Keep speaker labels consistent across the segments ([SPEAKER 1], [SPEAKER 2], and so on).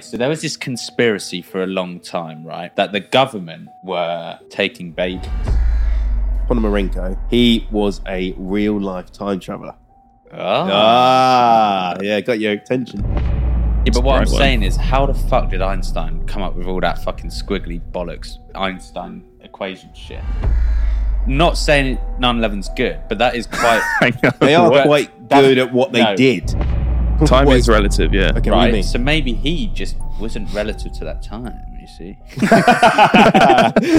[SPEAKER 1] So there was this conspiracy for a long time, right? That the government were taking babies.
[SPEAKER 2] Ponomarenko, he was a real life time traveler.
[SPEAKER 1] Ah.
[SPEAKER 2] Ah, yeah, got your attention.
[SPEAKER 1] Yeah, but what I'm
[SPEAKER 3] Right one.
[SPEAKER 1] saying is, how the fuck did Einstein come up with all that fucking squiggly bollocks Einstein equation shit? Not saying 9 11's good, but that is quite.
[SPEAKER 3] Hang on.
[SPEAKER 2] They are
[SPEAKER 1] What?
[SPEAKER 2] quite
[SPEAKER 1] That-
[SPEAKER 2] good at what they
[SPEAKER 1] no.
[SPEAKER 2] did.
[SPEAKER 3] Time
[SPEAKER 2] What-
[SPEAKER 3] is relative, yeah.
[SPEAKER 2] Okay, what do you
[SPEAKER 1] right.
[SPEAKER 2] mean?
[SPEAKER 1] So maybe he just wasn't relative to that time, you see?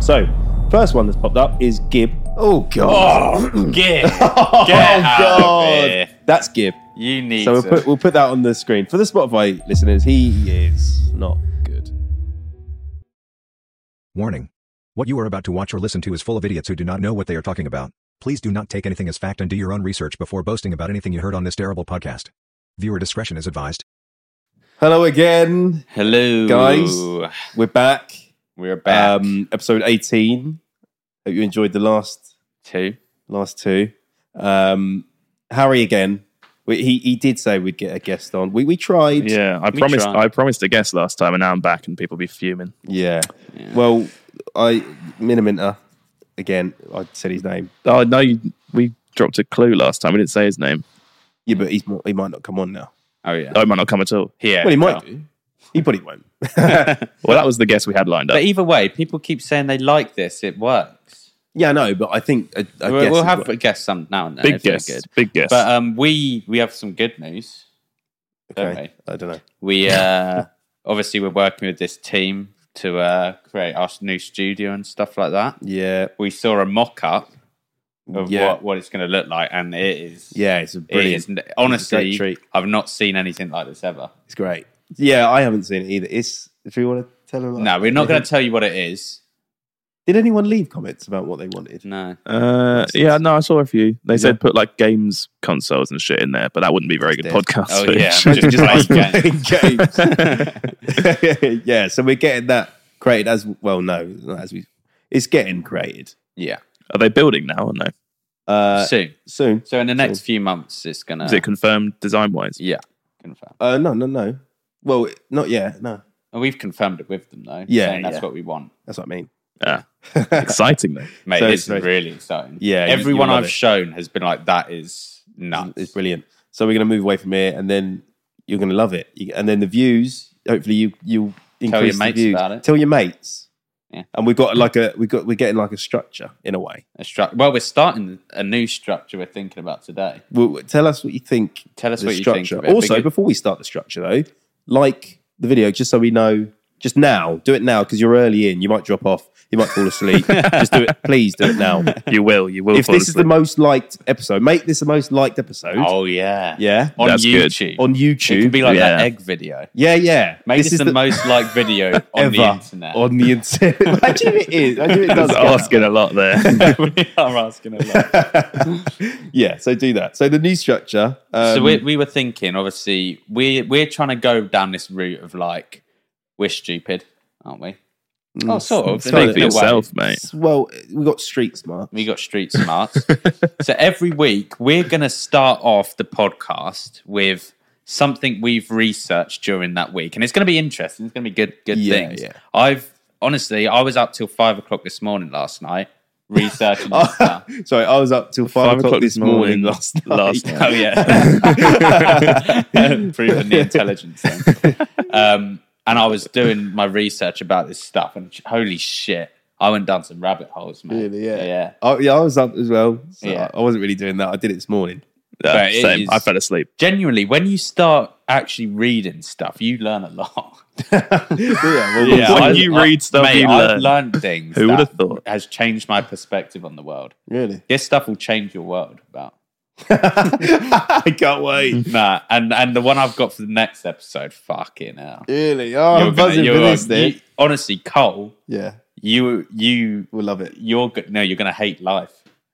[SPEAKER 2] So, first one that's popped up is Gib. Oh God!
[SPEAKER 1] Get, get
[SPEAKER 2] Oh,
[SPEAKER 1] out of here.
[SPEAKER 2] That's Gib.
[SPEAKER 1] You need
[SPEAKER 2] So we'll
[SPEAKER 1] to.
[SPEAKER 2] put we'll put that on the screen for the Spotify listeners. He is not good.
[SPEAKER 4] Warning. What you are about to watch or listen to is full of idiots who do not know what they are talking about. Please do not take anything as fact and do your own research before boasting about anything you heard on this terrible podcast. Viewer discretion is advised.
[SPEAKER 2] Hello again.
[SPEAKER 1] Hello,
[SPEAKER 2] Guys. We're back.
[SPEAKER 1] We're back.
[SPEAKER 2] Um, episode eighteen. Hope you enjoyed the last
[SPEAKER 1] two.
[SPEAKER 2] last two. Um, Harry again. We, he he did say we'd get a guest on. We we tried.
[SPEAKER 3] Yeah, I
[SPEAKER 1] me
[SPEAKER 3] promised.
[SPEAKER 1] try.
[SPEAKER 3] I promised a guest last time, and now I'm back, and people be fuming.
[SPEAKER 2] Yeah. Well, I Miniminter again. I said his name.
[SPEAKER 3] Oh no, you, we dropped a clue last time. We didn't say his name.
[SPEAKER 2] Yeah, but he's mo- he might not come on now.
[SPEAKER 1] Oh yeah.
[SPEAKER 3] Oh, he might not come at all.
[SPEAKER 1] yeah.
[SPEAKER 2] well, he might
[SPEAKER 1] well.
[SPEAKER 2] do. He probably won't.
[SPEAKER 3] Well, that was the guest we had lined up.
[SPEAKER 1] But either way, people keep saying they like this. It works.
[SPEAKER 2] yeah, no, but I think I, I
[SPEAKER 1] We'll,
[SPEAKER 2] guess
[SPEAKER 1] we'll
[SPEAKER 2] it
[SPEAKER 1] have
[SPEAKER 2] will.
[SPEAKER 1] a guess some now and then.
[SPEAKER 3] big
[SPEAKER 1] if they're
[SPEAKER 3] guest.
[SPEAKER 1] Good.
[SPEAKER 3] Big guest.
[SPEAKER 1] But um, we we have some good news. don't
[SPEAKER 2] Okay. I don't know.
[SPEAKER 1] We uh, obviously we're working with this team to uh, create our new studio and stuff like that.
[SPEAKER 2] Yeah,
[SPEAKER 1] We saw a mock up of
[SPEAKER 2] Yeah.
[SPEAKER 1] what, what it's going to look like, and it is
[SPEAKER 2] yeah, it's a
[SPEAKER 1] It
[SPEAKER 2] brilliant.
[SPEAKER 1] is, honestly,
[SPEAKER 2] It's a great treat.
[SPEAKER 1] I've not seen anything like this ever.
[SPEAKER 2] It's great. Yeah, I haven't seen it either. It's if you want to tell them.
[SPEAKER 1] No, we're not going to tell you what it is.
[SPEAKER 2] Did anyone leave comments about what they wanted?
[SPEAKER 1] No.
[SPEAKER 3] uh, yeah, no, I saw a few. They said put like games consoles and shit in there, but that wouldn't be very good
[SPEAKER 2] Dead.
[SPEAKER 3] podcast.
[SPEAKER 1] Oh,
[SPEAKER 3] footage.
[SPEAKER 1] yeah. Just- just like-
[SPEAKER 2] Playing games. yeah, so we're getting that created as well. No, not as we. It's getting created
[SPEAKER 1] Yeah.
[SPEAKER 3] Are they building now or no?
[SPEAKER 2] uh,
[SPEAKER 1] soon.
[SPEAKER 2] soon.
[SPEAKER 1] So in the next few months, it's gonna.
[SPEAKER 3] Is it confirmed design wise?
[SPEAKER 1] yeah. Confirm.
[SPEAKER 2] Uh, no, no, no. Well, not yet. No,
[SPEAKER 1] And we've confirmed it with them though.
[SPEAKER 2] Yeah,
[SPEAKER 1] saying that's
[SPEAKER 2] yeah.
[SPEAKER 1] what we want.
[SPEAKER 2] that's what I mean.
[SPEAKER 3] Yeah. Exciting though.
[SPEAKER 1] Mate,
[SPEAKER 2] So
[SPEAKER 1] this
[SPEAKER 2] it's
[SPEAKER 1] is
[SPEAKER 2] very-
[SPEAKER 1] really exciting.
[SPEAKER 2] Yeah, you-
[SPEAKER 1] Everyone
[SPEAKER 2] you'll love
[SPEAKER 1] I've
[SPEAKER 2] it.
[SPEAKER 1] shown has been like, "That is nuts."
[SPEAKER 2] It's brilliant. So we're going to move away from here, and then you're going to love it. You- And then the views. Hopefully, you you increase
[SPEAKER 1] your
[SPEAKER 2] the
[SPEAKER 1] mates
[SPEAKER 2] views.
[SPEAKER 1] about it.
[SPEAKER 2] Tell your mates.
[SPEAKER 1] Yeah.
[SPEAKER 2] And we've got like a we got we're getting like a structure in a way.
[SPEAKER 1] A stru- well, we're starting a new structure. We're thinking about today.
[SPEAKER 2] Well, tell us what you think.
[SPEAKER 1] Tell us
[SPEAKER 2] the
[SPEAKER 1] what you think
[SPEAKER 2] structure.
[SPEAKER 1] of it,
[SPEAKER 2] Also,
[SPEAKER 1] because-
[SPEAKER 2] before we start the structure though, like the video just so we know. Just now, do it now because you're early in. You might drop off. You might fall asleep. just do it, please. Do it now.
[SPEAKER 3] You will. You will.
[SPEAKER 2] If
[SPEAKER 3] fall
[SPEAKER 2] this is the
[SPEAKER 3] asleep.
[SPEAKER 2] most liked episode, make this the most liked episode.
[SPEAKER 1] Oh yeah,
[SPEAKER 2] Yeah.
[SPEAKER 1] On
[SPEAKER 3] That's good.
[SPEAKER 1] YouTube,
[SPEAKER 2] on
[SPEAKER 1] it
[SPEAKER 2] YouTube.
[SPEAKER 1] could be like that
[SPEAKER 3] Yeah.
[SPEAKER 1] egg video.
[SPEAKER 2] yeah, yeah.
[SPEAKER 1] Maybe this, is the, most liked video on
[SPEAKER 2] ever
[SPEAKER 1] the internet.
[SPEAKER 2] on the internet. Imagine if it is. Imagine if it does.
[SPEAKER 3] I was asking a lot there.
[SPEAKER 1] we are asking a lot.
[SPEAKER 2] yeah, so do that. So the new structure. Um,
[SPEAKER 1] so we, we were thinking, obviously, we we're trying to go down this route of like we're stupid, aren't we?
[SPEAKER 2] Mm.
[SPEAKER 1] Oh, sort of.
[SPEAKER 2] Speak for
[SPEAKER 1] In a way.
[SPEAKER 3] yourself, mate.
[SPEAKER 2] um, well, we got street smart.
[SPEAKER 1] We got street smarts. so every week we're going to start off the podcast with something we've researched during that week, and it's going to be interesting. It's going to be good, good
[SPEAKER 2] Yeah,
[SPEAKER 1] things.
[SPEAKER 2] yeah.
[SPEAKER 1] I've honestly, I was up till five o'clock this morning last night researching this stuff.
[SPEAKER 2] Sorry, I was up till five, o'clock, this morning, last night.
[SPEAKER 3] last night.
[SPEAKER 1] Oh yeah, proving the intelligence. Then. Um, and I was doing my research about this stuff, and holy shit, I went down some rabbit holes, man.
[SPEAKER 2] Really, yeah.
[SPEAKER 1] yeah.
[SPEAKER 2] Oh, yeah, I was up as well. So
[SPEAKER 1] Yeah.
[SPEAKER 2] I wasn't really doing that. I did it this morning.
[SPEAKER 3] Yeah,
[SPEAKER 1] it
[SPEAKER 3] same.
[SPEAKER 1] is-
[SPEAKER 3] I fell asleep.
[SPEAKER 1] Genuinely, when you start actually reading stuff, you learn a lot.
[SPEAKER 2] yeah, well,
[SPEAKER 3] Yeah,
[SPEAKER 1] I-
[SPEAKER 3] when you
[SPEAKER 1] I-
[SPEAKER 3] read stuff,
[SPEAKER 1] mate,
[SPEAKER 3] you
[SPEAKER 1] I've
[SPEAKER 3] learn.
[SPEAKER 1] learned things.
[SPEAKER 3] Who
[SPEAKER 1] that
[SPEAKER 3] would've thought?
[SPEAKER 1] Has changed my perspective on the world.
[SPEAKER 2] really.
[SPEAKER 1] This stuff will change your world about.
[SPEAKER 2] I can't wait.
[SPEAKER 1] Nah, and and the one I've got for the next episode, fucking hell.
[SPEAKER 5] Really? Oh,
[SPEAKER 1] You're
[SPEAKER 5] I'm
[SPEAKER 1] gonna-
[SPEAKER 5] buzzing
[SPEAKER 1] you're-
[SPEAKER 5] for this, dude.
[SPEAKER 1] you- honestly, Cole,
[SPEAKER 5] yeah,
[SPEAKER 1] you you
[SPEAKER 5] we'll love it.
[SPEAKER 1] you're go- no, you're gonna hate life.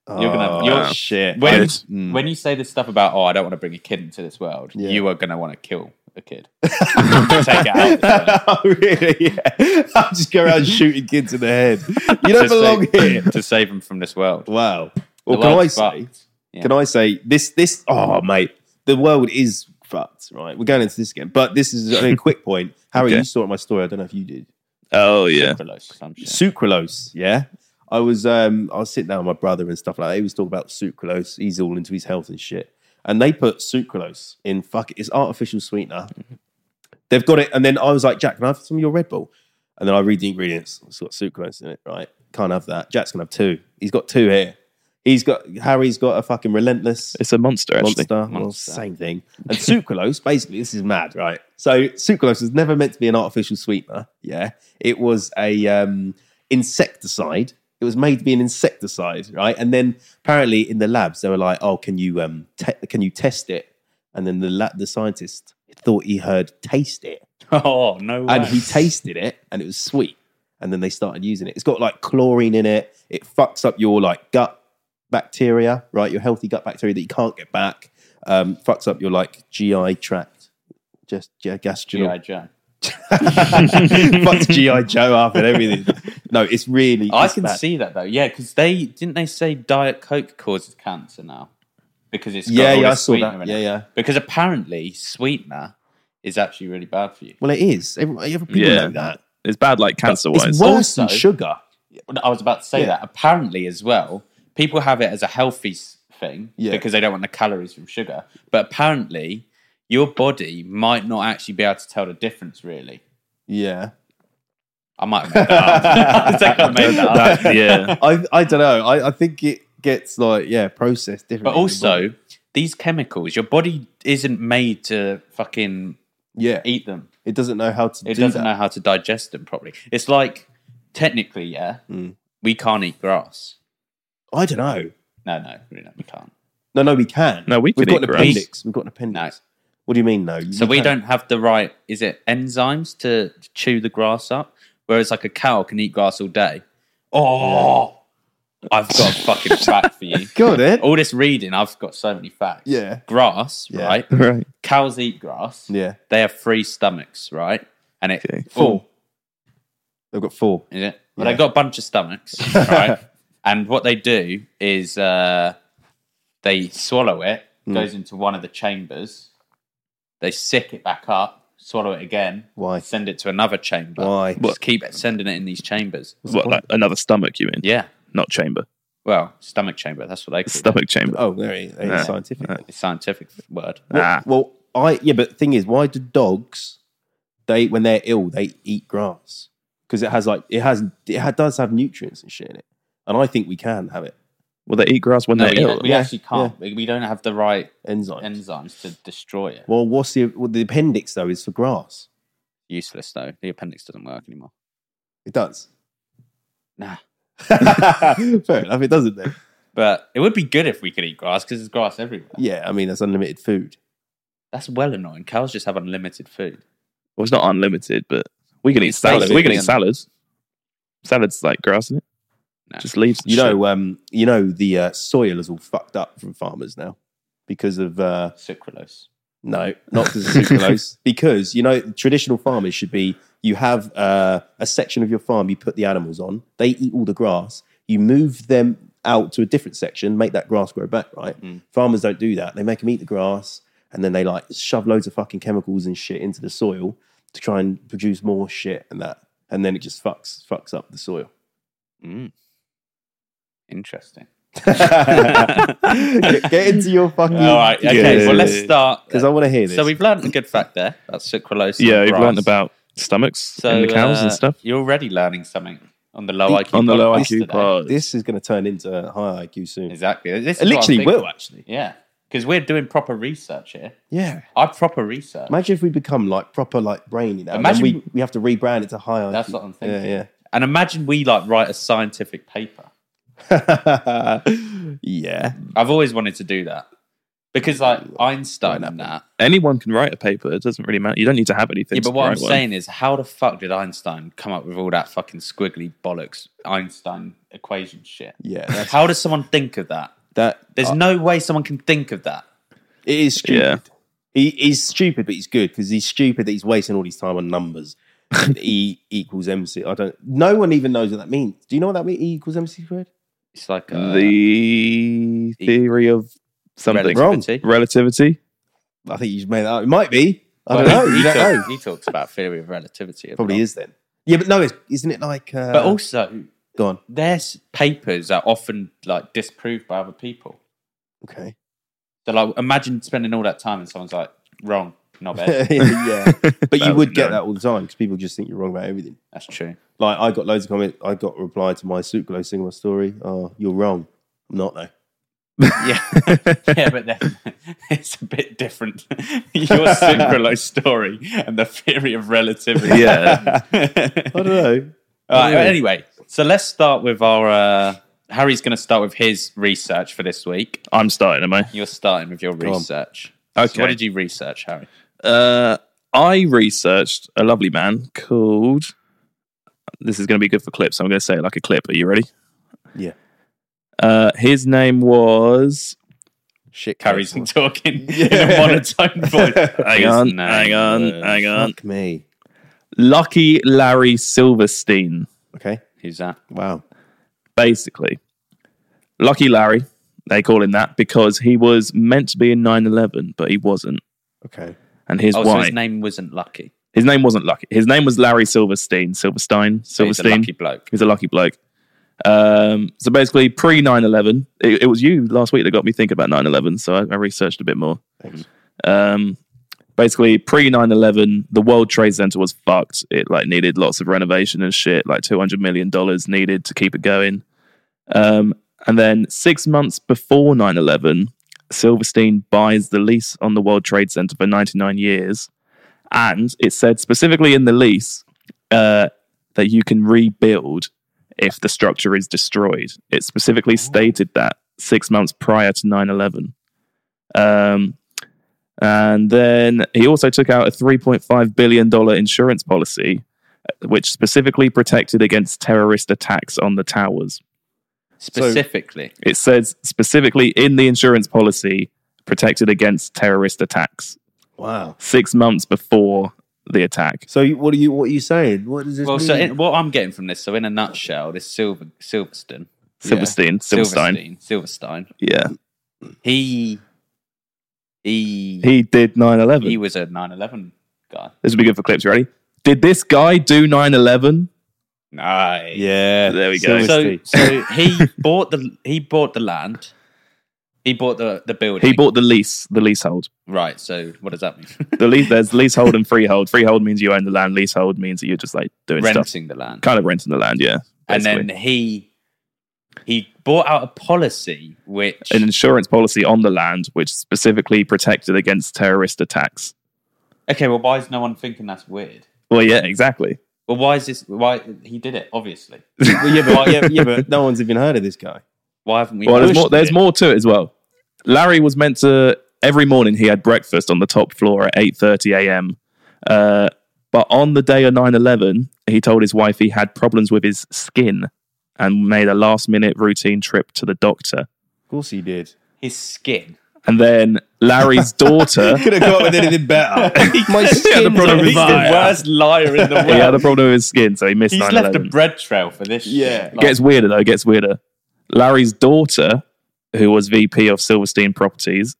[SPEAKER 1] You're
[SPEAKER 5] Oh,
[SPEAKER 1] gonna you're
[SPEAKER 3] wow.
[SPEAKER 5] shit.
[SPEAKER 1] when
[SPEAKER 3] Yes.
[SPEAKER 5] Mm.
[SPEAKER 1] when you say this stuff about oh I don't want to bring a kid into this world,
[SPEAKER 5] Yeah.
[SPEAKER 1] you are gonna want to kill a kid. Take it out. of this world.
[SPEAKER 5] oh, really? Yeah. I'll just go around shooting kids in the head. You
[SPEAKER 1] To
[SPEAKER 5] don't belong
[SPEAKER 1] save-
[SPEAKER 5] here.
[SPEAKER 1] to save him from this world.
[SPEAKER 5] Wow.
[SPEAKER 2] Or
[SPEAKER 1] The
[SPEAKER 2] can I
[SPEAKER 1] world's
[SPEAKER 2] say?
[SPEAKER 1] fucked. Yeah.
[SPEAKER 2] Can I say this? This oh mate, the world is fucked. Right, we're going into this again, but this is only a quick point. Harry,
[SPEAKER 3] Okay.
[SPEAKER 2] you saw my story. I don't know if you did.
[SPEAKER 3] Oh yeah.
[SPEAKER 1] Sucralose or some shit.
[SPEAKER 2] Sucralose, yeah. I was um I was sitting down with my brother and stuff like that. He was talking about sucralose. He's all into his health and shit. And they put sucralose in fuck it's artificial sweetener. They've got it, and then I was like, Jack, can I have some of your Red Bull? And then I read the ingredients. It's got sucralose in it, right? Can't have that. Jack's gonna have two. He's got two here. He's got Harry's got a fucking relentless
[SPEAKER 3] It's a monster actually.
[SPEAKER 2] monster. Well, same thing. And sucralose, basically, this is mad, right? So sucralose was never meant to be an artificial sweetener. Yeah, it was a um, insecticide. It was made to be an insecticide, right? And then apparently in the labs they were like, "Oh, can you um, te- can you test it?" And then the la- the scientist thought he heard "taste it,"
[SPEAKER 1] Oh no way.
[SPEAKER 2] and he tasted it, and it was sweet. And then they started using it. It's got like chlorine in it. It fucks up your like gut bacteria, right? Your healthy gut bacteria that you can't get back. Um, fucks up your like GI tract, just
[SPEAKER 1] G.I.
[SPEAKER 2] yeah, gastrointestinal.
[SPEAKER 1] Joe.
[SPEAKER 2] fucks GI Joe up and everything. No, it's really.
[SPEAKER 1] I
[SPEAKER 2] it's
[SPEAKER 1] can
[SPEAKER 2] bad.
[SPEAKER 1] see that though. Yeah, because they didn't they say diet coke causes cancer now because it's got
[SPEAKER 2] Yeah,
[SPEAKER 1] all
[SPEAKER 2] yeah,
[SPEAKER 1] the
[SPEAKER 2] I saw
[SPEAKER 1] sweetener
[SPEAKER 2] that.
[SPEAKER 1] in
[SPEAKER 2] Yeah,
[SPEAKER 1] it.
[SPEAKER 2] yeah.
[SPEAKER 1] Because apparently sweetener is actually really bad for you.
[SPEAKER 2] Well, it is. Everyone, everyone- people
[SPEAKER 3] Yeah.
[SPEAKER 2] know that.
[SPEAKER 3] It's bad like cancer
[SPEAKER 2] It's
[SPEAKER 3] wise.
[SPEAKER 2] worse than
[SPEAKER 1] Also-
[SPEAKER 2] sugar.
[SPEAKER 1] Well, I was about to say
[SPEAKER 2] Yeah.
[SPEAKER 1] that. Apparently, as well, people have it as a healthy s- thing
[SPEAKER 5] Yeah.
[SPEAKER 1] because they don't want the calories from sugar. But apparently, your body might not actually be able to tell the difference. Really,
[SPEAKER 5] Yeah.
[SPEAKER 1] I might have made that up. I think I made that up.
[SPEAKER 3] Oh, yeah.
[SPEAKER 5] I, I don't know. I, I think it gets like, yeah, processed differently.
[SPEAKER 1] But also, these chemicals, your body isn't made to fucking
[SPEAKER 5] yeah,
[SPEAKER 1] eat them.
[SPEAKER 5] it doesn't know how to
[SPEAKER 1] It
[SPEAKER 5] do
[SPEAKER 1] doesn't
[SPEAKER 5] that.
[SPEAKER 1] know how to digest them properly. It's like technically, yeah,
[SPEAKER 5] Mm.
[SPEAKER 1] we can't eat grass.
[SPEAKER 2] I don't know.
[SPEAKER 1] No, no, really, no, we can't.
[SPEAKER 2] No, no, we can.
[SPEAKER 3] No, we
[SPEAKER 2] We've
[SPEAKER 3] can
[SPEAKER 2] got
[SPEAKER 3] eat
[SPEAKER 2] an
[SPEAKER 3] grass.
[SPEAKER 2] appendix. We've got an appendix. What do you mean, no?
[SPEAKER 1] So we don't have the right, is it enzymes to chew the grass up? Whereas like a cow can eat grass all day. Oh, I've got a fucking fact for you.
[SPEAKER 5] Got it.
[SPEAKER 1] All this reading, I've got so many facts.
[SPEAKER 5] Yeah.
[SPEAKER 1] Grass,
[SPEAKER 5] Yeah.
[SPEAKER 1] right?
[SPEAKER 3] Right.
[SPEAKER 1] Cows eat grass.
[SPEAKER 5] Yeah.
[SPEAKER 1] They have three stomachs, right? And it,
[SPEAKER 3] Okay.
[SPEAKER 1] four,
[SPEAKER 5] They've got four.
[SPEAKER 1] is it? Well, they've got a bunch of stomachs, right? and what they do is uh, they swallow it, goes into one of the chambers, they sick it back up, swallow it again,
[SPEAKER 5] Why?
[SPEAKER 1] send it to another chamber.
[SPEAKER 5] Why?
[SPEAKER 1] Just keep sending it in these chambers.
[SPEAKER 3] What like another stomach you mean?
[SPEAKER 1] Yeah.
[SPEAKER 3] Not chamber.
[SPEAKER 1] Well, stomach chamber, that's what they call
[SPEAKER 3] Stomach chamber.
[SPEAKER 5] Oh, very, very
[SPEAKER 3] Yeah.
[SPEAKER 5] scientific.
[SPEAKER 1] it. It's a scientific word.
[SPEAKER 3] Ah.
[SPEAKER 2] Well, I yeah, but the thing is, why do dogs they when they're ill they eat grass because it has like it has it ha- does have nutrients and shit in it, and I think we can have it
[SPEAKER 3] Well, they eat grass when
[SPEAKER 1] No,
[SPEAKER 3] they're
[SPEAKER 1] we,
[SPEAKER 3] ill.
[SPEAKER 1] we
[SPEAKER 2] Yeah,
[SPEAKER 1] actually can't. We, we don't have the right
[SPEAKER 2] enzymes.
[SPEAKER 1] enzymes to destroy it.
[SPEAKER 2] well, what's the well, the appendix though is for grass.
[SPEAKER 1] Useless, though. The appendix doesn't work anymore.
[SPEAKER 5] It does.
[SPEAKER 1] Nah.
[SPEAKER 5] Fair enough. It doesn't then.
[SPEAKER 1] But it would be good if we could eat grass because there's grass everywhere.
[SPEAKER 5] Yeah. I mean, that's unlimited food.
[SPEAKER 1] That's well annoying. Cows just have unlimited food.
[SPEAKER 3] Well, it's not unlimited, but we can eat
[SPEAKER 1] It's
[SPEAKER 3] salad. We can
[SPEAKER 1] basically
[SPEAKER 3] eat
[SPEAKER 1] un-
[SPEAKER 3] salads. Salads like grass in it.
[SPEAKER 1] No.
[SPEAKER 3] Just leaves. and
[SPEAKER 2] You
[SPEAKER 3] shit.
[SPEAKER 2] know, um, you know the uh, soil is all fucked up from farmers now because of uh,
[SPEAKER 1] Sucralose.
[SPEAKER 2] No, not because of sucralose. because you know, traditional farmers should be. You have uh, a section of your farm. You put the animals on. They eat all the grass. You move them out to a different section. Make that grass grow back. Right?
[SPEAKER 1] Hmm.
[SPEAKER 2] Farmers don't do that. They make them eat the grass, and then they like shove loads of fucking chemicals and shit into the soil to try and produce more shit and that. And then it just fucks fucks up the soil.
[SPEAKER 1] Mm. Interesting.
[SPEAKER 5] get, get into your fucking.
[SPEAKER 3] Mm.
[SPEAKER 1] All right. Okay. Well, let's start.
[SPEAKER 2] Because I want to hear this.
[SPEAKER 1] So we've learned a good fact there about sucralose. and
[SPEAKER 3] yeah, we've
[SPEAKER 1] grass.
[SPEAKER 3] learned about stomachs and the cows
[SPEAKER 1] uh,
[SPEAKER 3] and stuff.
[SPEAKER 1] You're already learning something on the low IQ
[SPEAKER 3] On the low
[SPEAKER 1] podcast
[SPEAKER 3] IQ
[SPEAKER 1] today.
[SPEAKER 3] pod.
[SPEAKER 2] this is going to turn into high IQ soon.
[SPEAKER 1] Exactly. This
[SPEAKER 2] It
[SPEAKER 1] is what I'm
[SPEAKER 2] literally
[SPEAKER 1] thinking.
[SPEAKER 2] will actually.
[SPEAKER 1] Yeah, because we're doing proper research here.
[SPEAKER 2] Yeah.
[SPEAKER 1] I proper research.
[SPEAKER 2] Imagine if we become like proper like brainy now.
[SPEAKER 1] Imagine-
[SPEAKER 2] Imagine we, we have to rebrand it to high.
[SPEAKER 1] That's
[SPEAKER 2] IQ.
[SPEAKER 1] what I'm thinking.
[SPEAKER 2] Yeah,
[SPEAKER 1] And imagine we like write a scientific paper.
[SPEAKER 2] yeah. yeah.
[SPEAKER 1] I've always wanted to do that. Because like Einstein and that.
[SPEAKER 3] Anyone can write a paper. It doesn't really matter. You don't need to have anything.
[SPEAKER 1] Yeah, but
[SPEAKER 3] to
[SPEAKER 1] what I'm
[SPEAKER 3] write one.
[SPEAKER 1] saying is, how the fuck did Einstein come up with all that fucking squiggly bollocks Einstein equation shit?
[SPEAKER 2] Yeah, that's-
[SPEAKER 1] How does someone think of that?
[SPEAKER 2] That
[SPEAKER 1] There's no way someone can think of that.
[SPEAKER 2] it is stupid.
[SPEAKER 3] Yeah.
[SPEAKER 2] He, he's stupid, but he's good because he's stupid that he's wasting all his time on numbers. And e equals MC. I don't. No one even knows what that means. Do you know what that means? E equals MC squared.
[SPEAKER 1] It's like uh,
[SPEAKER 3] the theory of something
[SPEAKER 1] relativity.
[SPEAKER 3] relativity.
[SPEAKER 2] I think you just made that. up. It might be. I don't
[SPEAKER 1] Well,
[SPEAKER 2] know.
[SPEAKER 1] He,
[SPEAKER 2] You don't know.
[SPEAKER 1] talk- he talks about theory of relativity. a
[SPEAKER 2] Probably
[SPEAKER 1] lot.
[SPEAKER 2] is then. Yeah, but no, it's, isn't it like? Uh,
[SPEAKER 1] But also,
[SPEAKER 2] go on.
[SPEAKER 1] their s- papers are often like disproved by other people.
[SPEAKER 2] Okay.
[SPEAKER 1] So like, imagine spending all that time and someone's like, "Wrong, not bad."
[SPEAKER 2] yeah, but you
[SPEAKER 3] That
[SPEAKER 2] would
[SPEAKER 3] was
[SPEAKER 2] get
[SPEAKER 3] annoying.
[SPEAKER 2] that all the time because people just think you're wrong about everything.
[SPEAKER 1] That's true.
[SPEAKER 2] Like I got loads of comments. I got a reply to my Sucralose singing my story. Oh, you're wrong. I'm not though.
[SPEAKER 1] Yeah, yeah, but then it's a bit different. Your Synchrolo story and the theory of relativity.
[SPEAKER 3] Yeah.
[SPEAKER 2] I don't know.
[SPEAKER 1] All right, anyway, so let's start with our. Uh, Harry's going to start with his research for this week.
[SPEAKER 3] I'm starting, am I?
[SPEAKER 1] You're starting with your
[SPEAKER 2] on.
[SPEAKER 1] research. So
[SPEAKER 3] Okay.
[SPEAKER 1] what did you research, Harry?
[SPEAKER 3] Uh, I researched a lovely man called. This is going to be good for clips. so I'm going to say it like a clip. Are you ready?
[SPEAKER 2] Yeah.
[SPEAKER 3] Uh, his name was.
[SPEAKER 2] Shit
[SPEAKER 1] Harry's
[SPEAKER 2] cakes.
[SPEAKER 1] talking in a monotone voice.
[SPEAKER 3] Hang
[SPEAKER 1] His
[SPEAKER 3] on,
[SPEAKER 1] name
[SPEAKER 3] hang on,
[SPEAKER 1] was-
[SPEAKER 3] hang on.
[SPEAKER 2] Fuck me.
[SPEAKER 3] Lucky Larry Silverstein,
[SPEAKER 2] Okay.
[SPEAKER 1] Who's that?
[SPEAKER 2] Wow.
[SPEAKER 3] basically. Lucky Larry, they call him that because he was meant to be in 9 11, but he wasn't.
[SPEAKER 2] Okay.
[SPEAKER 3] And here's
[SPEAKER 1] oh,
[SPEAKER 3] why.
[SPEAKER 1] so his
[SPEAKER 3] his, name-
[SPEAKER 1] name wasn't Lucky.
[SPEAKER 3] wasn't Lucky. His name was Larry Silverstein. Silverstein.
[SPEAKER 1] So he's a
[SPEAKER 3] Silverstein.
[SPEAKER 1] lucky bloke.
[SPEAKER 3] He's a lucky bloke. Um, so basically, pre 9 11, it, it was you last week that got me thinking about 9 11. So I, I researched a bit more.
[SPEAKER 2] Thanks.
[SPEAKER 3] Um, basically, pre 9 11, the World Trade Center was fucked. It like needed lots of renovation and shit, like $200 million needed to keep it going. Um, and then six months before 9 11, Silverstein buys the lease on the World Trade Center for 99 years. And it said specifically in the lease uh, that you can rebuild if the structure is destroyed. It specifically stated that six months prior to 9 11. Um, and then he also took out a $3.5 billion insurance policy, which specifically protected against terrorist attacks on the towers.
[SPEAKER 1] Specifically.
[SPEAKER 3] It says specifically in the insurance policy, protected against terrorist attacks
[SPEAKER 2] Wow.
[SPEAKER 3] six months before the attack.
[SPEAKER 2] So you- what are you? What are you saying? What does this
[SPEAKER 1] well,
[SPEAKER 2] mean?
[SPEAKER 1] so in, what I'm getting from this, so in a nutshell, this Silver, Silverstone,
[SPEAKER 3] Silverstein, Silverstein.
[SPEAKER 1] Silverstein, Silverstein,
[SPEAKER 3] Yeah.
[SPEAKER 1] he, he, he,
[SPEAKER 3] He did 9 11.
[SPEAKER 1] was a 9/11 guy.
[SPEAKER 3] This would be good for clips. You Ready? Did this guy do 9 11?
[SPEAKER 1] Nice.
[SPEAKER 2] yeah.
[SPEAKER 3] There we go.
[SPEAKER 1] So,
[SPEAKER 2] Silverstein.
[SPEAKER 1] so he bought the he bought the land. He bought the the building.
[SPEAKER 3] He bought the lease, the leasehold.
[SPEAKER 1] right. So what does that mean?
[SPEAKER 3] The lease, there's leasehold and freehold. Freehold means you own the land. Leasehold means that you're just like doing stuff,
[SPEAKER 1] Renting the land,
[SPEAKER 3] kind of renting the land. Yeah,
[SPEAKER 1] and then
[SPEAKER 3] basically.
[SPEAKER 1] he he bought out a policy which
[SPEAKER 3] an insurance policy on the land, which specifically protected against terrorist attacks.
[SPEAKER 1] okay. Well, why is no one thinking that's weird?
[SPEAKER 3] Well, yeah, exactly.
[SPEAKER 1] Well, why is this? Why he did it? Obviously.
[SPEAKER 2] Well, yeah, but, yeah, yeah, but no one's even heard of this guy.
[SPEAKER 1] Why haven't we?
[SPEAKER 3] Well, there's
[SPEAKER 1] pushed
[SPEAKER 3] more. There's
[SPEAKER 1] it?
[SPEAKER 3] more to it as well. Larry was meant to every morning. He had breakfast on the top floor at 8:30 a.m. Uh, but on the day of 9/11, he told his wife he had problems with his skin and made a last-minute routine trip to the doctor.
[SPEAKER 2] Of course he did.
[SPEAKER 1] His skin.
[SPEAKER 3] And then Larry's daughter.
[SPEAKER 2] Could have got with anything better. My skin
[SPEAKER 3] problem with
[SPEAKER 1] He's the worst liar in the world.
[SPEAKER 3] he had a problem with his skin, so he missed
[SPEAKER 1] He's
[SPEAKER 3] 9/11.
[SPEAKER 1] left a bread trail for this.
[SPEAKER 2] Yeah.
[SPEAKER 1] shit. Like,
[SPEAKER 3] gets weirder though. Gets weirder. Larry's daughter, who was VP of Silverstein Properties,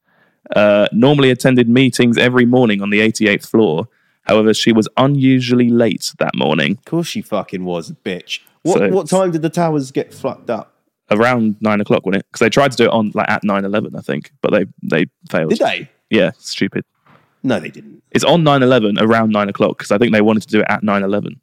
[SPEAKER 3] uh, normally attended meetings every morning on the 88th floor. However, she was unusually late that morning,
[SPEAKER 2] Of course she fucking was a bitch. What
[SPEAKER 3] So-
[SPEAKER 2] what time did the towers get fucked up?
[SPEAKER 3] around nine o'clock, wasn't it? Because they tried to do it on like at 9:11, I think, but they they failed.
[SPEAKER 2] Did they?
[SPEAKER 3] Yeah, stupid.
[SPEAKER 2] No, they didn't.
[SPEAKER 3] It's on 9:11 around nine o'clock because I think they wanted to do it at 9:11.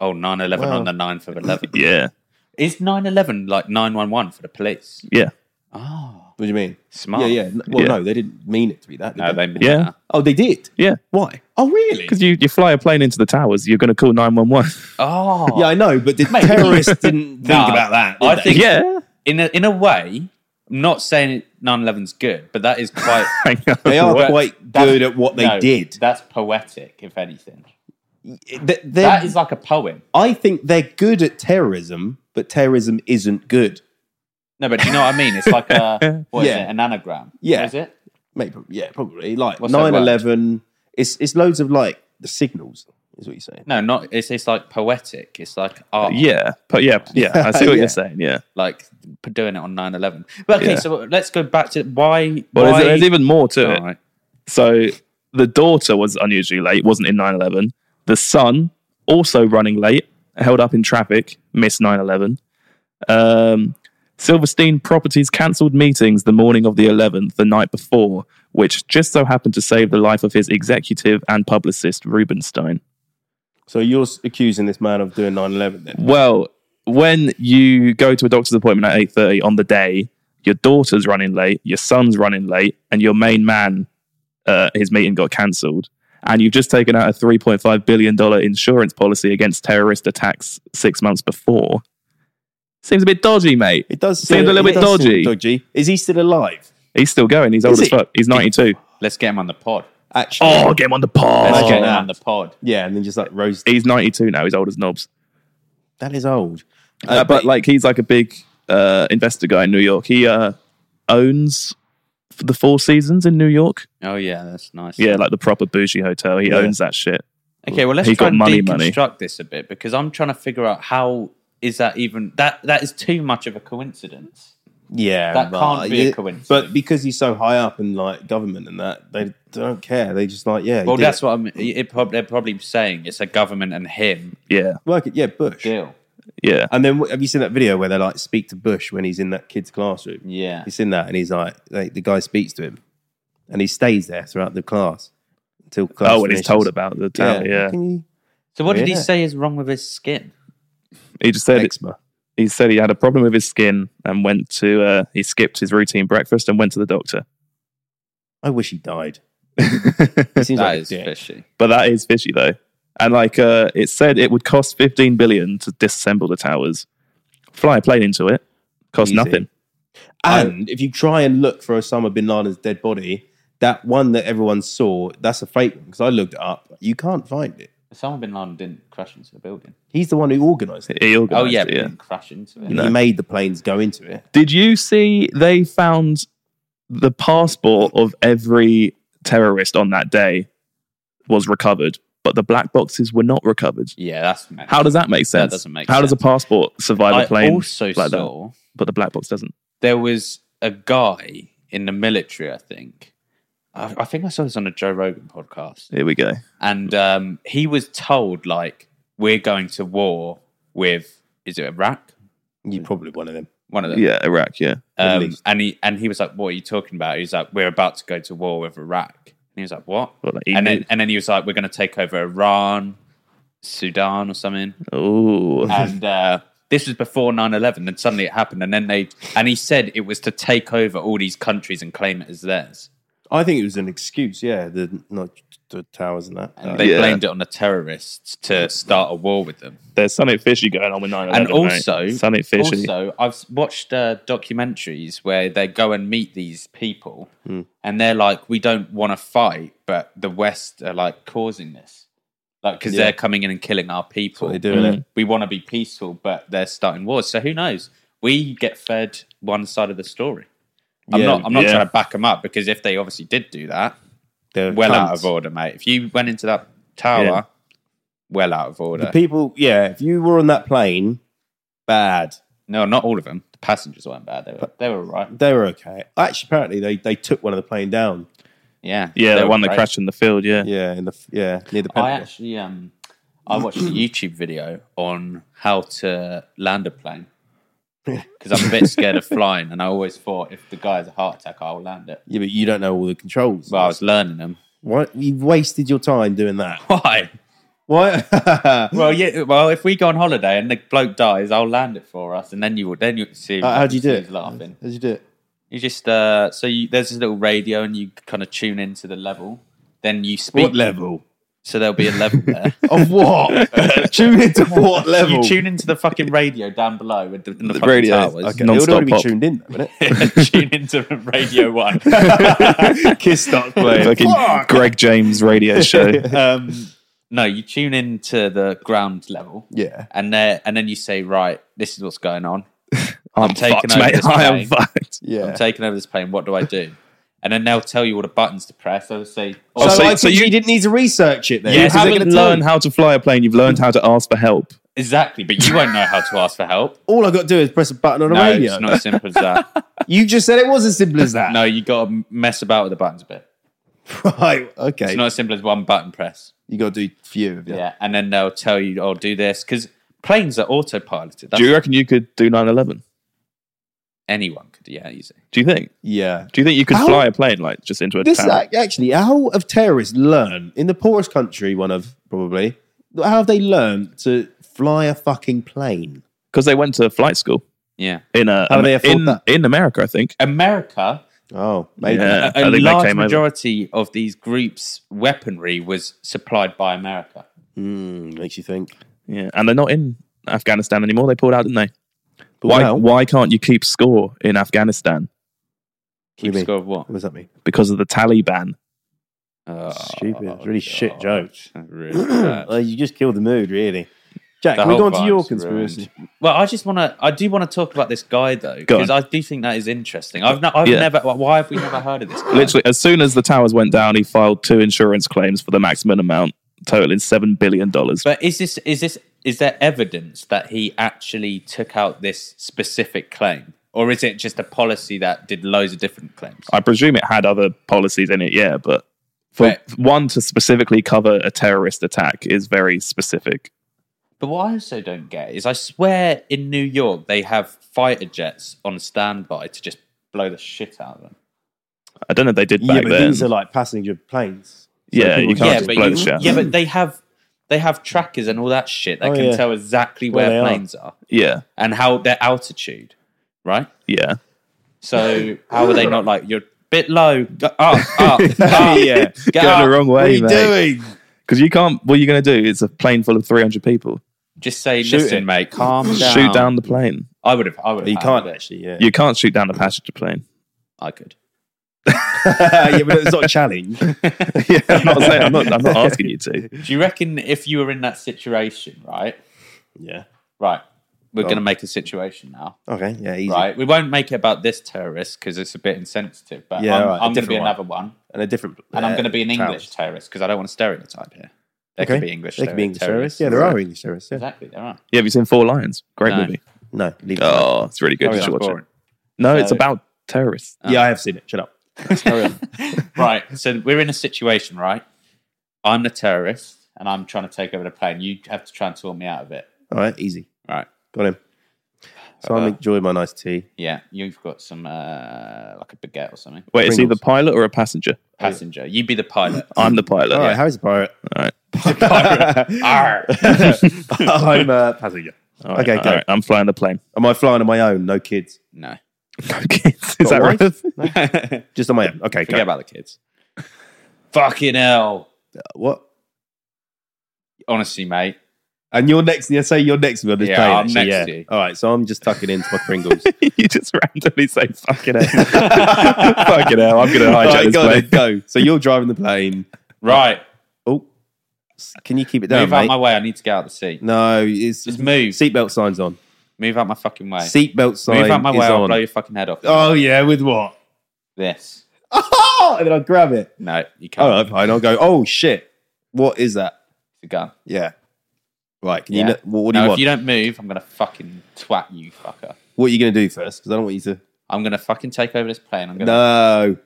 [SPEAKER 1] oh, 9 11 on the 9th of 11.
[SPEAKER 3] Yeah,
[SPEAKER 1] Is 9 11 like 911 for the police?
[SPEAKER 3] yeah,
[SPEAKER 1] Oh,
[SPEAKER 2] What do you mean?
[SPEAKER 1] Smart.
[SPEAKER 2] Yeah, yeah. N- Well,
[SPEAKER 3] Yeah.
[SPEAKER 2] no, they didn't mean it to be that. did
[SPEAKER 1] no, they meant
[SPEAKER 3] Yeah.
[SPEAKER 1] that.
[SPEAKER 2] Oh, they did.
[SPEAKER 3] yeah.
[SPEAKER 2] Why? Oh, really?
[SPEAKER 3] Because you, you fly a plane into the towers, you're going to call 911.
[SPEAKER 1] Oh,
[SPEAKER 2] Yeah, I know, but the
[SPEAKER 1] Mate,
[SPEAKER 2] terrorists didn't think
[SPEAKER 1] Nah,
[SPEAKER 2] about that. did
[SPEAKER 1] I
[SPEAKER 2] they?
[SPEAKER 1] think
[SPEAKER 3] yeah.
[SPEAKER 1] in a, in a way, not saying 911's good, but that is quite.
[SPEAKER 3] Hang on.
[SPEAKER 2] They are
[SPEAKER 1] Well,
[SPEAKER 2] quite
[SPEAKER 1] that's-
[SPEAKER 2] good at what they
[SPEAKER 1] no,
[SPEAKER 2] did.
[SPEAKER 1] That's poetic, if anything.
[SPEAKER 2] They- they're-
[SPEAKER 1] That is like a poem.
[SPEAKER 2] I think they're good at terrorism, but terrorism isn't good.
[SPEAKER 1] No, but do you know what I mean? It's like a what is
[SPEAKER 2] Yeah.
[SPEAKER 1] it? An anagram.
[SPEAKER 2] Yeah.
[SPEAKER 1] What is it?
[SPEAKER 2] Maybe, yeah, probably. Like
[SPEAKER 1] What's that word?
[SPEAKER 2] 9 11, it's, it's loads of like the signals, is what you're saying.
[SPEAKER 1] No, not. It's it's like poetic. It's like art.
[SPEAKER 3] Yeah, but yeah, yeah. I see what
[SPEAKER 2] Yeah.
[SPEAKER 3] you're saying. Yeah.
[SPEAKER 1] Like p- doing it on 9-11. But okay,
[SPEAKER 3] Yeah.
[SPEAKER 1] so let's go back to why.
[SPEAKER 3] Well,
[SPEAKER 1] why
[SPEAKER 3] there's, there's even more to it.
[SPEAKER 1] All right.
[SPEAKER 3] So the daughter was unusually late, wasn't in 9/11. The son, also running late, held up in traffic, missed 9/11. Um, Silverstein Properties cancelled meetings the morning of the 11th, the night before, which just so happened to save the life of his executive and publicist Rubinstein.
[SPEAKER 2] So you're s- accusing this man of doing 9 11 then?
[SPEAKER 3] Well, when you go to a doctor's appointment at 8:30 on the day, your daughter's running late, your son's running late, and your main man uh, his meeting got cancelled, and you've just taken out a 3.5 billion dollar insurance policy against terrorist attacks 6 months before. Seems a bit dodgy, mate.
[SPEAKER 2] It does
[SPEAKER 3] Seemed a little
[SPEAKER 2] it
[SPEAKER 3] bit
[SPEAKER 2] does seem
[SPEAKER 3] dodgy.
[SPEAKER 2] dodgy. Is he still alive?
[SPEAKER 3] He's still going.
[SPEAKER 2] Is
[SPEAKER 3] He's old
[SPEAKER 2] he?
[SPEAKER 3] as fuck. He's 92.
[SPEAKER 1] Let's get him on the pod.
[SPEAKER 2] Actually,
[SPEAKER 3] Oh, get him on the
[SPEAKER 1] Let's
[SPEAKER 3] pod.
[SPEAKER 1] get him
[SPEAKER 2] nah.
[SPEAKER 1] on the pod.
[SPEAKER 2] yeah, and then just like rose.
[SPEAKER 3] He's 92 now. He's old as knobs.
[SPEAKER 2] That is old.
[SPEAKER 3] Uh, but like he's like a big uh, investor guy in New York. He uh, owns the Four Seasons in New York.
[SPEAKER 1] Oh yeah, that's nice.
[SPEAKER 3] Yeah, like the proper bougie hotel. He owns that shit.
[SPEAKER 1] Okay, well let's
[SPEAKER 3] He
[SPEAKER 1] try
[SPEAKER 3] got
[SPEAKER 1] and
[SPEAKER 3] money, money.
[SPEAKER 1] deconstruct this a bit because I'm trying to figure out how is that even that that is too much of a coincidence.
[SPEAKER 2] yeah,
[SPEAKER 1] that
[SPEAKER 2] but-
[SPEAKER 1] can't be a
[SPEAKER 2] yeah,
[SPEAKER 1] coincidence.
[SPEAKER 2] But because he's so high up in like government and that, they don't care. They just like yeah. he
[SPEAKER 1] Well,
[SPEAKER 2] did
[SPEAKER 1] that's
[SPEAKER 2] it.
[SPEAKER 1] what I'm. It prob- they're probably saying it's a government and him
[SPEAKER 3] Yeah,
[SPEAKER 2] work it. Yeah, Bush.
[SPEAKER 1] deal.
[SPEAKER 3] yeah.
[SPEAKER 2] And then wh- have you seen that video where they like speak to Bush when he's in that kid's classroom?
[SPEAKER 1] Yeah.
[SPEAKER 2] he's in that, and he's like, like the guy speaks to him, and he stays there throughout the class until class.
[SPEAKER 3] Oh, when he's
[SPEAKER 2] finishes.
[SPEAKER 3] told about the tower. Yeah,
[SPEAKER 2] Can you-
[SPEAKER 1] So what did he
[SPEAKER 2] Yeah.
[SPEAKER 1] say is wrong with his skin?
[SPEAKER 3] he just said
[SPEAKER 2] eczema.
[SPEAKER 3] he said he had a problem with his skin and went to uh, he skipped his routine breakfast and went to the doctor.
[SPEAKER 2] I wish he died. he
[SPEAKER 1] That
[SPEAKER 2] seems like a
[SPEAKER 1] is
[SPEAKER 2] dick.
[SPEAKER 1] fishy.
[SPEAKER 3] But that is fishy though, and like uh, it said, it would cost fifteen billion to disassemble the towers, fly a plane into it, cost
[SPEAKER 2] Easy.
[SPEAKER 3] nothing.
[SPEAKER 2] And if you try and look for Osama bin Laden's dead body, that one that everyone saw, that's a fake one because I looked it up. You can't find it.
[SPEAKER 1] Osama bin Laden didn't crash into the building.
[SPEAKER 2] He's the one who organised it.
[SPEAKER 3] He
[SPEAKER 1] Oh
[SPEAKER 3] organised
[SPEAKER 1] yeah,
[SPEAKER 3] it,
[SPEAKER 1] but he didn't crash into it.
[SPEAKER 2] He made the planes go into it.
[SPEAKER 3] Did you see they found the passport of every terrorist on that day was recovered, but the black boxes were not recovered?
[SPEAKER 1] Yeah, that's mad.
[SPEAKER 3] How does that make sense?
[SPEAKER 1] doesn't make
[SPEAKER 3] How does a
[SPEAKER 1] sense.
[SPEAKER 3] passport survive
[SPEAKER 1] I
[SPEAKER 3] a plane
[SPEAKER 1] also
[SPEAKER 3] like that?
[SPEAKER 1] saw
[SPEAKER 3] But the black box doesn't.
[SPEAKER 1] there was a guy in the military. I think. I, I think I saw this on a Joe Rogan podcast.
[SPEAKER 3] Here we go.
[SPEAKER 1] and um, he was told like we're going to war with is it Iraq
[SPEAKER 2] You're probably one of them.
[SPEAKER 1] one of them
[SPEAKER 3] Yeah, Iraq. Yeah,
[SPEAKER 2] at
[SPEAKER 1] um,
[SPEAKER 2] least.
[SPEAKER 1] and he and he was like what are you talking about he's like we're about to go to war with Iraq and he was like what
[SPEAKER 3] Well, like, he
[SPEAKER 1] and
[SPEAKER 3] knew.
[SPEAKER 1] then and then he was like we're going to take over Iran Sudan or something
[SPEAKER 3] Oh,
[SPEAKER 1] and uh, this was before 9-11 and suddenly it happened and then they and he said it was to take over all these countries and claim it as theirs
[SPEAKER 2] I think it was an excuse. Yeah, the not the towers and that.
[SPEAKER 1] and
[SPEAKER 2] Uh,
[SPEAKER 1] they
[SPEAKER 3] Yeah.
[SPEAKER 1] blamed it on the terrorists to start a war with them
[SPEAKER 3] there's something fishy going on with 9/11.
[SPEAKER 1] and
[SPEAKER 3] mate.
[SPEAKER 1] also,
[SPEAKER 3] something fishy.
[SPEAKER 1] also, I've s- watched uh, documentaries where they go and meet these people,
[SPEAKER 2] Hmm.
[SPEAKER 1] and they're like, "We don't want to fight, but the West are like causing this, like because they're coming in and killing our people.
[SPEAKER 2] they do,
[SPEAKER 3] Mm.
[SPEAKER 2] innit?
[SPEAKER 1] We want to be peaceful, but they're starting wars. So who knows? We get fed one side of the story. I'm
[SPEAKER 2] Yeah,
[SPEAKER 1] not. I'm not
[SPEAKER 3] yeah.
[SPEAKER 1] trying to back them up because if they obviously did do that,
[SPEAKER 2] they're
[SPEAKER 1] well out
[SPEAKER 2] cunts.
[SPEAKER 1] of order, mate. If you went into that tower,
[SPEAKER 3] Yeah.
[SPEAKER 1] well out of order.
[SPEAKER 2] The people, yeah. If you were on that plane, bad.
[SPEAKER 1] no, not all of them. The passengers weren't bad. They were. They were all right.
[SPEAKER 2] They were okay. Actually, apparently they they took one of the plane down.
[SPEAKER 1] Yeah,
[SPEAKER 3] yeah,
[SPEAKER 1] they
[SPEAKER 3] the
[SPEAKER 1] were
[SPEAKER 3] one that
[SPEAKER 1] great.
[SPEAKER 3] crashed in the field. Yeah,
[SPEAKER 2] Yeah, in the yeah near the
[SPEAKER 1] I
[SPEAKER 2] Pentagon.
[SPEAKER 1] actually um, I watched a YouTube video on how to land a plane because I'm a bit scared of flying, and I always thought if the guy has a heart attack, I'll land it.
[SPEAKER 2] yeah, but you don't know all the controls.
[SPEAKER 1] But I was learning them.
[SPEAKER 2] Why you wasted your time doing that? Uh,
[SPEAKER 1] Why?
[SPEAKER 2] What?
[SPEAKER 1] Well, yeah. Well, if we go on holiday and the bloke dies, I'll land it for us, and then you will. Then you see.
[SPEAKER 2] Uh, how'd you do
[SPEAKER 1] he's
[SPEAKER 2] it?
[SPEAKER 1] Laughing.
[SPEAKER 2] How'd you do it?
[SPEAKER 1] You just uh, so you, there's this little radio, and you kind of tune into the level. Then you speak
[SPEAKER 2] level?
[SPEAKER 1] So there'll be a level there.
[SPEAKER 2] Of what? Tune into what level?
[SPEAKER 1] You tune into the fucking radio down below with the, in the,
[SPEAKER 3] The
[SPEAKER 1] fucking
[SPEAKER 3] radio,
[SPEAKER 1] towers.
[SPEAKER 3] okay.
[SPEAKER 2] It would
[SPEAKER 3] Non-stop
[SPEAKER 2] already be
[SPEAKER 3] pop.
[SPEAKER 2] tuned in, though, wouldn't it?
[SPEAKER 1] tune into Radio One.
[SPEAKER 2] Kiss starts playing.
[SPEAKER 3] Fucking Greg James radio show.
[SPEAKER 1] um, no, you tune into the ground level,
[SPEAKER 2] Yeah.
[SPEAKER 1] and there, and then you say, right, this is what's going on.
[SPEAKER 3] I'm,
[SPEAKER 1] taking
[SPEAKER 3] fucked,
[SPEAKER 1] over
[SPEAKER 3] mate.
[SPEAKER 1] this
[SPEAKER 3] I am
[SPEAKER 1] plane.
[SPEAKER 3] fucked.
[SPEAKER 2] Yeah.
[SPEAKER 1] I'm taking over this plane. What do I do? And then they'll tell you all the buttons to press. They'll say,
[SPEAKER 3] Oh,
[SPEAKER 1] oh,
[SPEAKER 2] so,
[SPEAKER 3] so-
[SPEAKER 2] I
[SPEAKER 3] so
[SPEAKER 2] think
[SPEAKER 3] you-
[SPEAKER 2] you didn't need to research it then.
[SPEAKER 3] You
[SPEAKER 2] because they're
[SPEAKER 3] haven't
[SPEAKER 2] gonna tell
[SPEAKER 3] learned
[SPEAKER 2] you.
[SPEAKER 3] how to fly a plane. You've learned how to ask for help.
[SPEAKER 1] exactly, but you won't know how to ask for help.
[SPEAKER 2] All I got to do is press a button on a
[SPEAKER 1] No,
[SPEAKER 2] radio.
[SPEAKER 1] it's not as simple as that.
[SPEAKER 2] You just said it was as simple as that.
[SPEAKER 1] no, you got to mess about with the buttons a bit.
[SPEAKER 2] Right. Okay.
[SPEAKER 1] It's not as simple as one button press.
[SPEAKER 2] you got to do few of
[SPEAKER 1] Yeah.
[SPEAKER 2] them.
[SPEAKER 1] And then they'll tell you, oh, do this. Because planes are autopiloted. That's
[SPEAKER 3] Do you reckon you could do 9/11?
[SPEAKER 1] anyone could, yeah, easy.
[SPEAKER 3] Do you think?
[SPEAKER 2] Yeah.
[SPEAKER 3] Do you think you could
[SPEAKER 2] How-
[SPEAKER 3] fly a plane like just into a
[SPEAKER 2] This
[SPEAKER 1] um,
[SPEAKER 3] town?
[SPEAKER 2] like, actually, how have terrorists learned in the poorest country, one of probably, how have they learned to fly a fucking plane?
[SPEAKER 3] Because they went to flight school
[SPEAKER 1] Yeah.
[SPEAKER 3] in uh,
[SPEAKER 2] How do they afford
[SPEAKER 3] in,
[SPEAKER 2] that?
[SPEAKER 3] in America, I think.
[SPEAKER 1] America
[SPEAKER 2] Oh, maybe.
[SPEAKER 1] a,
[SPEAKER 3] Yeah. Uh, I
[SPEAKER 1] a
[SPEAKER 3] think they
[SPEAKER 1] large
[SPEAKER 3] came over.
[SPEAKER 1] majority of these groups' weaponry was supplied by America.
[SPEAKER 2] Mm, makes you think.
[SPEAKER 3] Yeah, and they're not in Afghanistan anymore. They pulled out, didn't they?
[SPEAKER 2] But
[SPEAKER 3] why?
[SPEAKER 2] now-
[SPEAKER 3] Why can't you keep score in Afghanistan
[SPEAKER 2] do you
[SPEAKER 1] Keep
[SPEAKER 2] mean?
[SPEAKER 1] score of what?
[SPEAKER 2] What does that mean?
[SPEAKER 3] because of the Taliban?
[SPEAKER 1] Oh,
[SPEAKER 2] Stupid. It's really shit
[SPEAKER 1] God.
[SPEAKER 2] joke.
[SPEAKER 1] Really bad.
[SPEAKER 2] Uh, you just killed the mood, really. Jack,
[SPEAKER 1] The
[SPEAKER 2] can we go
[SPEAKER 1] whole
[SPEAKER 2] on to your
[SPEAKER 1] vibe's
[SPEAKER 2] conspiracy?
[SPEAKER 1] well, I just want to. I do want to talk about this guy though,
[SPEAKER 3] Go
[SPEAKER 1] because I do think that is interesting. I've, no, I've
[SPEAKER 3] Yeah.
[SPEAKER 1] never. Why have we never heard of this? Guy?
[SPEAKER 3] Literally, as soon as the towers went down, he filed two insurance claims for the maximum amount, totaling seven billion dollars.
[SPEAKER 1] But is this is this is there evidence that he actually took out this specific claim, or is it just a policy that did loads of different claims?
[SPEAKER 3] I presume it had other policies in it, yeah. But for
[SPEAKER 1] Right.
[SPEAKER 3] one to specifically cover a terrorist attack is very specific.
[SPEAKER 1] But what I also don't get is, I swear in New York they have fighter jets on standby to just blow the shit out of them.
[SPEAKER 3] I don't know if they did
[SPEAKER 2] Yeah,
[SPEAKER 3] back
[SPEAKER 2] but
[SPEAKER 3] then.
[SPEAKER 2] these are like passenger planes.
[SPEAKER 3] yeah, you
[SPEAKER 2] people-
[SPEAKER 3] can't
[SPEAKER 1] yeah,
[SPEAKER 3] just
[SPEAKER 1] but
[SPEAKER 3] blow
[SPEAKER 1] you-
[SPEAKER 3] the shit. out.
[SPEAKER 1] yeah, but they have they have trackers and all that shit that
[SPEAKER 2] Oh,
[SPEAKER 1] can
[SPEAKER 2] yeah.
[SPEAKER 1] tell exactly
[SPEAKER 2] Where
[SPEAKER 1] where,
[SPEAKER 2] they are.
[SPEAKER 1] planes are.
[SPEAKER 3] yeah,
[SPEAKER 1] and how their altitude, right?
[SPEAKER 3] yeah.
[SPEAKER 1] So how are they not like you're a bit low, go up, up, up,
[SPEAKER 3] yeah,
[SPEAKER 1] get
[SPEAKER 3] going
[SPEAKER 1] up.
[SPEAKER 3] the wrong way,
[SPEAKER 2] What
[SPEAKER 3] mate.
[SPEAKER 2] are you doing?
[SPEAKER 3] Because you can't. What you're going to do is a plane full of 300 people.
[SPEAKER 1] Just say,
[SPEAKER 2] Shoot
[SPEAKER 1] listen,
[SPEAKER 2] it.
[SPEAKER 1] mate, calm down.
[SPEAKER 3] Shoot down the plane.
[SPEAKER 1] I would have. I would have.
[SPEAKER 2] You
[SPEAKER 1] handled
[SPEAKER 2] can't
[SPEAKER 1] it.
[SPEAKER 2] actually, yeah.
[SPEAKER 3] You can't shoot down a passenger plane.
[SPEAKER 1] I could.
[SPEAKER 2] yeah, but it's not a challenge.
[SPEAKER 3] yeah, I'm not, saying, I'm, not, I'm not asking you to.
[SPEAKER 1] Do you reckon if you were in that situation, right?
[SPEAKER 2] Yeah.
[SPEAKER 1] Right. We're
[SPEAKER 2] Go
[SPEAKER 1] going to
[SPEAKER 2] on.
[SPEAKER 1] make a situation now,
[SPEAKER 2] Okay, yeah, easy.
[SPEAKER 1] right? We won't make it about this terrorist because it's a bit insensitive. But
[SPEAKER 2] Yeah,
[SPEAKER 1] I'm,
[SPEAKER 2] right, a
[SPEAKER 1] I'm going to be
[SPEAKER 2] different one.
[SPEAKER 1] another one,
[SPEAKER 2] And a different.
[SPEAKER 1] and I'm
[SPEAKER 2] uh,
[SPEAKER 1] going to be an
[SPEAKER 2] towers.
[SPEAKER 1] English terrorist because I don't want to stereotype here. There
[SPEAKER 2] Okay.
[SPEAKER 1] could be English.
[SPEAKER 2] They could be English terrorists. Yeah,
[SPEAKER 1] terrorists.
[SPEAKER 2] there are English terrorists. Yeah.
[SPEAKER 1] Exactly, there are.
[SPEAKER 3] Yeah, have you seen Four Lions? Great
[SPEAKER 1] No.
[SPEAKER 3] movie.
[SPEAKER 2] No, leave it.
[SPEAKER 3] Oh, it's really good.
[SPEAKER 1] Oh,
[SPEAKER 3] you
[SPEAKER 1] yeah,
[SPEAKER 3] should watch
[SPEAKER 1] boring.
[SPEAKER 3] it. No, it's
[SPEAKER 1] So-
[SPEAKER 3] about terrorists.
[SPEAKER 2] yeah, I have seen it. Shut up.
[SPEAKER 1] right. So we're in a situation, right? I'm the terrorist and I'm trying to take over the plane. You have to try and talk me out of it.
[SPEAKER 2] All right, easy.
[SPEAKER 1] Right.
[SPEAKER 2] Got him. So I'm enjoying my nice tea.
[SPEAKER 1] Yeah. You've got some, uh, like a baguette or something.
[SPEAKER 3] Wait, is he the
[SPEAKER 2] Pringles.
[SPEAKER 3] pilot or a passenger?
[SPEAKER 1] Passenger. You be the pilot.
[SPEAKER 3] I'm the pilot.
[SPEAKER 2] All right,
[SPEAKER 3] Yeah.
[SPEAKER 2] Harry's a pirate.
[SPEAKER 1] Arr!
[SPEAKER 2] I'm a passenger.
[SPEAKER 3] All right,
[SPEAKER 2] Okay,
[SPEAKER 3] all
[SPEAKER 2] go.
[SPEAKER 3] right, I'm flying the plane.
[SPEAKER 2] Am I flying on my own? No kids.
[SPEAKER 1] No.
[SPEAKER 3] No kids. Is
[SPEAKER 2] Got
[SPEAKER 3] that
[SPEAKER 2] a
[SPEAKER 3] right?
[SPEAKER 2] wife?
[SPEAKER 1] Forget
[SPEAKER 2] Just on my own. Okay, go.
[SPEAKER 1] about the kids. Fucking hell.
[SPEAKER 2] What?
[SPEAKER 1] Honestly, mate.
[SPEAKER 2] And you're next. You say you're next to me on this
[SPEAKER 1] Yeah,
[SPEAKER 2] plane.
[SPEAKER 1] I'm
[SPEAKER 2] actually,
[SPEAKER 1] next
[SPEAKER 2] yeah.
[SPEAKER 1] to you.
[SPEAKER 2] All right, so I'm just tucking into my Pringles.
[SPEAKER 3] you just randomly say fucking hell. fucking hell. I'm going to hijack
[SPEAKER 2] Right,
[SPEAKER 3] this
[SPEAKER 2] go, on
[SPEAKER 3] plane.
[SPEAKER 2] then, go. So you're driving the plane.
[SPEAKER 1] Right.
[SPEAKER 2] Oh, s- can you keep it down,
[SPEAKER 1] move out
[SPEAKER 2] mate?
[SPEAKER 1] my way. I need to get out of the seat.
[SPEAKER 2] no, it's
[SPEAKER 1] Just move.
[SPEAKER 2] seatbelt signs on.
[SPEAKER 1] Move out my fucking way.
[SPEAKER 2] Seatbelt sign
[SPEAKER 1] move out my
[SPEAKER 2] is
[SPEAKER 1] way. I'll
[SPEAKER 2] on.
[SPEAKER 1] blow your fucking head off.
[SPEAKER 2] oh yeah, with what?
[SPEAKER 1] This.
[SPEAKER 2] Oh, and then I grab it.
[SPEAKER 1] No, you can't.
[SPEAKER 2] All right, fine. I'll go. Oh shit, what is that?
[SPEAKER 1] It's a gun.
[SPEAKER 2] Yeah. Right. Can
[SPEAKER 1] Yeah.
[SPEAKER 2] you? kn- What, what do
[SPEAKER 1] now,
[SPEAKER 2] you
[SPEAKER 1] if
[SPEAKER 2] want?
[SPEAKER 1] you don't move, I'm gonna fucking twat you, fucker.
[SPEAKER 2] what are you going to do first? Because I don't want you to.
[SPEAKER 1] I'm gonna fucking take over this plane. I'm gonna
[SPEAKER 2] No.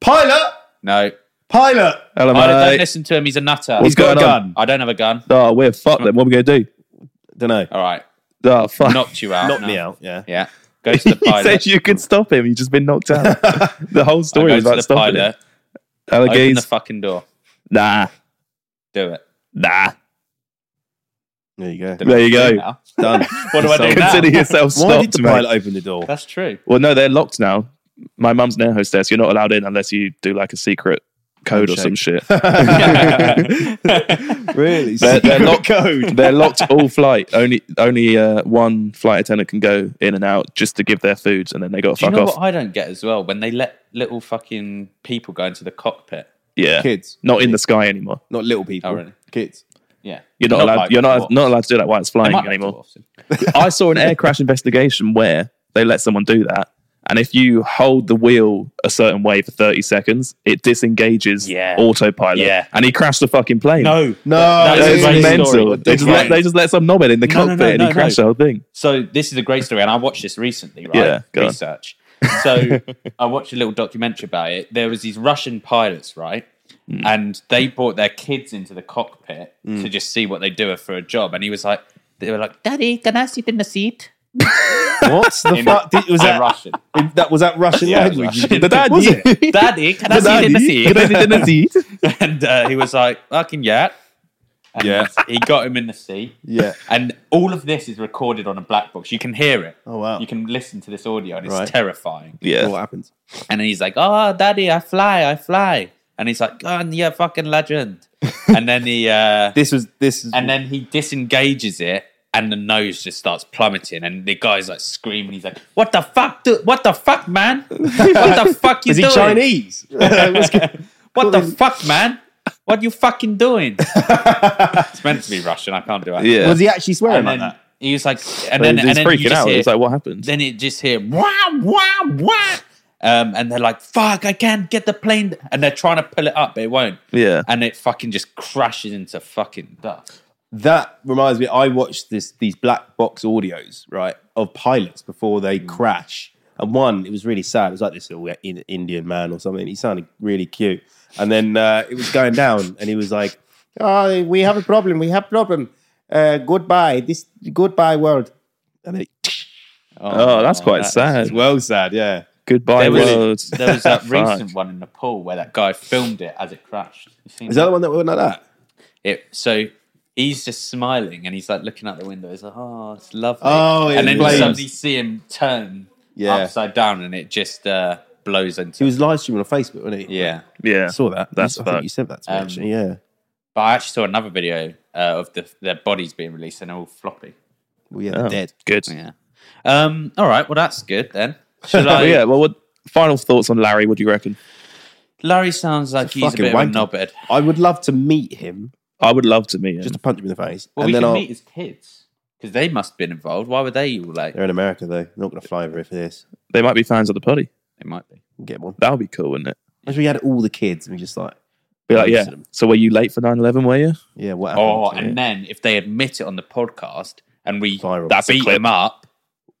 [SPEAKER 2] Pilot.
[SPEAKER 1] no.
[SPEAKER 2] Pilot.
[SPEAKER 3] Hello,
[SPEAKER 1] I don't, don't
[SPEAKER 3] mate.
[SPEAKER 1] listen to him. He's a nutter.
[SPEAKER 3] What's
[SPEAKER 2] He's got
[SPEAKER 3] going
[SPEAKER 2] a
[SPEAKER 3] on?
[SPEAKER 2] gun.
[SPEAKER 1] I don't have a gun.
[SPEAKER 3] Oh, we're fucked then. What are we going to do?
[SPEAKER 2] Don't know.
[SPEAKER 1] All right,
[SPEAKER 3] Oh, fuck.
[SPEAKER 1] knocked you out.
[SPEAKER 2] Knock
[SPEAKER 1] No.
[SPEAKER 2] me out. Yeah.
[SPEAKER 1] Yeah, go to the
[SPEAKER 3] he
[SPEAKER 1] pilot.
[SPEAKER 3] said you could stop him. You've just been knocked out. the whole
[SPEAKER 1] I
[SPEAKER 3] story
[SPEAKER 1] go
[SPEAKER 3] was
[SPEAKER 1] to
[SPEAKER 3] about
[SPEAKER 1] the
[SPEAKER 3] stopping him.
[SPEAKER 1] pilot. Open the
[SPEAKER 3] Alligators.
[SPEAKER 1] fucking door.
[SPEAKER 3] nah,
[SPEAKER 1] Do it.
[SPEAKER 3] nah.
[SPEAKER 2] There you go.
[SPEAKER 1] Don't know
[SPEAKER 3] There
[SPEAKER 1] what
[SPEAKER 3] you
[SPEAKER 1] to do
[SPEAKER 3] go.
[SPEAKER 1] now.
[SPEAKER 2] Done.
[SPEAKER 1] What do I do now?
[SPEAKER 3] Consider yourself
[SPEAKER 2] Why did
[SPEAKER 3] stopped,
[SPEAKER 2] the
[SPEAKER 3] mate.
[SPEAKER 2] pilot open the door?
[SPEAKER 1] That's true.
[SPEAKER 3] Well, no, they're locked now. My mum's an air hostess. You're not allowed in unless you do like a secret code or some shit.
[SPEAKER 2] Really?
[SPEAKER 3] They're, they're locked. They're locked all flight. Only only uh, one flight attendant can go in and out just to give their food, and then they got to
[SPEAKER 1] Do you
[SPEAKER 3] fuck
[SPEAKER 1] know
[SPEAKER 3] off.
[SPEAKER 1] what I don't get as well? When they let little fucking people go into the cockpit.
[SPEAKER 3] yeah,
[SPEAKER 2] Kids.
[SPEAKER 3] not in the sky anymore.
[SPEAKER 2] Not little people.
[SPEAKER 1] Oh, really?
[SPEAKER 2] Kids.
[SPEAKER 1] Yeah.
[SPEAKER 3] You're not, allowed.
[SPEAKER 1] like
[SPEAKER 3] you're not
[SPEAKER 1] dwarfs.
[SPEAKER 3] not allowed to do that while it's
[SPEAKER 1] They
[SPEAKER 3] flying
[SPEAKER 1] might be
[SPEAKER 3] anymore.
[SPEAKER 1] dwarfs.
[SPEAKER 3] I saw an air crash investigation where they let someone do that, and if you hold the wheel a certain way for 30 seconds, it disengages
[SPEAKER 1] Yeah.
[SPEAKER 3] autopilot.
[SPEAKER 1] Yeah.
[SPEAKER 3] and he crashed the fucking plane.
[SPEAKER 1] No.
[SPEAKER 2] No,
[SPEAKER 1] That-
[SPEAKER 3] That
[SPEAKER 1] that
[SPEAKER 3] is
[SPEAKER 1] a great story.
[SPEAKER 3] mental. They just, let, they just let some knobhead in the
[SPEAKER 1] No, no,
[SPEAKER 3] cockpit
[SPEAKER 1] no,
[SPEAKER 3] and
[SPEAKER 1] no,
[SPEAKER 3] he crashed
[SPEAKER 1] no.
[SPEAKER 3] the whole thing.
[SPEAKER 1] So this is a great story, and I watched this recently, right?
[SPEAKER 3] Yeah, go on.
[SPEAKER 1] Research. So I watched a little documentary about it. There was these Russian pilots, right?
[SPEAKER 3] Hmm.
[SPEAKER 1] And they brought their kids into the cockpit to just see what they do for a job. And he was like, they were like, "Daddy, can I sit in the seat?"
[SPEAKER 2] What the
[SPEAKER 1] In,
[SPEAKER 2] fuck? Did, was
[SPEAKER 1] in
[SPEAKER 2] that
[SPEAKER 1] Russian?
[SPEAKER 2] in- that was that Russian
[SPEAKER 1] Yeah, it was
[SPEAKER 2] language?
[SPEAKER 1] Russian.
[SPEAKER 3] The dad
[SPEAKER 2] Was it?
[SPEAKER 1] Daddy, can I sit in the seat? and uh, he was like, "Fucking yeah." And
[SPEAKER 2] Yeah.
[SPEAKER 1] He got him in the seat.
[SPEAKER 2] Yeah.
[SPEAKER 1] And all of this is recorded on a black box. You can hear it.
[SPEAKER 2] Oh, wow.
[SPEAKER 1] You can listen to this audio, and it's
[SPEAKER 2] Right.
[SPEAKER 1] terrifying.
[SPEAKER 3] Yeah.
[SPEAKER 2] What happens?
[SPEAKER 1] And he's like, "Oh, daddy, I fly, I fly." And he's like, "God, you're a fucking legend." and then he, uh,
[SPEAKER 2] This was this is
[SPEAKER 1] and then he disengages it, and the nose just starts plummeting, and the guy's like screaming. He's like, "What the fuck? Do- what the fuck, man? What the fuck you
[SPEAKER 2] is he
[SPEAKER 1] doing?
[SPEAKER 2] Chinese? What's go-
[SPEAKER 1] What the fuck, man? What you fucking doing?" it's meant to be Russian. I can't do it.
[SPEAKER 3] Yeah.
[SPEAKER 2] Was he actually swearing
[SPEAKER 1] And
[SPEAKER 2] like
[SPEAKER 1] then
[SPEAKER 2] that?
[SPEAKER 1] he was like, and then
[SPEAKER 3] And he's
[SPEAKER 1] and then you
[SPEAKER 3] freaking
[SPEAKER 1] just
[SPEAKER 3] out.
[SPEAKER 1] hear-
[SPEAKER 3] He's like, what happened?
[SPEAKER 1] then it just hear wow wow wow um, and they're like fuck i can't get the plane and they're trying to pull it up but it won't
[SPEAKER 3] Yeah.
[SPEAKER 1] and it fucking just crashes into fucking dust
[SPEAKER 2] That reminds me. I watched this these black box audios right of pilots before
[SPEAKER 1] Mm.
[SPEAKER 2] they crash, and one it was really sad. It was like this little in, Indian man or something. He sounded really cute, and then uh, it was going down, and he was like, "Oh, we have a problem. We have problem. Uh, goodbye. This goodbye world." And it,
[SPEAKER 3] Oh, that's quite sad.
[SPEAKER 2] it's well sad. Yeah,
[SPEAKER 3] Goodbye,
[SPEAKER 1] there
[SPEAKER 3] world.
[SPEAKER 1] was, there was that
[SPEAKER 3] Fuck.
[SPEAKER 1] recent one in Nepal where that guy filmed it as it crashed. You seen
[SPEAKER 2] is that the one that went like that?
[SPEAKER 1] it? So he's just smiling and he's like looking out the window. He's like, oh, it's lovely.
[SPEAKER 2] Oh, it
[SPEAKER 1] and then
[SPEAKER 2] flames.
[SPEAKER 1] you suddenly see him turn
[SPEAKER 2] Yeah.
[SPEAKER 1] upside down and it just uh, blows
[SPEAKER 2] He
[SPEAKER 1] into.
[SPEAKER 2] was live streaming on Facebook, wasn't he?
[SPEAKER 1] yeah.
[SPEAKER 3] Yeah.
[SPEAKER 2] I saw that.
[SPEAKER 3] That's
[SPEAKER 2] I think
[SPEAKER 3] fucked.
[SPEAKER 2] you sent that to me.
[SPEAKER 1] Um,
[SPEAKER 2] actually. Yeah,
[SPEAKER 1] But I actually saw another video uh, of the, their bodies being released and they're all floppy.
[SPEAKER 2] well, yeah, Oh,
[SPEAKER 3] Oh,
[SPEAKER 2] they're dead.
[SPEAKER 3] Good.
[SPEAKER 1] Yeah. Um, all right. Well, that's good then. Should
[SPEAKER 3] Well,
[SPEAKER 1] I?
[SPEAKER 3] yeah. Well, what final thoughts on Larry? What do you reckon?
[SPEAKER 1] Larry sounds like he's a
[SPEAKER 2] Fucking
[SPEAKER 1] bit of a
[SPEAKER 2] wanky.
[SPEAKER 1] knobhead.
[SPEAKER 2] I would love to meet him
[SPEAKER 3] I would love to meet him.
[SPEAKER 2] just to punch him in the face,
[SPEAKER 1] Well,
[SPEAKER 2] and
[SPEAKER 1] we
[SPEAKER 2] then
[SPEAKER 1] can
[SPEAKER 2] I'll.
[SPEAKER 1] meet his kids because they must have been involved. Why were they all like?
[SPEAKER 2] They're in America though. They're not going to fly over here for this.
[SPEAKER 3] they might be fans of the potty.
[SPEAKER 1] They might be.
[SPEAKER 2] We'll Get one.
[SPEAKER 3] That would be cool, wouldn't it?
[SPEAKER 2] As we had all the kids, and we just like,
[SPEAKER 3] Be like,
[SPEAKER 2] Nice
[SPEAKER 3] yeah.
[SPEAKER 2] of them.
[SPEAKER 3] So were you late for 9-11, were you?
[SPEAKER 2] yeah, what happened?
[SPEAKER 1] Oh,
[SPEAKER 2] Yeah.
[SPEAKER 1] and then if they admit it on the podcast and we
[SPEAKER 2] Viral.
[SPEAKER 1] That's
[SPEAKER 2] That's
[SPEAKER 3] a
[SPEAKER 1] beat
[SPEAKER 3] clip.
[SPEAKER 1] them up,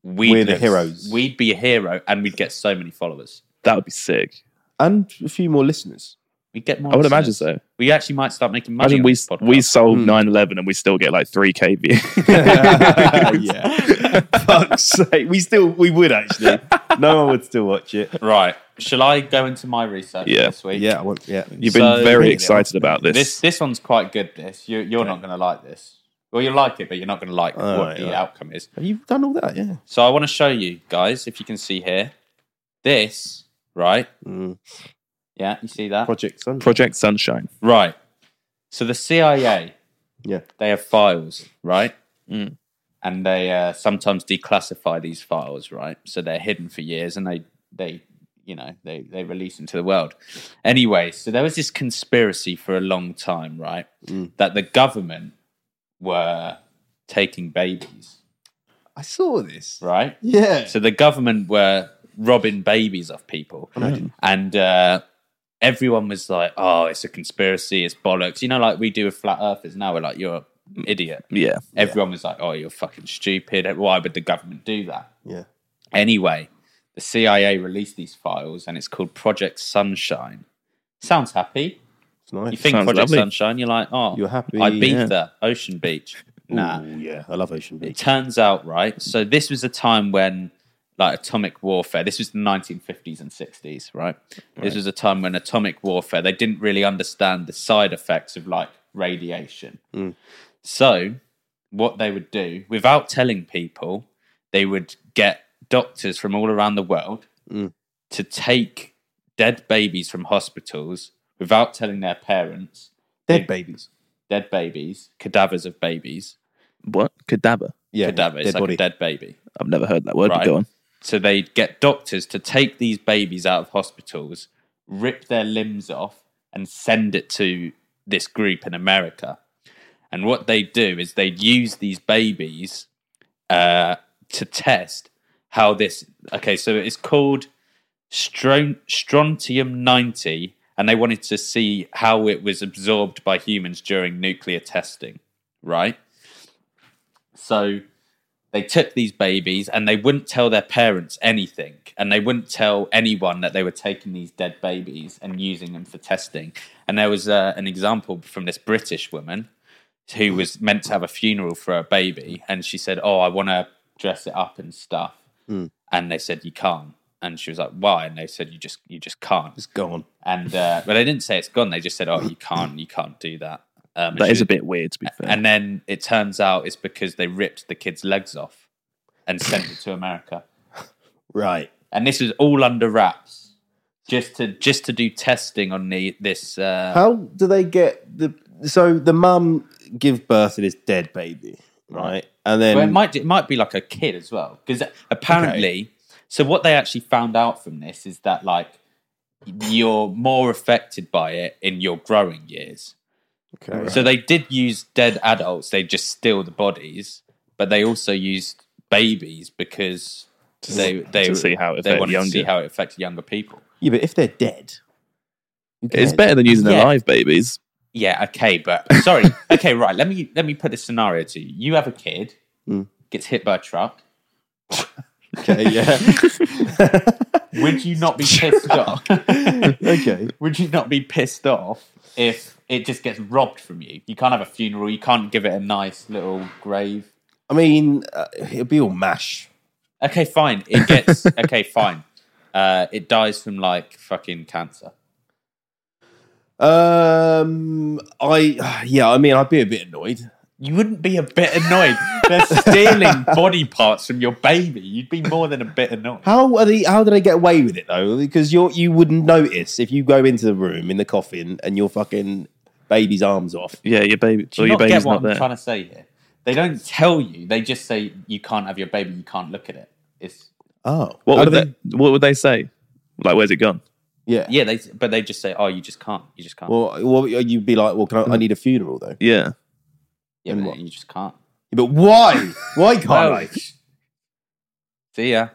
[SPEAKER 1] we'd
[SPEAKER 2] We're the
[SPEAKER 1] live-
[SPEAKER 2] heroes.
[SPEAKER 1] We'd be a hero, and we'd get so many followers.
[SPEAKER 3] That would be sick.
[SPEAKER 2] and a few more listeners.
[SPEAKER 1] We'd get more.
[SPEAKER 3] I would
[SPEAKER 1] listeners.
[SPEAKER 3] imagine so.
[SPEAKER 1] We actually might start making money.
[SPEAKER 3] Imagine
[SPEAKER 1] on
[SPEAKER 3] we
[SPEAKER 1] this podcast.
[SPEAKER 3] we sold 9-11 and we still get like 3K views.
[SPEAKER 2] yeah, fuck's sake, we still we would actually. No one would still watch it.
[SPEAKER 1] right. Shall I go into my research
[SPEAKER 3] Yeah.
[SPEAKER 1] this week?
[SPEAKER 2] Yeah, I won't. Yeah,
[SPEAKER 3] You've been
[SPEAKER 1] So-
[SPEAKER 3] very excited about this.
[SPEAKER 1] This this one's quite good. This you, you're not going to like this. Well, you'll like it, but you're not going to like what
[SPEAKER 2] right,
[SPEAKER 1] the
[SPEAKER 2] right.
[SPEAKER 1] outcome is.
[SPEAKER 2] have you done all that? Yeah,
[SPEAKER 1] So I want to show you guys if you can see here. This right?
[SPEAKER 2] Mm.
[SPEAKER 1] Yeah, you see that?
[SPEAKER 2] Project Sun.
[SPEAKER 3] Project Sunshine.
[SPEAKER 1] Right. So the CIA,
[SPEAKER 2] Yeah.
[SPEAKER 1] they have files, right?
[SPEAKER 3] Mm.
[SPEAKER 1] And they uh, sometimes declassify these files, right? So they're hidden for years, and they they you know they they release them to the world. Anyway, so there was this conspiracy for a long time, right?
[SPEAKER 3] Mm.
[SPEAKER 1] That the government were taking babies,
[SPEAKER 2] I saw this.
[SPEAKER 1] right?
[SPEAKER 2] Yeah,
[SPEAKER 1] So the government were robbing babies off people,
[SPEAKER 3] Mm.
[SPEAKER 1] and uh, everyone was like, "Oh, it's a conspiracy, it's bollocks." You know, like we do with flat earthers now. We're like, "You're an idiot."
[SPEAKER 3] Yeah.
[SPEAKER 1] Everyone was like, "Oh, you're fucking stupid. Why would the government do that?"
[SPEAKER 2] yeah.
[SPEAKER 1] Anyway, the CIA released these files, and it's called Project Sunshine. Sounds happy.
[SPEAKER 2] It's nice.
[SPEAKER 1] You think
[SPEAKER 3] Sounds
[SPEAKER 1] Project
[SPEAKER 3] lovely.
[SPEAKER 1] Sunshine? You're like, "Oh,
[SPEAKER 2] You're happy,
[SPEAKER 1] Ibiza,
[SPEAKER 2] yeah.
[SPEAKER 1] there, Ocean Beach." Nah,
[SPEAKER 2] Ooh, yeah, I love Ocean
[SPEAKER 1] it
[SPEAKER 2] Beach.
[SPEAKER 1] turns out right so this was a time when like atomic warfare this was the 1950s and 60s right, this was a time when atomic warfare they didn't really understand the side effects of like radiation
[SPEAKER 2] Mm.
[SPEAKER 1] so what they would do without telling people they would get doctors
[SPEAKER 2] Mm.
[SPEAKER 1] from all around the world to take dead babies from hospitals without telling their parents,
[SPEAKER 2] Dead babies.
[SPEAKER 1] dead babies, cadavers of babies,
[SPEAKER 3] What? Cadaver.
[SPEAKER 2] Yeah,
[SPEAKER 1] cadaver. It's
[SPEAKER 2] dead
[SPEAKER 1] like
[SPEAKER 2] body.
[SPEAKER 1] a dead baby.
[SPEAKER 3] I've never heard that word. but
[SPEAKER 1] Right.
[SPEAKER 3] Go on.
[SPEAKER 1] So they'd get doctors to take these babies out of hospitals, rip their limbs off, and send it to this group in America. And what they'd do is they'd use these babies uh, to test how this. Okay, so it's called stron- strontium 90, and they wanted to see how it was absorbed by humans during nuclear testing, right? So they took these babies and they wouldn't tell their parents anything and they wouldn't tell anyone that they were taking these dead babies and using them for testing and there was uh, an example from this british woman who was meant to have a funeral for her baby and she said oh i want to dress it up and stuff and they said you can't and she was like why and they said you just you just can't
[SPEAKER 2] It's gone.
[SPEAKER 1] and uh, but they didn't say it's gone they just said oh you can't you can't do that um, and
[SPEAKER 3] That
[SPEAKER 1] she
[SPEAKER 3] is a
[SPEAKER 1] was-
[SPEAKER 3] bit weird, to be fair.
[SPEAKER 1] and then it turns out it's because they ripped the kid's legs off and sent it to America.
[SPEAKER 2] Right.
[SPEAKER 1] And this was all under wraps, just to just to do testing on the this. Uh,
[SPEAKER 2] How do they get the? So the mum give birth to this dead baby, right? And then
[SPEAKER 1] well, it might it might be like a kid as well, because apparently, so what they actually found out from this is that like you're more affected by it in your growing years.
[SPEAKER 2] Okay.
[SPEAKER 1] So they did use dead adults; they just steal the bodies, but they also used babies because they they
[SPEAKER 3] to see how it
[SPEAKER 1] they
[SPEAKER 3] affected
[SPEAKER 1] wanted to see
[SPEAKER 3] younger.
[SPEAKER 1] how it affected younger people.
[SPEAKER 2] yeah, but if they're dead,
[SPEAKER 3] it's better than using
[SPEAKER 1] Yeah.
[SPEAKER 3] alive babies.
[SPEAKER 1] Yeah, okay, but sorry. okay, right. Let me let me put this scenario to you. You have a kid
[SPEAKER 3] Hmm.
[SPEAKER 1] gets hit by a truck.
[SPEAKER 2] okay, yeah,
[SPEAKER 1] Would you not be pissed off?
[SPEAKER 2] okay.
[SPEAKER 1] Would you not be pissed off if it just gets robbed from you? You can't have a funeral. You can't give it a nice little grave.
[SPEAKER 2] I mean, uh, it'll be all mash.
[SPEAKER 1] Okay, fine. It gets okay, fine. Uh, it dies from like fucking cancer.
[SPEAKER 2] Um, I yeah, I mean, I'd be a bit annoyed.
[SPEAKER 1] You wouldn't be a bit annoyed. They're stealing body parts from your baby. You'd be more than a bit annoyed.
[SPEAKER 2] How are they? How do they get away with it though? Because you you wouldn't notice if you go into the room in the coffin and your fucking baby's arms off.
[SPEAKER 3] Yeah, your baby.
[SPEAKER 1] Do
[SPEAKER 3] or
[SPEAKER 1] you
[SPEAKER 3] your
[SPEAKER 1] not get
[SPEAKER 3] baby's
[SPEAKER 1] what
[SPEAKER 3] not
[SPEAKER 1] I'm
[SPEAKER 3] there.
[SPEAKER 1] trying to say here? They don't tell you. They just say you can't have your baby. You can't look at it. It's
[SPEAKER 2] Oh,
[SPEAKER 3] What
[SPEAKER 2] How
[SPEAKER 3] would
[SPEAKER 2] do
[SPEAKER 3] they, what would they say? Like, where's it gone?
[SPEAKER 2] Yeah,
[SPEAKER 1] yeah. They but they just say oh you just can't. You just can't.
[SPEAKER 2] Well, well, you'd be like, well, can I, I need a funeral though.
[SPEAKER 3] Yeah.
[SPEAKER 1] yeah, but you just can't.
[SPEAKER 2] But why? Why can't I?
[SPEAKER 1] See ya.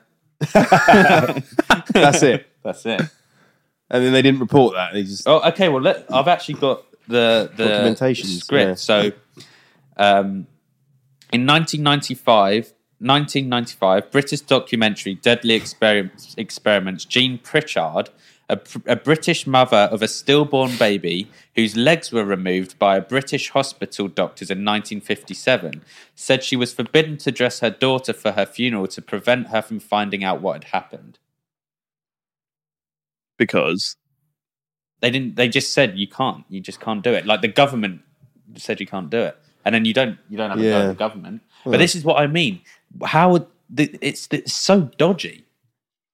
[SPEAKER 2] That's it.
[SPEAKER 1] That's it.
[SPEAKER 2] And then they didn't report that. They just
[SPEAKER 1] Oh, okay. Well, let, I've actually got the the
[SPEAKER 2] Documentations,
[SPEAKER 1] script.
[SPEAKER 2] yeah.
[SPEAKER 1] So, um, in 1995, 1995, British documentary "Deadly Experiments," experiments Jean Pritchard, a, pr- a British mother of a stillborn baby whose legs were removed by a British hospital doctors in 1957, said she was forbidden to dress her daughter for her funeral to prevent her from finding out what had happened.
[SPEAKER 3] Because
[SPEAKER 1] They didn't. They just said you can't. You just can't do it. Like the government said you can't do it, and then you don't. You don't have a go at
[SPEAKER 2] Yeah.
[SPEAKER 1] the government. But this is what I mean. How would the, it's it's so dodgy.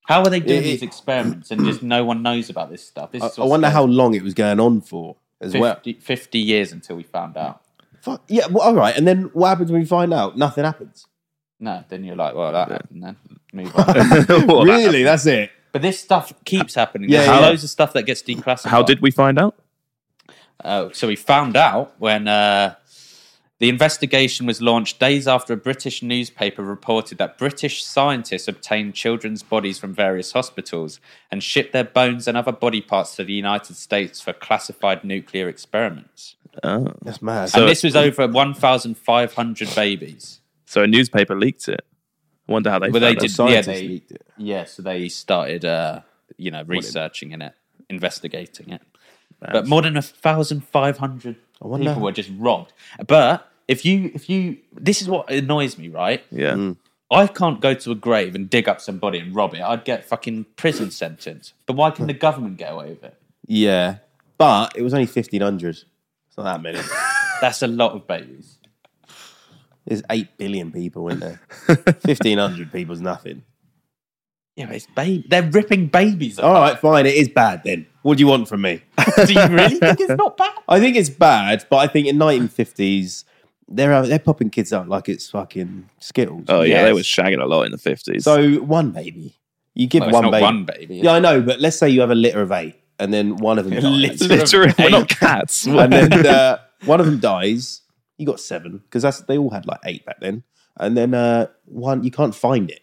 [SPEAKER 1] How are they doing
[SPEAKER 2] It-
[SPEAKER 1] these
[SPEAKER 2] it-
[SPEAKER 1] experiments and just no one knows about this stuff? This
[SPEAKER 2] I,
[SPEAKER 1] is
[SPEAKER 2] I
[SPEAKER 1] what's
[SPEAKER 2] wonder how
[SPEAKER 1] scary.
[SPEAKER 2] long it was going on for as well.
[SPEAKER 1] 50, 50 years until we found out.
[SPEAKER 2] Fuck, yeah, well, all right. And then what happens when we find out? Nothing happens.
[SPEAKER 1] No, then you're like, well, that happened then. Move on.
[SPEAKER 3] Well, that-
[SPEAKER 2] really? That's it.
[SPEAKER 1] but this stuff keeps happening.
[SPEAKER 2] Yeah,
[SPEAKER 1] There's
[SPEAKER 2] yeah.
[SPEAKER 1] loads of stuff that gets declassified.
[SPEAKER 3] how did we find out?
[SPEAKER 1] Uh, so we found out when uh, the investigation was launched days after a British newspaper reported that British scientists obtained children's bodies from various hospitals and shipped their bones and other body parts to the United States for classified nuclear experiments.
[SPEAKER 3] Oh.
[SPEAKER 2] That's mad.
[SPEAKER 1] and this was over 1,500 babies.
[SPEAKER 3] So a newspaper leaked it. I wonder how they.
[SPEAKER 1] Well,
[SPEAKER 3] found
[SPEAKER 1] they
[SPEAKER 3] out.
[SPEAKER 1] did, yeah,
[SPEAKER 2] scientists
[SPEAKER 1] they,
[SPEAKER 2] leaked it.
[SPEAKER 1] yeah. So they started, uh, you know, researching in it, investigating it. But more than a thousand five hundred
[SPEAKER 2] wonder-
[SPEAKER 1] people were just robbed. But if you, if you, this is what annoys me, right?
[SPEAKER 3] Yeah.
[SPEAKER 2] Hmm.
[SPEAKER 1] I can't go to a grave and dig up somebody and rob it. I'd get fucking prison sentence. But why can the government get away with it?
[SPEAKER 2] yeah. But it was only 1,500. It's not that many.
[SPEAKER 1] That's a lot of babies.
[SPEAKER 2] There's 8 billion people in there. 1,500 people's nothing.
[SPEAKER 1] Yeah, but it's baby. They're ripping babies.
[SPEAKER 2] All
[SPEAKER 1] apart.
[SPEAKER 2] right, fine. It is bad then. What do you want from me?
[SPEAKER 1] Do you really think it's not bad?
[SPEAKER 2] I think it's bad, but I think in 1950s, they're, out- they're popping kids out like it's fucking Skittles.
[SPEAKER 3] Oh yeah, they
[SPEAKER 1] Yes.
[SPEAKER 3] were shagging a lot in the fifties.
[SPEAKER 2] So one baby. You give
[SPEAKER 1] Well, it's
[SPEAKER 2] one
[SPEAKER 1] not
[SPEAKER 2] baby.
[SPEAKER 1] one baby.
[SPEAKER 2] Yeah, I know, but let's say you have a litter of eight and then one of them dies.
[SPEAKER 3] literally, we're not cats.
[SPEAKER 2] and then uh, one of them dies. You got seven because that's they all had like eight back then. And then uh, one you can't find it,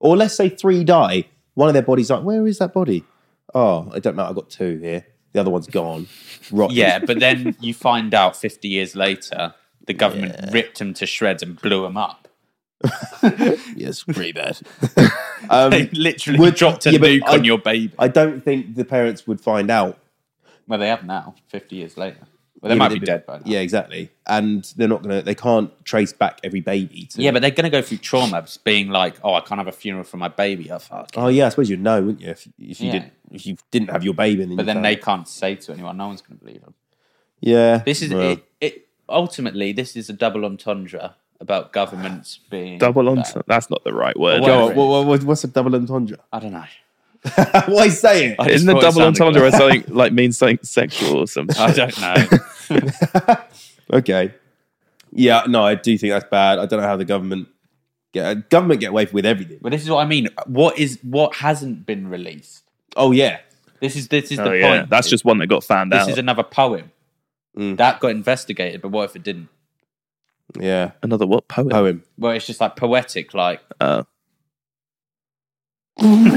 [SPEAKER 2] or let's say three die. One of their bodies like, where is that body? Oh, I don't know. I got two here. The other one's gone. Rotten.
[SPEAKER 1] Yeah, but then you find out 50 years later, the government ripped him to shreds and blew him up.
[SPEAKER 2] yes, pretty bad. um,
[SPEAKER 1] They literally
[SPEAKER 2] Would-
[SPEAKER 1] dropped a
[SPEAKER 2] yeah, but
[SPEAKER 1] nuke
[SPEAKER 2] I-
[SPEAKER 1] on your baby.
[SPEAKER 2] I don't think the parents would find out.
[SPEAKER 1] Well, they have now, 50 years later. Well, they
[SPEAKER 2] Yeah,
[SPEAKER 1] might
[SPEAKER 2] but
[SPEAKER 1] be
[SPEAKER 2] they'd
[SPEAKER 1] dead by now.
[SPEAKER 2] Yeah, exactly. And they're not gonna. They can't trace back every baby. To,
[SPEAKER 1] Yeah, but they're going to go through trauma, just being like, "Oh, I can't have a funeral for my baby." Oh fuck!
[SPEAKER 2] Oh yeah, I suppose you'd know, wouldn't you? If, if you
[SPEAKER 1] Yeah.
[SPEAKER 2] didn't, if you didn't have your baby, then you
[SPEAKER 1] but then
[SPEAKER 2] found-
[SPEAKER 1] they can't say to anyone. No one's going to believe them.
[SPEAKER 2] yeah.
[SPEAKER 1] This is
[SPEAKER 2] well.
[SPEAKER 1] it, it. Ultimately, this is a double entendre about governments being
[SPEAKER 3] double on.
[SPEAKER 1] bad.
[SPEAKER 3] That's not the right word.
[SPEAKER 1] Well,
[SPEAKER 2] Go on, what, what, what's a double entendre?
[SPEAKER 1] I don't know.
[SPEAKER 2] Why say it?
[SPEAKER 3] Isn't the
[SPEAKER 1] thought it
[SPEAKER 3] double
[SPEAKER 1] sounded
[SPEAKER 3] entendre something like means something sexual or something?
[SPEAKER 1] I don't know.
[SPEAKER 2] Okay. Yeah, no, I do think that's bad. I don't know how the government get government get away with everything.
[SPEAKER 1] but this is what I mean. What is what hasn't been released?
[SPEAKER 2] Oh yeah,
[SPEAKER 1] This is this is
[SPEAKER 3] Oh,
[SPEAKER 1] the
[SPEAKER 3] yeah.
[SPEAKER 1] point.
[SPEAKER 3] That's just one that got found
[SPEAKER 1] this
[SPEAKER 3] out.
[SPEAKER 1] is another poem
[SPEAKER 2] Mm.
[SPEAKER 1] that got investigated. But what if it didn't?
[SPEAKER 2] yeah.
[SPEAKER 3] Another what poet?
[SPEAKER 2] Poem.
[SPEAKER 1] Well, it's just like poetic, like
[SPEAKER 3] Oh.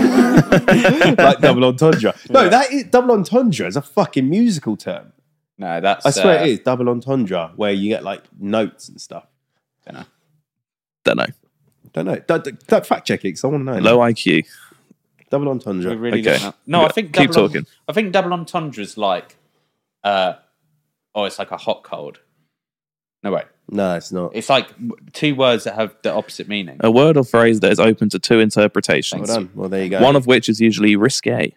[SPEAKER 2] like double entendre. No, that is double entendre is a fucking musical term.
[SPEAKER 1] no. That's
[SPEAKER 2] I swear
[SPEAKER 1] uh,
[SPEAKER 2] it is double entendre, where you get like notes and stuff.
[SPEAKER 3] don't know.
[SPEAKER 2] Don't know. Don't, don't- don't fact check it because I want to know.
[SPEAKER 3] Low IQ.
[SPEAKER 2] Double entendre.
[SPEAKER 1] We're really
[SPEAKER 3] Okay.
[SPEAKER 1] looking up. No,
[SPEAKER 3] Yeah,
[SPEAKER 1] I think
[SPEAKER 3] keep
[SPEAKER 1] double,
[SPEAKER 3] talking.
[SPEAKER 1] I think double entendre is like, uh, oh, it's like a hot cold. No wait,
[SPEAKER 2] no, it's not.
[SPEAKER 1] it's like w- two words that have the opposite
[SPEAKER 2] Oh.
[SPEAKER 1] meaning.
[SPEAKER 3] A word or phrase that is open to two interpretations.
[SPEAKER 2] Well done. Well, there you go.
[SPEAKER 3] One of which is usually risque.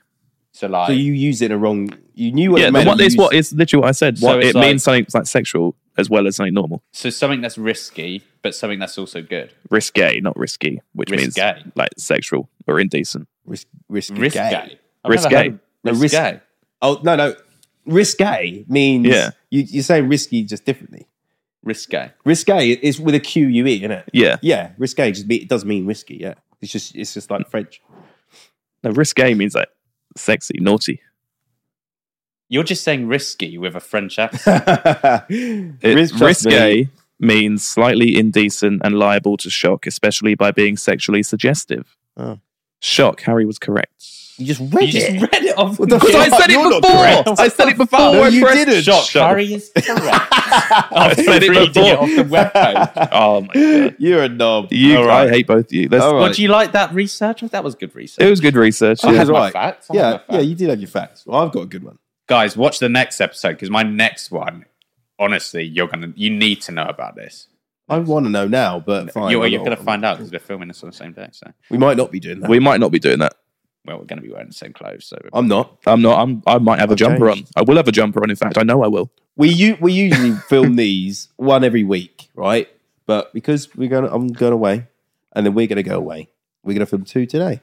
[SPEAKER 1] So like,
[SPEAKER 2] so you use it in a wrong. You knew what
[SPEAKER 3] yeah,
[SPEAKER 2] it
[SPEAKER 3] the
[SPEAKER 2] meant.
[SPEAKER 3] one,
[SPEAKER 2] you
[SPEAKER 3] it's
[SPEAKER 2] used-
[SPEAKER 3] what it's literally what I said.
[SPEAKER 1] So
[SPEAKER 3] What-
[SPEAKER 1] it's
[SPEAKER 3] it
[SPEAKER 1] like-
[SPEAKER 3] means something like sexual as well as something normal.
[SPEAKER 1] so something that's risky but something that's also good.
[SPEAKER 3] Risque, not risky, which
[SPEAKER 1] Risque.
[SPEAKER 3] means like sexual or indecent.
[SPEAKER 2] Ris- risque.
[SPEAKER 1] Risque. I've
[SPEAKER 3] Risque.
[SPEAKER 1] never heard of
[SPEAKER 2] No, risk-
[SPEAKER 1] Risque.
[SPEAKER 2] Oh no, no. Risque means
[SPEAKER 3] Yeah.
[SPEAKER 2] you, you're saying risky just differently.
[SPEAKER 1] Risque.
[SPEAKER 2] Risque is with a Q U E, isn't it?
[SPEAKER 3] Yeah.
[SPEAKER 2] Yeah, risque just be, it does mean risky. Yeah, it's just it's just like French.
[SPEAKER 3] No, risque means like sexy, naughty.
[SPEAKER 1] You're just saying risky with a French accent.
[SPEAKER 3] It,
[SPEAKER 2] Ris- trust
[SPEAKER 3] risque
[SPEAKER 2] me,
[SPEAKER 3] means slightly indecent and liable to shock, especially by being sexually suggestive.
[SPEAKER 2] Oh.
[SPEAKER 3] Shock. Harry was correct.
[SPEAKER 2] You just read
[SPEAKER 1] You just
[SPEAKER 2] it.
[SPEAKER 1] read it off.
[SPEAKER 2] the
[SPEAKER 3] Because I
[SPEAKER 2] fuck?
[SPEAKER 3] said
[SPEAKER 2] You're
[SPEAKER 3] it
[SPEAKER 2] not
[SPEAKER 3] before.
[SPEAKER 2] correct.
[SPEAKER 3] I said it before.
[SPEAKER 2] No,
[SPEAKER 3] I
[SPEAKER 2] you
[SPEAKER 3] pressed
[SPEAKER 2] didn't.
[SPEAKER 3] Shock.
[SPEAKER 1] Curry is correct.
[SPEAKER 3] I said it
[SPEAKER 1] Reading it
[SPEAKER 3] before.
[SPEAKER 1] off the webpage.
[SPEAKER 3] Oh my god.
[SPEAKER 2] You're a knob.
[SPEAKER 3] You,
[SPEAKER 2] All
[SPEAKER 3] I hate both of you. That's,
[SPEAKER 2] All right.
[SPEAKER 1] But do you like that research? That was good research.
[SPEAKER 3] It was good research.
[SPEAKER 2] I
[SPEAKER 3] yeah.
[SPEAKER 2] had
[SPEAKER 1] my
[SPEAKER 2] right.
[SPEAKER 1] facts. I had my
[SPEAKER 2] Yeah,
[SPEAKER 1] facts.
[SPEAKER 2] yeah. You did have your facts. Well, I've got a good one.
[SPEAKER 1] guys watch the next episode because my next one honestly you're gonna you need to know about this
[SPEAKER 2] I want to know now, but fine.
[SPEAKER 1] you're,
[SPEAKER 2] I've
[SPEAKER 1] you're
[SPEAKER 2] got
[SPEAKER 1] gonna
[SPEAKER 2] one.
[SPEAKER 1] find out because we're filming this on the same day so
[SPEAKER 2] We might not be doing that.
[SPEAKER 3] We might not be doing that.
[SPEAKER 1] well we're gonna be wearing the same clothes so
[SPEAKER 2] I'm not.
[SPEAKER 3] I'm not. I'm, I might have a
[SPEAKER 2] I've
[SPEAKER 3] jumper on.
[SPEAKER 2] changed.
[SPEAKER 3] I will have a jumper on. In fact, I know I will.
[SPEAKER 2] We u- we usually film these one every week, right? But because we're gonna, I'm going away, and then we're gonna go away. We're gonna film two today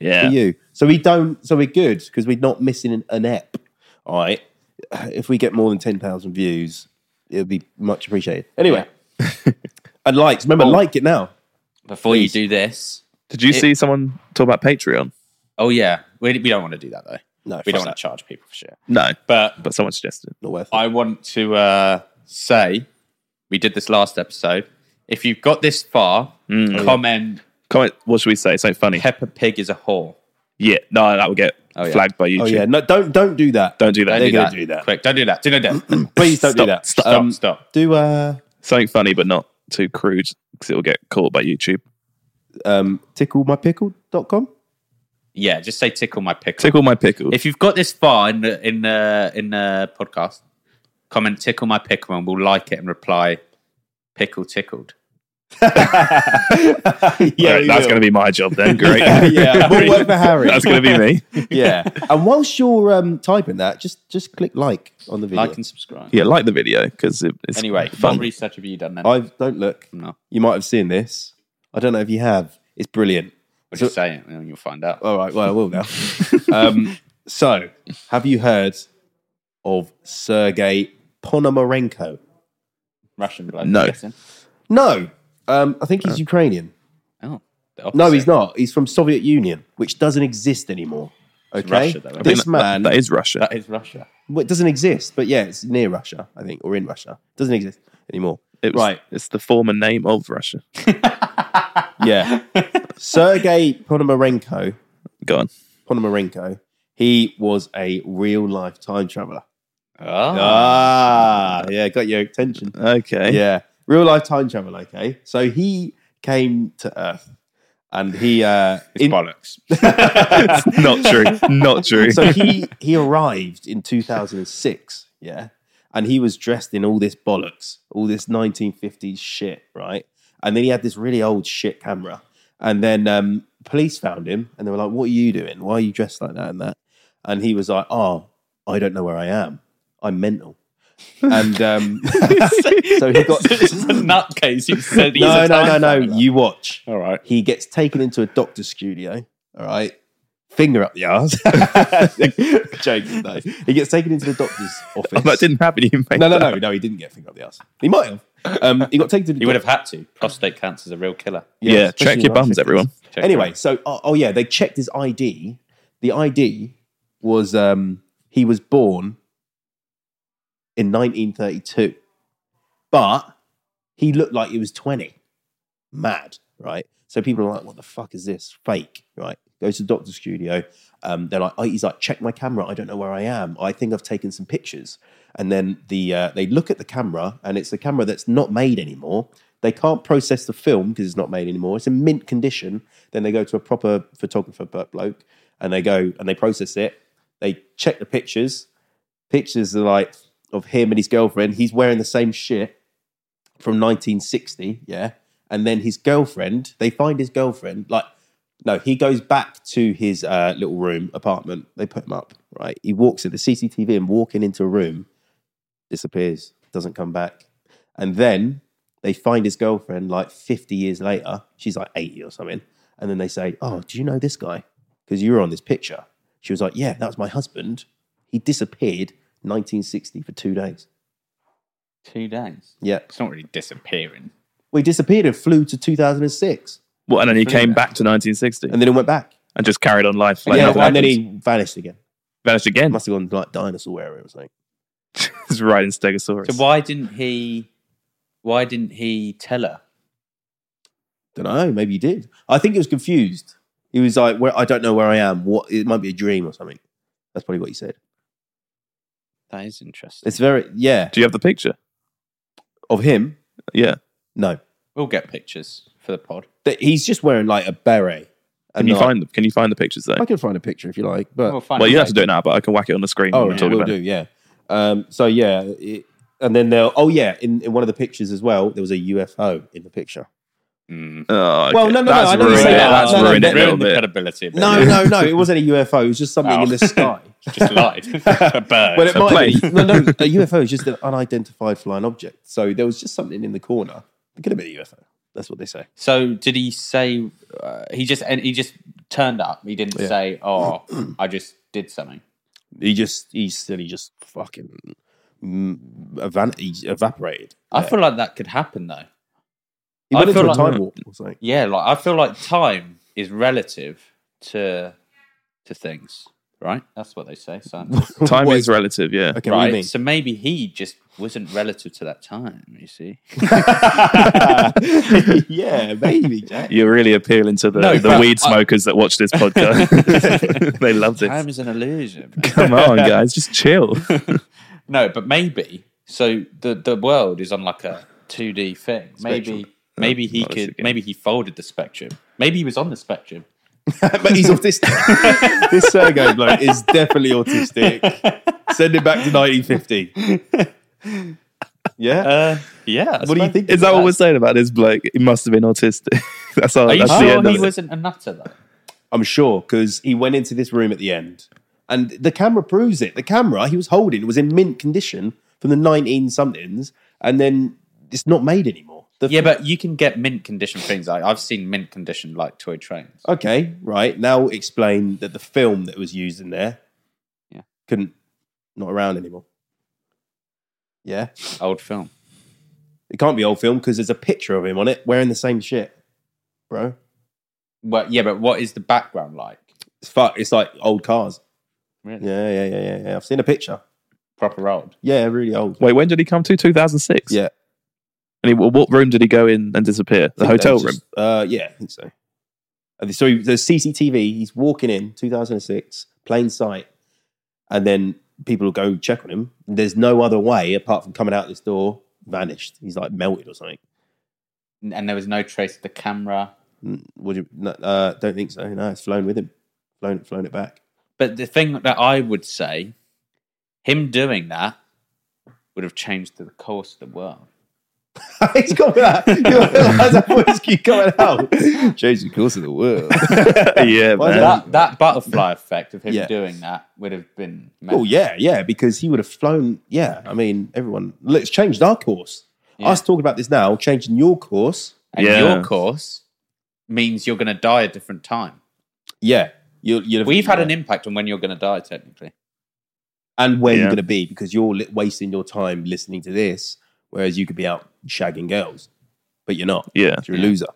[SPEAKER 3] Yeah.
[SPEAKER 2] for you. So we don't. So we're good because we're not missing an, an ep. All right. If we get more than ten thousand views, it'll be much appreciated. Anyway, and likes.
[SPEAKER 3] Oh.
[SPEAKER 2] Remember, like it now.
[SPEAKER 1] before you do this
[SPEAKER 3] Did you see someone talk about Patreon?
[SPEAKER 1] oh yeah we, we don't want to do that though we
[SPEAKER 2] No, fuck
[SPEAKER 1] don't want
[SPEAKER 2] that.
[SPEAKER 1] to charge people for shit
[SPEAKER 3] No,
[SPEAKER 1] but
[SPEAKER 3] but someone suggested.
[SPEAKER 2] Not worth it.
[SPEAKER 1] i want to uh, say we did this last episode if you've got this far Oh, comment
[SPEAKER 3] Comment. What should we say? Something funny.
[SPEAKER 1] pepper pig is a whore
[SPEAKER 3] Yeah. No, that will get
[SPEAKER 1] yeah.
[SPEAKER 3] flagged by YouTube.
[SPEAKER 2] Oh yeah, no, don't don't do that.
[SPEAKER 3] Don't do that.
[SPEAKER 2] They're
[SPEAKER 3] Do
[SPEAKER 2] gonna
[SPEAKER 3] that.
[SPEAKER 2] do that.
[SPEAKER 1] quick don't do that do no death
[SPEAKER 2] Please don't do
[SPEAKER 3] Stop,
[SPEAKER 2] that.
[SPEAKER 3] stop,
[SPEAKER 1] stop
[SPEAKER 2] Um,
[SPEAKER 1] stop
[SPEAKER 2] Do uh,
[SPEAKER 3] Something funny, but not too crude, because it'll get caught by YouTube.
[SPEAKER 2] um, ticklemypickle.com.
[SPEAKER 1] yeah just say tickle my pickle
[SPEAKER 3] Tickle my pickle.
[SPEAKER 1] if you've got this far in the in the in the podcast, comment tickle my pickle and we'll like it and reply pickle tickled.
[SPEAKER 3] yeah,
[SPEAKER 2] we will.
[SPEAKER 3] that's going to be my job then. Great.
[SPEAKER 2] yeah, we'll work for Harry.
[SPEAKER 3] that's going to be me.
[SPEAKER 2] yeah. And whilst you're um, typing that, just just click like on the video.
[SPEAKER 1] Like and subscribe.
[SPEAKER 3] Yeah, like the video because it, it's
[SPEAKER 1] Anyway,
[SPEAKER 3] fun.
[SPEAKER 1] what research have you done then?
[SPEAKER 2] I don't look.
[SPEAKER 1] No.
[SPEAKER 2] You might have seen this. I don't know if you have. It's brilliant. Uh,
[SPEAKER 1] We'll just say it and then you'll find out.
[SPEAKER 2] All right. Well, I will now. um, So, have you heard of Sergei Ponomarenko?
[SPEAKER 1] Russian bloke.
[SPEAKER 3] No.
[SPEAKER 1] I'm guessing.
[SPEAKER 2] No, um, I think he's Ukrainian.
[SPEAKER 1] Oh, the
[SPEAKER 2] No,
[SPEAKER 1] opposite.
[SPEAKER 2] he's not. He's from Soviet Union, which doesn't exist anymore. Okay,
[SPEAKER 1] Russia, though, isn't
[SPEAKER 2] this
[SPEAKER 3] That-
[SPEAKER 2] man
[SPEAKER 3] that is Russia.
[SPEAKER 1] That is Russia.
[SPEAKER 2] well, it doesn't exist, but yeah, it's near Russia, I think, or in Russia. doesn't exist anymore.
[SPEAKER 3] It was-
[SPEAKER 2] right.
[SPEAKER 3] It's the former name of Russia.
[SPEAKER 2] Yeah, Sergei Ponomarenko.
[SPEAKER 3] Go on.
[SPEAKER 2] Ponomarenko. He was a real life time traveler.
[SPEAKER 1] Oh.
[SPEAKER 2] Ah, yeah, got your attention.
[SPEAKER 3] Okay.
[SPEAKER 2] Yeah, real life time travel. Okay, so he came to Earth, and he uh, in-
[SPEAKER 1] bollocks.
[SPEAKER 3] It's not true. Not true.
[SPEAKER 2] so he he arrived in 2006 yeah and he was dressed in all this bollocks all this 1950s shit right and then he had this really old shit camera and then um, police found him and they were like what are you doing why are you dressed like that and that and he was like oh i don't know where i am i'm mental and um, so he got
[SPEAKER 1] this is a nutcase. You said he's
[SPEAKER 2] no
[SPEAKER 1] a
[SPEAKER 2] no no
[SPEAKER 1] time
[SPEAKER 2] no
[SPEAKER 1] traveller.
[SPEAKER 2] you watch
[SPEAKER 1] All right.
[SPEAKER 2] he gets taken into a doctor's studio. All right. Finger up the arse. Joking, no. He gets taken into the doctor's office.
[SPEAKER 3] Oh, that didn't happen. You made
[SPEAKER 2] no, no,
[SPEAKER 3] that
[SPEAKER 2] no,
[SPEAKER 3] up.
[SPEAKER 2] no. He didn't get finger up the arse. He might have. Um, he got taken to the
[SPEAKER 1] You would
[SPEAKER 2] doc-
[SPEAKER 1] have had to. Prostate cancer is a real killer.
[SPEAKER 3] Yeah,
[SPEAKER 2] especially
[SPEAKER 3] check
[SPEAKER 2] in
[SPEAKER 3] your
[SPEAKER 2] the last
[SPEAKER 3] bums,
[SPEAKER 2] 50s.
[SPEAKER 3] everyone.
[SPEAKER 1] Check
[SPEAKER 2] Anyway, so oh, oh, yeah, they checked his ID. The ID was um, he was born in 1932, but he looked like he was 20. Mad, right? So people are like, "What the fuck is this? Fake, right?" Goes to the doctor's studio. Um, they're like, oh, "He's like, check my camera. I don't know where I am. I think I've taken some pictures." And then the uh, they look at the camera, and it's a camera that's not made anymore. They can't process the film because it's not made anymore. It's in mint condition. Then they go to a proper photographer blo- bloke, and they go and they process it. They check the pictures. Pictures are like of him and his girlfriend. He's wearing the same shit from 1960, yeah. And then his girlfriend, they find his girlfriend, like, no, he goes back to his uh, little room, apartment. They put him up, right? He walks in the CCTV and walking into a room, disappears, doesn't come back. And then they find his girlfriend like 50 years later. She's like 80 or something. And then they say, Oh, do you know this guy? Because you were on this picture. She was like, Yeah, that was my husband. He disappeared 1960 for two days.
[SPEAKER 1] Two days.
[SPEAKER 2] Yeah.
[SPEAKER 1] It's not really disappearing.
[SPEAKER 2] Well, he disappeared and flew to 2006.
[SPEAKER 3] Well, and then he came back to 1960
[SPEAKER 2] And then it went back.
[SPEAKER 3] and just carried on life. Like
[SPEAKER 2] yeah,
[SPEAKER 3] nothing
[SPEAKER 2] and then
[SPEAKER 3] happened.
[SPEAKER 2] he vanished again.
[SPEAKER 3] vanished again.
[SPEAKER 2] Must have gone to, like dinosaur area or something.
[SPEAKER 3] He's right in Stegosaurus.
[SPEAKER 1] So why didn't he? Why didn't he tell her?
[SPEAKER 2] Don't know. Maybe he did. I think he was confused. He was like, "Where I don't know where I am. What it might be a dream or something." That's probably what he said.
[SPEAKER 1] That is interesting.
[SPEAKER 2] It's very yeah
[SPEAKER 3] Do you have the picture?
[SPEAKER 2] of him.
[SPEAKER 3] Yeah.
[SPEAKER 2] No,
[SPEAKER 1] we'll get pictures for the pod.
[SPEAKER 2] That- he's just wearing like a beret.
[SPEAKER 3] Can
[SPEAKER 2] and,
[SPEAKER 3] you
[SPEAKER 2] like-
[SPEAKER 3] find Oh, them? Can you find the pictures though?
[SPEAKER 2] Uh, I can find a picture if you like, but
[SPEAKER 1] We'll find
[SPEAKER 3] well,
[SPEAKER 1] out
[SPEAKER 3] you have to do
[SPEAKER 1] later.
[SPEAKER 3] it now, but I can whack it on the screen.
[SPEAKER 2] Oh,
[SPEAKER 3] when we
[SPEAKER 2] yeah,
[SPEAKER 3] talk
[SPEAKER 2] will
[SPEAKER 3] about
[SPEAKER 2] do.
[SPEAKER 3] it.
[SPEAKER 2] Yeah. Um, so yeah, it, and then they'll. Oh yeah, in, in one of the pictures as well, there was a UFO in the picture.
[SPEAKER 3] Oh, okay.
[SPEAKER 2] Mm. Well, no, no, no,
[SPEAKER 3] That's
[SPEAKER 2] I know you
[SPEAKER 3] ruined
[SPEAKER 2] say
[SPEAKER 3] it.
[SPEAKER 2] that.
[SPEAKER 3] That's
[SPEAKER 2] No, no,
[SPEAKER 3] ruined it a
[SPEAKER 1] ruined
[SPEAKER 3] little
[SPEAKER 1] the
[SPEAKER 3] bit.
[SPEAKER 1] credibility. a bit.
[SPEAKER 2] No, no, no, it wasn't a UFO. It was just something in the sky.
[SPEAKER 1] just lied. a bird.
[SPEAKER 2] Well, it
[SPEAKER 1] Oh. A
[SPEAKER 2] might
[SPEAKER 1] plane.
[SPEAKER 2] be. No, no, a UFO is just an unidentified flying object. So there was just something in the corner. It could have been a UFO. That's what they say.
[SPEAKER 1] So did he say? Uh, he just and he just turned up. He didn't say, "Oh, I just did something."
[SPEAKER 2] He just, he said he just fucking mm, evan- he evaporated.
[SPEAKER 1] I feel like that could happen though.
[SPEAKER 2] He
[SPEAKER 1] I
[SPEAKER 2] went into
[SPEAKER 1] feel
[SPEAKER 2] a
[SPEAKER 1] like-
[SPEAKER 2] time warp or something.
[SPEAKER 1] Yeah, like I feel like time is relative to to things, right? That's what they say. scientists.
[SPEAKER 3] Time
[SPEAKER 2] What
[SPEAKER 3] is relative, yeah.
[SPEAKER 2] Okay, what do you mean?
[SPEAKER 1] right. So maybe he just wasn't relative to that time. You see?
[SPEAKER 2] yeah, maybe, Jack.
[SPEAKER 3] You're really appealing to the,
[SPEAKER 1] No,
[SPEAKER 3] the
[SPEAKER 1] but
[SPEAKER 3] weed
[SPEAKER 1] I-
[SPEAKER 3] smokers that watch this podcast. they love
[SPEAKER 1] Time
[SPEAKER 3] this.
[SPEAKER 1] is an illusion. man.
[SPEAKER 3] Come on, guys, just chill.
[SPEAKER 1] no, but maybe. So the the world is on like a two D thing. Maybe maybe he
[SPEAKER 3] that's
[SPEAKER 1] could.
[SPEAKER 3] okay.
[SPEAKER 1] Maybe he folded the spectrum. Maybe he was on the spectrum.
[SPEAKER 2] but he's autistic. this Sergei bloke is definitely autistic. Send him back to 1950. Yeah.
[SPEAKER 1] Uh, yeah.
[SPEAKER 2] what do you think?
[SPEAKER 3] Is that what we're saying about this bloke? He must have been autistic. that's all.
[SPEAKER 1] Are you
[SPEAKER 3] That's the end
[SPEAKER 1] sure
[SPEAKER 3] of
[SPEAKER 1] he
[SPEAKER 3] it.
[SPEAKER 1] wasn't a nutter though?
[SPEAKER 2] I'm sure, because he went into this room at the end, and the camera proves it. The camera he was holding was in mint condition from the 19 somethings, and then it's not made anymore. The
[SPEAKER 1] Yeah, but you can get mint condition things. Like I've seen mint condition like toy trains.
[SPEAKER 2] okay, right now explain that the film that was used in there couldn't not around anymore. Yeah,
[SPEAKER 1] Old film.
[SPEAKER 2] it can't be old film because there's a picture of him on it wearing the same shit, bro.
[SPEAKER 1] Well, yeah, but what is the background like?
[SPEAKER 2] It's fuck. It's like old cars.
[SPEAKER 1] Really?
[SPEAKER 2] Yeah, yeah, yeah, yeah, yeah. I've seen a picture.
[SPEAKER 1] Proper old.
[SPEAKER 2] Yeah, really old.
[SPEAKER 3] Wait, when did he come to? 2006?
[SPEAKER 2] Yeah.
[SPEAKER 3] And he, what room did he go in and disappear?
[SPEAKER 2] I
[SPEAKER 3] The
[SPEAKER 2] think that
[SPEAKER 3] hotel
[SPEAKER 2] was
[SPEAKER 3] room.
[SPEAKER 2] just- Uh, yeah, I think so. And So he- there's CCTV. He's walking in 2006, plain sight, and then people will go check on him. There's no other way apart from coming out this door. Vanished. He's like melted or something.
[SPEAKER 1] And there was no trace of the camera.
[SPEAKER 2] Mm, Would you? No, uh, don't think so. No, it's flown with him. Flown, flown it back.
[SPEAKER 1] But the thing that I would say, him doing that would have changed the course of the world.
[SPEAKER 2] he's coming out. You realise that voice keep coming out.
[SPEAKER 5] Changed the course of the world.
[SPEAKER 3] yeah,
[SPEAKER 2] Why is
[SPEAKER 3] man.
[SPEAKER 1] That, that butterfly effect of him
[SPEAKER 2] Yeah.
[SPEAKER 1] doing that would have been.
[SPEAKER 2] Oh yeah, yeah, because he would have flown. Yeah, I mean, everyone. Look, it's changed our course. Us talking about this now, changing your course.
[SPEAKER 1] And
[SPEAKER 3] Yeah.
[SPEAKER 1] your course means you're going to die a different time.
[SPEAKER 2] Yeah, you, you'll have,
[SPEAKER 1] We've had an
[SPEAKER 2] yeah.
[SPEAKER 1] impact on when you're going to die, technically.
[SPEAKER 2] and where you're
[SPEAKER 3] Yeah.
[SPEAKER 2] going to be because you're li- wasting your time listening to this, whereas you could be out shagging girls, but you're not.
[SPEAKER 3] Yeah.
[SPEAKER 2] you're a loser.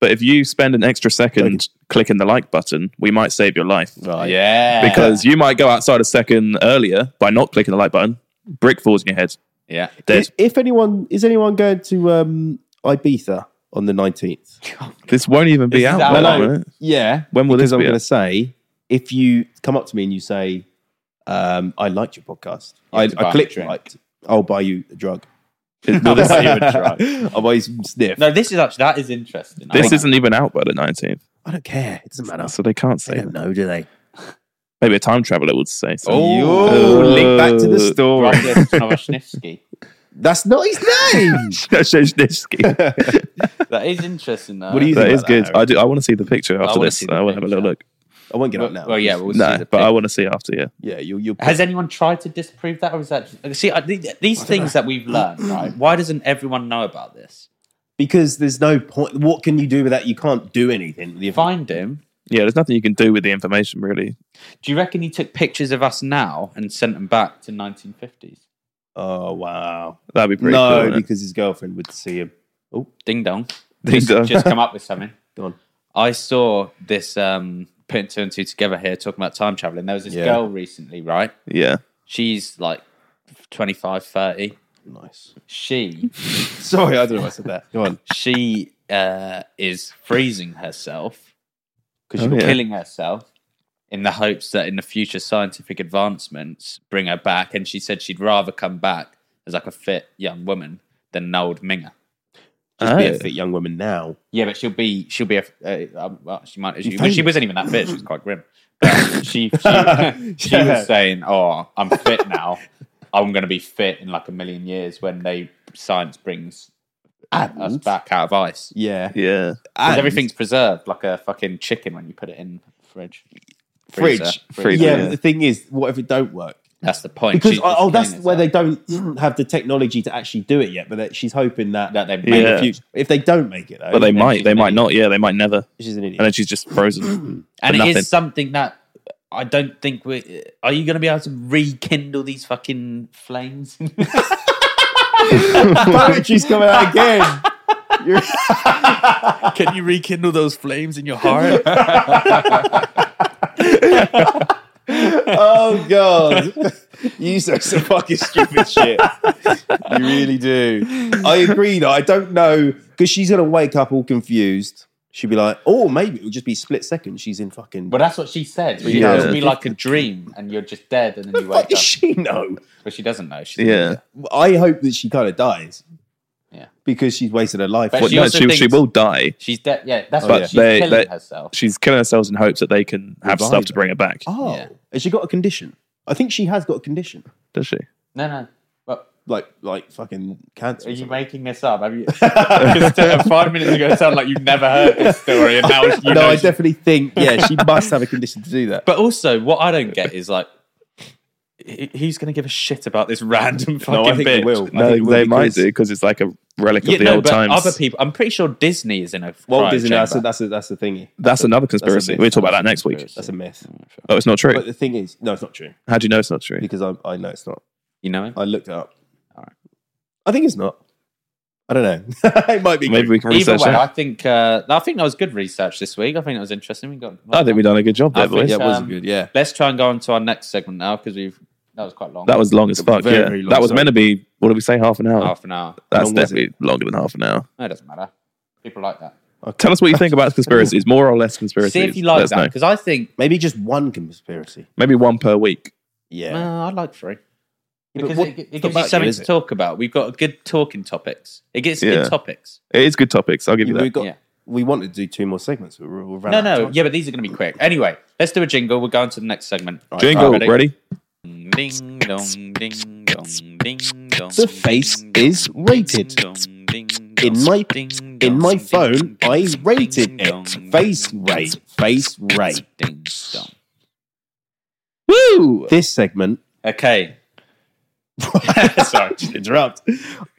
[SPEAKER 3] But if you spend an extra second clicking the like button, we might save your life.
[SPEAKER 2] Right?
[SPEAKER 1] Yeah.
[SPEAKER 3] Because you might go outside a second earlier by not clicking the like button. Brick falls in your head.
[SPEAKER 1] Yeah.
[SPEAKER 3] Dead.
[SPEAKER 2] If, if anyone is anyone going to um, Ibiza on the nineteenth,
[SPEAKER 3] This won't even be
[SPEAKER 1] This
[SPEAKER 3] out.
[SPEAKER 1] is out
[SPEAKER 3] by
[SPEAKER 1] now.
[SPEAKER 3] then, won't it?
[SPEAKER 2] Yeah.
[SPEAKER 3] When will
[SPEAKER 2] because
[SPEAKER 3] this
[SPEAKER 2] I'm
[SPEAKER 3] be
[SPEAKER 2] going to
[SPEAKER 3] up?
[SPEAKER 2] say, if you come up to me and you say, um, I liked your podcast, I,
[SPEAKER 1] have to buy
[SPEAKER 2] I
[SPEAKER 1] me
[SPEAKER 2] clicked
[SPEAKER 1] a drink.
[SPEAKER 2] liked, I'll buy you a drug.
[SPEAKER 3] No, this,
[SPEAKER 2] I'll buy you some sniff.
[SPEAKER 1] No, this is actually, that is interesting. I
[SPEAKER 3] this
[SPEAKER 1] think-
[SPEAKER 3] isn't even out by the 19th.
[SPEAKER 2] I don't care. It doesn't matter.
[SPEAKER 3] So they can't say
[SPEAKER 2] They don't
[SPEAKER 3] that.
[SPEAKER 2] know, do they?
[SPEAKER 3] Maybe a time traveler would say. So.
[SPEAKER 2] Oh, link back to the story.
[SPEAKER 1] Right here, Snovoshnivsky.
[SPEAKER 2] That's not his name.
[SPEAKER 3] that
[SPEAKER 1] That is interesting, though.
[SPEAKER 2] What do you think?
[SPEAKER 3] is
[SPEAKER 2] about
[SPEAKER 3] good.
[SPEAKER 2] that,
[SPEAKER 3] I do. I want to see the picture after
[SPEAKER 1] wanna
[SPEAKER 3] this.
[SPEAKER 1] see the
[SPEAKER 3] I want to have a little
[SPEAKER 1] picture.
[SPEAKER 3] look.
[SPEAKER 2] I won't get
[SPEAKER 1] Well,
[SPEAKER 2] up now.
[SPEAKER 1] well, yeah, we'll see
[SPEAKER 3] No,
[SPEAKER 1] the
[SPEAKER 3] but
[SPEAKER 1] pic.
[SPEAKER 3] I want to see after. Yeah.
[SPEAKER 2] yeah, you'll, you'll
[SPEAKER 1] Has anyone tried to disprove that, or is that just, see I, th- these things that we've learned? Right? Why doesn't everyone know about this?
[SPEAKER 2] because there's no point. What can you do with that? You can't do anything. The-
[SPEAKER 1] Find him.
[SPEAKER 3] Yeah. There's nothing you can do with the information really.
[SPEAKER 1] Do you reckon he took pictures of us now and sent them back to 1950s?
[SPEAKER 2] Oh wow!
[SPEAKER 3] That'd be pretty
[SPEAKER 2] no,
[SPEAKER 3] cool. wouldn't
[SPEAKER 2] because his girlfriend would see him.
[SPEAKER 1] Ding dong.
[SPEAKER 3] Ding
[SPEAKER 1] just,
[SPEAKER 3] dong.
[SPEAKER 1] just come up with something.
[SPEAKER 2] Go on.
[SPEAKER 1] I saw this um, putting two and two together here, talking about time traveling. There was this
[SPEAKER 2] Yeah.
[SPEAKER 1] girl recently, right?
[SPEAKER 3] it? Yeah.
[SPEAKER 1] She's like 25, 30.
[SPEAKER 2] Nice.
[SPEAKER 1] She
[SPEAKER 2] Sorry, I don't know why I said that. Go on.
[SPEAKER 1] she uh, is freezing herself because she's
[SPEAKER 3] Oh, yeah.
[SPEAKER 1] killing herself in the hopes that in the future scientific advancements bring her back. And she said she'd rather come back as like a fit young woman than an old minger.
[SPEAKER 2] Just be a
[SPEAKER 3] Oh.
[SPEAKER 2] fit young woman now.
[SPEAKER 1] Yeah, but she'll be she'll be a uh, um, well, she might she,
[SPEAKER 2] think-
[SPEAKER 1] well, she wasn't even that fit. She was quite grim. But she she, she
[SPEAKER 2] Yeah.
[SPEAKER 1] was saying, "Oh, I'm fit now. I'm going to be fit in like a million years when they science brings us back out of ice."
[SPEAKER 2] Yeah.
[SPEAKER 3] Yeah.
[SPEAKER 1] 'Cause
[SPEAKER 2] And-
[SPEAKER 1] everything's preserved like a fucking chicken when you put it in the fridge.
[SPEAKER 2] Fridge.
[SPEAKER 1] Freezer.
[SPEAKER 3] Freezer.
[SPEAKER 2] yeah,
[SPEAKER 3] Yeah.
[SPEAKER 2] but the thing is, what if it don't work?
[SPEAKER 1] That's the point.
[SPEAKER 2] Because
[SPEAKER 1] She's
[SPEAKER 2] oh, oh, that's
[SPEAKER 1] explaining
[SPEAKER 2] where they
[SPEAKER 1] herself.
[SPEAKER 2] don't have the technology to actually do it yet. But that she's hoping that,
[SPEAKER 1] that they
[SPEAKER 2] in
[SPEAKER 1] make
[SPEAKER 2] the
[SPEAKER 3] Yeah.
[SPEAKER 2] future- if they don't make it though,
[SPEAKER 3] But they
[SPEAKER 2] then
[SPEAKER 3] might.
[SPEAKER 2] she's
[SPEAKER 3] They
[SPEAKER 2] an
[SPEAKER 3] might
[SPEAKER 2] idiot.
[SPEAKER 3] not. Yeah. They might never.
[SPEAKER 2] She's an idiot.
[SPEAKER 3] And then she's just frozen.
[SPEAKER 1] and
[SPEAKER 3] for
[SPEAKER 1] it
[SPEAKER 3] nothing.
[SPEAKER 1] is something that I don't think we are you going to be able to rekindle these fucking flames.
[SPEAKER 2] Poetry's coming out again.
[SPEAKER 3] Can you rekindle those flames in your heart?
[SPEAKER 2] Oh god, you say some fucking stupid shit. You really do. I agree though. I don't know because she's gonna wake up all confused. She'd be like, oh, maybe it'll just be split second. She's in fucking.
[SPEAKER 1] But that's what she said. She
[SPEAKER 3] Yeah.
[SPEAKER 1] It'll be like a dream, and you're just dead, and then you
[SPEAKER 2] what
[SPEAKER 1] wake
[SPEAKER 2] does
[SPEAKER 1] up.
[SPEAKER 2] she know?
[SPEAKER 1] But she doesn't know. She's
[SPEAKER 3] yeah.
[SPEAKER 2] I hope that she kind of dies.
[SPEAKER 1] Yeah.
[SPEAKER 2] Because she's wasted her life.
[SPEAKER 1] But
[SPEAKER 3] Well,
[SPEAKER 1] she
[SPEAKER 3] no,
[SPEAKER 1] also
[SPEAKER 3] she, she
[SPEAKER 1] thinks-
[SPEAKER 3] will die.
[SPEAKER 1] She's dead. Yeah, that's
[SPEAKER 2] Oh, yeah.
[SPEAKER 1] what she's
[SPEAKER 3] They-
[SPEAKER 1] killing
[SPEAKER 3] they-
[SPEAKER 1] herself.
[SPEAKER 3] She's killing herselves in hopes that they can have
[SPEAKER 2] Revive
[SPEAKER 3] stuff to
[SPEAKER 2] her.
[SPEAKER 3] bring her back.
[SPEAKER 2] oh,
[SPEAKER 1] Yeah.
[SPEAKER 2] has she got a condition? I think she has got a condition.
[SPEAKER 3] Does she?
[SPEAKER 1] No, no. Well,
[SPEAKER 2] Like, like fucking
[SPEAKER 1] are
[SPEAKER 2] cancer. or
[SPEAKER 1] you
[SPEAKER 2] something.
[SPEAKER 1] making this up? Have you? Because, uh, five minutes ago, it sounded like you've never heard this story, and now you
[SPEAKER 2] no,
[SPEAKER 1] know.
[SPEAKER 2] I
[SPEAKER 1] she-
[SPEAKER 2] definitely think, yeah, she must have a condition to do that.
[SPEAKER 1] but also, what I don't get is like, he- he's going to give a shit about this random fucking
[SPEAKER 2] No, I think
[SPEAKER 1] bitch.
[SPEAKER 2] they will. I
[SPEAKER 3] No,
[SPEAKER 2] think it will
[SPEAKER 3] they might
[SPEAKER 2] because
[SPEAKER 3] do because it's like a relic
[SPEAKER 1] Yeah,
[SPEAKER 3] of the
[SPEAKER 1] no,
[SPEAKER 3] old
[SPEAKER 1] but
[SPEAKER 3] times.
[SPEAKER 1] other people. I'm pretty sure Disney is in a
[SPEAKER 2] Walt
[SPEAKER 1] cryo
[SPEAKER 2] Disney. That's a,
[SPEAKER 1] chamber.
[SPEAKER 2] that's a that's a thingy.
[SPEAKER 3] that's another conspiracy.
[SPEAKER 2] myth.
[SPEAKER 3] We'll talk about that next week.
[SPEAKER 2] That's a myth.
[SPEAKER 3] Oh, it's not true.
[SPEAKER 2] But the thing is, no, it's not true
[SPEAKER 3] How do you know it's not true?
[SPEAKER 2] because I I know it's not.
[SPEAKER 1] you know him?
[SPEAKER 2] I looked it up.
[SPEAKER 1] All right.
[SPEAKER 2] I think it's not. I don't know. it might be.
[SPEAKER 3] Maybe we can
[SPEAKER 1] Either
[SPEAKER 3] research
[SPEAKER 1] way, I
[SPEAKER 3] that.
[SPEAKER 1] think uh, I think that was good research this week. I think that was interesting. We got.
[SPEAKER 3] I think we've done a good job
[SPEAKER 1] I
[SPEAKER 3] there,
[SPEAKER 1] think
[SPEAKER 3] boys.
[SPEAKER 1] so.
[SPEAKER 2] That was
[SPEAKER 1] um,
[SPEAKER 2] good. Yeah.
[SPEAKER 1] Let's try and go on to our next segment now because we've that was quite long.
[SPEAKER 3] That was long as fuck.
[SPEAKER 2] Very,
[SPEAKER 3] yeah,
[SPEAKER 2] very long,
[SPEAKER 3] that was
[SPEAKER 2] sorry.
[SPEAKER 3] meant to be. What did we say? Half an hour.
[SPEAKER 1] half an hour.
[SPEAKER 3] That's
[SPEAKER 2] long was it?
[SPEAKER 3] definitely longer than half an hour.
[SPEAKER 1] No, it doesn't matter. People like that.
[SPEAKER 3] Tell us what you think about conspiracies, more or less conspiracies.
[SPEAKER 1] See if you like
[SPEAKER 3] Let us
[SPEAKER 1] that
[SPEAKER 3] know.
[SPEAKER 1] because I think
[SPEAKER 2] Maybe just one conspiracy.
[SPEAKER 3] Maybe one per week.
[SPEAKER 2] Yeah.
[SPEAKER 1] uh, I like three
[SPEAKER 2] Yeah, but
[SPEAKER 1] because
[SPEAKER 2] what-
[SPEAKER 1] it,
[SPEAKER 2] it's not
[SPEAKER 1] it gives you
[SPEAKER 2] about
[SPEAKER 1] something
[SPEAKER 2] is
[SPEAKER 1] to
[SPEAKER 2] it?
[SPEAKER 1] talk about. We've got good talking topics. It gets
[SPEAKER 3] Yeah.
[SPEAKER 1] good topics.
[SPEAKER 3] It is good topics. I'll give you
[SPEAKER 2] Yeah, we
[SPEAKER 3] that.
[SPEAKER 2] got.
[SPEAKER 1] Yeah.
[SPEAKER 2] We wanted to do two more segments. but We're, we're running
[SPEAKER 1] No,
[SPEAKER 2] out of
[SPEAKER 1] no,
[SPEAKER 2] time.
[SPEAKER 1] yeah, but these are going to be quick. Anyway, let's do a jingle. We'll go on to the next segment.
[SPEAKER 3] Jingle, ready?
[SPEAKER 1] Ding dong, ding dong, ding dong.
[SPEAKER 2] The face is rated. In my in my phone, I rated it. Face rate. Face rate.
[SPEAKER 3] Woo!
[SPEAKER 2] This segment
[SPEAKER 1] Okay. Sorry.
[SPEAKER 2] to interrupt.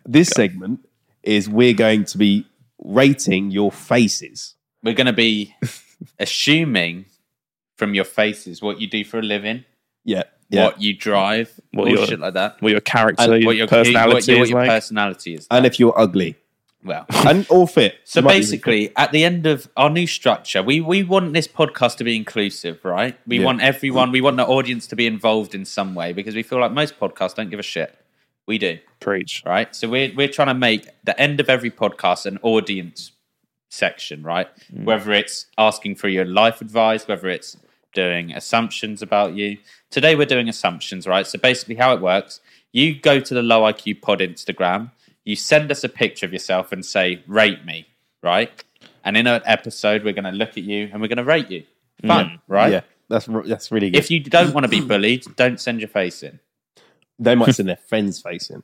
[SPEAKER 2] This segment is we're going to be rating your faces.
[SPEAKER 1] We're going to be assuming from your faces what you do for a living,
[SPEAKER 2] Yeah. Yeah.
[SPEAKER 1] what you drive,
[SPEAKER 3] What
[SPEAKER 1] all
[SPEAKER 3] your-
[SPEAKER 1] shit like that.
[SPEAKER 3] What your character,
[SPEAKER 1] And
[SPEAKER 3] your,
[SPEAKER 1] what your
[SPEAKER 3] personality
[SPEAKER 1] what your, what
[SPEAKER 3] is
[SPEAKER 1] your
[SPEAKER 3] like.
[SPEAKER 1] personality is.
[SPEAKER 2] And if you're ugly
[SPEAKER 1] Well,
[SPEAKER 2] and or fit.
[SPEAKER 1] So
[SPEAKER 2] You might be-
[SPEAKER 1] basically, at the end of our new structure, we, we want this podcast to be inclusive, right? We
[SPEAKER 2] Yeah.
[SPEAKER 1] want everyone, we want the audience to be involved in some way because we feel like most podcasts don't give a shit. We do,
[SPEAKER 3] Preach.
[SPEAKER 1] right? So we're, we're trying to make the end of every podcast an audience section, right?
[SPEAKER 2] Mm.
[SPEAKER 1] Whether it's asking for your life advice, whether it's doing assumptions about you. Today we're doing assumptions, right? So basically, how it works you go to the Low IQ Pod Instagram, you send us a picture of yourself and say, rate me, right? And in an episode, we're going to look at you and we're going to rate you. Fun, right?
[SPEAKER 2] Mm. Yeah. That's re- that's really good.
[SPEAKER 1] If you don't want to be bullied, don't send your face in.
[SPEAKER 2] they might send their friend's face in.
[SPEAKER 1] Mm.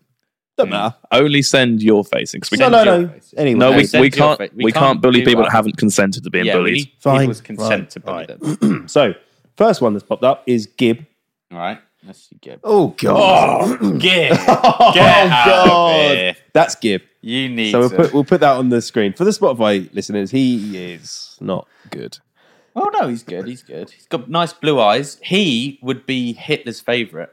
[SPEAKER 2] Don't matter.
[SPEAKER 3] Only send your facing. 'cause we
[SPEAKER 2] No,
[SPEAKER 3] can't-
[SPEAKER 2] no,
[SPEAKER 1] your
[SPEAKER 2] no.
[SPEAKER 1] face in.
[SPEAKER 2] Anyway,
[SPEAKER 3] no,
[SPEAKER 1] No,
[SPEAKER 3] we,
[SPEAKER 1] send
[SPEAKER 3] we
[SPEAKER 1] your
[SPEAKER 3] can't
[SPEAKER 1] face.
[SPEAKER 3] we,
[SPEAKER 1] We
[SPEAKER 3] can't,
[SPEAKER 1] can't
[SPEAKER 3] bully
[SPEAKER 1] do
[SPEAKER 3] people that
[SPEAKER 1] that.
[SPEAKER 3] haven't consented to being
[SPEAKER 1] Yeah, we
[SPEAKER 3] bullied.
[SPEAKER 1] need
[SPEAKER 2] Fine,
[SPEAKER 1] people's consent
[SPEAKER 2] right,
[SPEAKER 1] to bully
[SPEAKER 2] right.
[SPEAKER 1] them.
[SPEAKER 2] so first one that's popped up is Gib.
[SPEAKER 1] All right, let's see, Gib.
[SPEAKER 2] Oh god.
[SPEAKER 1] Gib, get out of here.
[SPEAKER 2] That's Gib.
[SPEAKER 1] Ah, You need
[SPEAKER 2] So we'll
[SPEAKER 1] to.
[SPEAKER 2] put we'll put that on the screen. For the Spotify listeners, he is not good.
[SPEAKER 1] oh no, he's good. He's good. He's got nice blue eyes. He would be Hitler's favorite.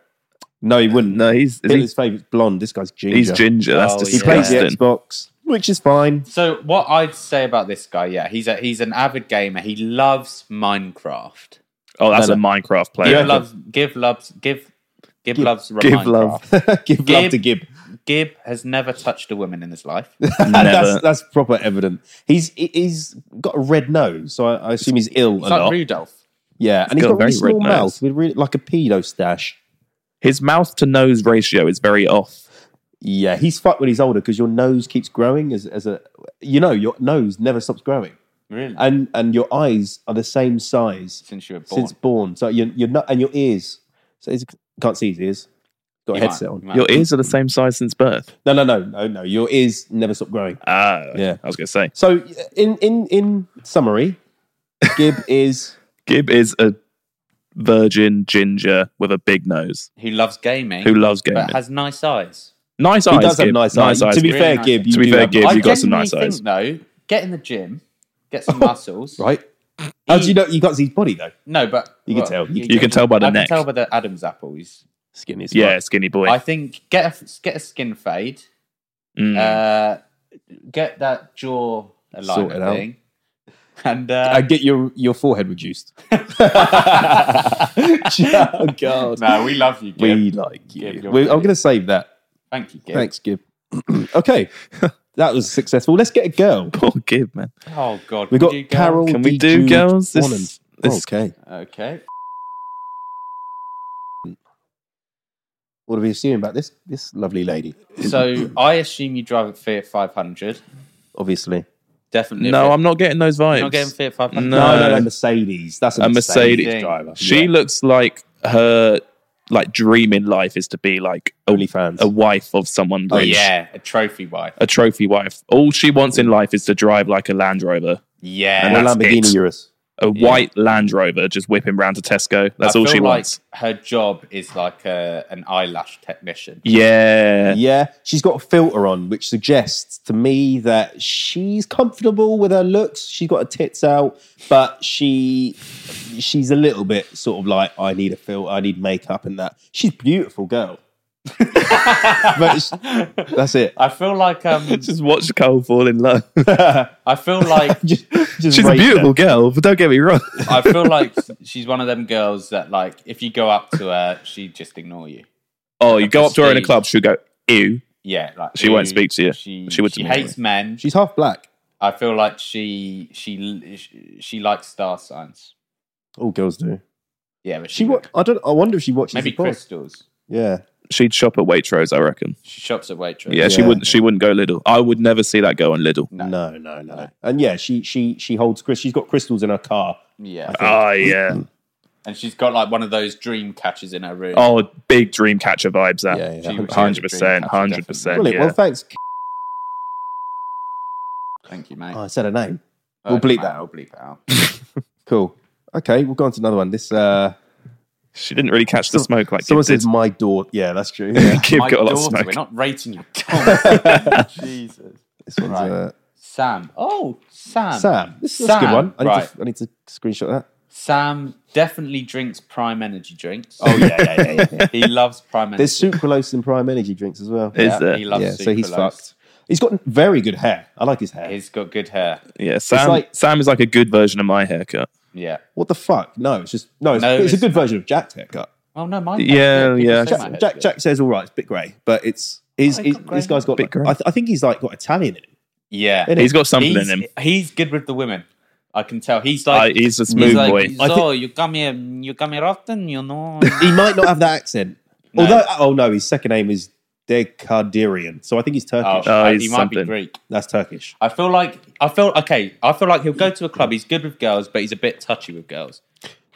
[SPEAKER 2] No, he wouldn't.
[SPEAKER 3] No, he's is
[SPEAKER 2] Hitler's favourite's blonde. This guy's
[SPEAKER 3] he,
[SPEAKER 2] ginger.
[SPEAKER 3] he's ginger. That's
[SPEAKER 1] Oh, yeah.
[SPEAKER 2] He plays the
[SPEAKER 3] disgusting.
[SPEAKER 2] Xbox, which is fine.
[SPEAKER 1] So what I'd say about this guy, yeah, he's a, he's an avid gamer. He loves Minecraft.
[SPEAKER 3] Oh, that's
[SPEAKER 2] No,
[SPEAKER 3] a Minecraft player.
[SPEAKER 1] Give loves give loves give give, loves
[SPEAKER 3] give
[SPEAKER 1] Minecraft.
[SPEAKER 3] love.
[SPEAKER 2] Give
[SPEAKER 1] Gib.
[SPEAKER 2] love to Gib.
[SPEAKER 1] Gib has never touched a woman in his life.
[SPEAKER 2] that's that's proper evident. He's he- he's got a red nose, so I, I assume he's ill
[SPEAKER 1] It's
[SPEAKER 2] a lot.
[SPEAKER 1] like Rudolph.
[SPEAKER 2] yeah, and he's
[SPEAKER 3] got
[SPEAKER 2] got,
[SPEAKER 3] a
[SPEAKER 2] a really
[SPEAKER 3] very
[SPEAKER 2] small
[SPEAKER 3] red nose.
[SPEAKER 2] mouth with really, like a pedo stash.
[SPEAKER 3] His mouth to nose ratio is very off.
[SPEAKER 2] Yeah, he's fucked when he's older because your nose keeps growing as as a you know your nose never stops growing,
[SPEAKER 1] Really?
[SPEAKER 3] Uh,
[SPEAKER 2] and and your eyes are the same size
[SPEAKER 1] since you were born.
[SPEAKER 2] since born. So you're you're not and your ears. So he's can't see his ears. Got a
[SPEAKER 1] You might-
[SPEAKER 2] headset
[SPEAKER 1] you
[SPEAKER 2] on.
[SPEAKER 1] might-
[SPEAKER 3] Your ears are the same size since birth.
[SPEAKER 2] No, no, no, no, no. Your ears never stop growing.
[SPEAKER 3] Ah,
[SPEAKER 2] Yeah.
[SPEAKER 3] I was gonna say
[SPEAKER 2] So in in in summary, Gib is
[SPEAKER 3] Gib is a virgin ginger with a big nose
[SPEAKER 1] who loves gaming,
[SPEAKER 3] who loves gaming.
[SPEAKER 1] but has nice eyes.
[SPEAKER 3] nice eyes.
[SPEAKER 2] he does have
[SPEAKER 3] Gib.
[SPEAKER 2] nice eyes. To be
[SPEAKER 1] Really
[SPEAKER 2] fair,
[SPEAKER 1] nice
[SPEAKER 2] Gib,
[SPEAKER 1] eyes.
[SPEAKER 2] you
[SPEAKER 3] To be
[SPEAKER 2] do
[SPEAKER 3] fair,
[SPEAKER 2] have
[SPEAKER 3] Gib,
[SPEAKER 2] nice
[SPEAKER 3] you got some
[SPEAKER 1] genuinely
[SPEAKER 3] nice eyes.
[SPEAKER 1] think though, get in the gym, get some muscles.
[SPEAKER 2] eyes, right? How do you know you got to see his body though?
[SPEAKER 1] No, but
[SPEAKER 2] You can tell. You
[SPEAKER 3] You can tell by the
[SPEAKER 1] I
[SPEAKER 3] neck.
[SPEAKER 1] can tell by the Adam's apple. He's,
[SPEAKER 2] Skinny,
[SPEAKER 3] yeah, skinny boy.
[SPEAKER 1] I think get a get a skin fade.
[SPEAKER 3] Mm.
[SPEAKER 1] Uh, get that jaw
[SPEAKER 2] Sorted
[SPEAKER 1] alignment
[SPEAKER 2] out.
[SPEAKER 1] thing. And
[SPEAKER 2] I
[SPEAKER 1] uh,
[SPEAKER 2] get your your forehead reduced. oh God,
[SPEAKER 1] no, we love you, Gib.
[SPEAKER 2] we like
[SPEAKER 1] Gib,
[SPEAKER 2] you.
[SPEAKER 1] you're
[SPEAKER 2] We- I'm
[SPEAKER 1] brilliant.
[SPEAKER 2] going to save that.
[SPEAKER 1] Thank you, Gib.
[SPEAKER 2] Thanks, Gib. okay, that was successful. Let's get a girl.
[SPEAKER 3] Poor Gib, man.
[SPEAKER 1] Oh God,
[SPEAKER 2] We
[SPEAKER 1] could
[SPEAKER 2] got
[SPEAKER 1] you go-
[SPEAKER 2] Carol.
[SPEAKER 3] Can we
[SPEAKER 2] D.
[SPEAKER 3] do
[SPEAKER 2] Jude
[SPEAKER 3] girls? This-
[SPEAKER 2] Bonham.
[SPEAKER 3] this-
[SPEAKER 2] okay.
[SPEAKER 1] Okay,
[SPEAKER 2] What are we assuming about this this lovely lady?
[SPEAKER 1] so I assume you drive a Fiat 500.
[SPEAKER 2] Obviously,
[SPEAKER 1] Definitely. a
[SPEAKER 3] no,
[SPEAKER 1] Fiat-
[SPEAKER 3] I'm not getting those vibes.
[SPEAKER 1] You're not getting Fiat 500.
[SPEAKER 3] No.
[SPEAKER 2] no, no, no, Mercedes. That's a,
[SPEAKER 3] A
[SPEAKER 2] Mercedes,
[SPEAKER 1] Mercedes.
[SPEAKER 2] driver.
[SPEAKER 3] She looks like her like dream in life is to be like a,
[SPEAKER 2] OnlyFans.
[SPEAKER 3] a wife of someone
[SPEAKER 1] Oh,
[SPEAKER 3] rich.
[SPEAKER 1] yeah, a trophy wife.
[SPEAKER 3] A trophy wife. All she wants in life is to drive like a Land Rover.
[SPEAKER 1] Yeah,
[SPEAKER 3] And
[SPEAKER 2] or a
[SPEAKER 3] that's
[SPEAKER 2] Lamborghini
[SPEAKER 3] it.
[SPEAKER 2] Urus.
[SPEAKER 3] a white Land Rover just whipping round to Tesco. That's
[SPEAKER 1] I
[SPEAKER 3] all
[SPEAKER 1] feel
[SPEAKER 3] she
[SPEAKER 1] like
[SPEAKER 3] wants.
[SPEAKER 1] Her job is like a, an eyelash technician.
[SPEAKER 3] Yeah.
[SPEAKER 2] Yeah, she's got a filter on, which suggests to me that she's comfortable with her looks. She's got her tits out, but she she's a little bit sort of like, I need a filter, I need makeup, and that. She's a beautiful girl, but it's- that's it.
[SPEAKER 1] I feel like um,
[SPEAKER 3] Just watch Cole fall in love.
[SPEAKER 1] I feel like
[SPEAKER 2] Just, just
[SPEAKER 3] She's a
[SPEAKER 2] rate her.
[SPEAKER 3] beautiful girl, but don't get me wrong.
[SPEAKER 1] I feel like she's one of them girls that like if you go up to her, she just ignore you.
[SPEAKER 3] Oh, you go up to her in a
[SPEAKER 1] prestige.
[SPEAKER 3] club, she'll go, ew.
[SPEAKER 1] Yeah, like
[SPEAKER 3] She won't
[SPEAKER 1] "Ooh,"
[SPEAKER 3] speak to you.
[SPEAKER 1] She
[SPEAKER 3] She
[SPEAKER 1] she,
[SPEAKER 3] wouldn't anyway.
[SPEAKER 1] hates men.
[SPEAKER 2] She's half black.
[SPEAKER 1] I feel like she she she likes star signs.
[SPEAKER 2] All girls do.
[SPEAKER 1] Yeah, but
[SPEAKER 2] She
[SPEAKER 1] she,
[SPEAKER 2] wa- I don't. I wonder if she watches.
[SPEAKER 1] maybe
[SPEAKER 2] the pod.
[SPEAKER 1] crystals.
[SPEAKER 2] Yeah.
[SPEAKER 3] She'd shop at Waitrose, I reckon.
[SPEAKER 1] She shops at Waitrose.
[SPEAKER 3] Yeah, she
[SPEAKER 2] Yeah.
[SPEAKER 3] wouldn't. She wouldn't go Lidl. I would never see that go on Lidl.
[SPEAKER 1] No.
[SPEAKER 2] No, no, no. And yeah, she she she holds Chris. She's got crystals in her car.
[SPEAKER 1] yeah,
[SPEAKER 3] Ah, yeah.
[SPEAKER 1] and she's got like one of those dream catchers in her room.
[SPEAKER 3] Oh, big dream catcher vibes. That
[SPEAKER 2] Yeah, yeah,
[SPEAKER 1] She- she has a
[SPEAKER 3] hundred percent,
[SPEAKER 1] dream catcher,
[SPEAKER 3] hundred percent.
[SPEAKER 2] Brilliant. Well, thanks.
[SPEAKER 1] Thank you, mate.
[SPEAKER 2] Oh, I said her name.
[SPEAKER 1] Oh,
[SPEAKER 2] we'll bleep
[SPEAKER 1] no,
[SPEAKER 2] that.
[SPEAKER 1] I'll bleep that out.
[SPEAKER 2] Cool. Okay, we'll go on to another one. This uh,
[SPEAKER 3] She didn't really catch the smoke like
[SPEAKER 2] someone
[SPEAKER 3] Kib did.
[SPEAKER 2] says my daughter. Yeah, that's true.
[SPEAKER 3] Kib
[SPEAKER 1] My
[SPEAKER 3] got a lot of
[SPEAKER 1] daughter,
[SPEAKER 3] smoke.
[SPEAKER 1] We're not rating your daughter. Jesus.
[SPEAKER 2] This one's
[SPEAKER 1] Right.
[SPEAKER 2] uh,
[SPEAKER 1] Sam. Oh, Sam.
[SPEAKER 2] Sam. This is a good
[SPEAKER 1] Sam,
[SPEAKER 2] one. I need,
[SPEAKER 1] right.
[SPEAKER 2] to, I need to screenshot that.
[SPEAKER 1] Sam definitely drinks prime energy drinks. Oh yeah, yeah, yeah. yeah. he loves prime energy.
[SPEAKER 2] There's sucralose in prime energy drinks as well.
[SPEAKER 3] Is there?
[SPEAKER 1] He loves
[SPEAKER 2] yeah, so he's
[SPEAKER 1] sucralose.
[SPEAKER 2] fucked. He's got very good hair. I like his hair.
[SPEAKER 1] He's got good hair.
[SPEAKER 3] Yeah, Sam.
[SPEAKER 2] like-
[SPEAKER 3] Sam is like a good version of my haircut.
[SPEAKER 1] Yeah.
[SPEAKER 2] what the fuck? No, it's just no. It's,
[SPEAKER 1] No,
[SPEAKER 2] it's, a
[SPEAKER 1] it's
[SPEAKER 2] good version of Jack's haircut.
[SPEAKER 1] Oh no, my
[SPEAKER 3] Yeah, yeah.
[SPEAKER 1] people say my hair's
[SPEAKER 2] Jack, Jack,
[SPEAKER 1] good.
[SPEAKER 2] Jack says all right. It's a bit grey, but it's he's,
[SPEAKER 1] Oh, he's
[SPEAKER 2] he's-
[SPEAKER 1] got grey
[SPEAKER 2] this guy's got.
[SPEAKER 3] Bit grey.
[SPEAKER 2] I, th- I think he's like got Italian in him.
[SPEAKER 1] Yeah.
[SPEAKER 2] Isn't it?
[SPEAKER 3] He's got something
[SPEAKER 1] he's,
[SPEAKER 3] in him.
[SPEAKER 1] he's good with the women. I can tell. He's
[SPEAKER 3] Uh,
[SPEAKER 1] like
[SPEAKER 3] he's a smooth
[SPEAKER 1] like,
[SPEAKER 3] boy.
[SPEAKER 1] So you come here, you come here often, you know.
[SPEAKER 2] he might not have that accent.
[SPEAKER 1] No.
[SPEAKER 2] Although, oh no, his second name is Dekardirian, so I think he's
[SPEAKER 1] Oh,
[SPEAKER 2] Turkish.
[SPEAKER 3] Oh, he's
[SPEAKER 1] he might
[SPEAKER 3] something.
[SPEAKER 1] be Greek.
[SPEAKER 2] That's Turkish.
[SPEAKER 1] I feel like I feel okay. I feel like he'll go to a club. He's good with girls, but he's a bit touchy with girls.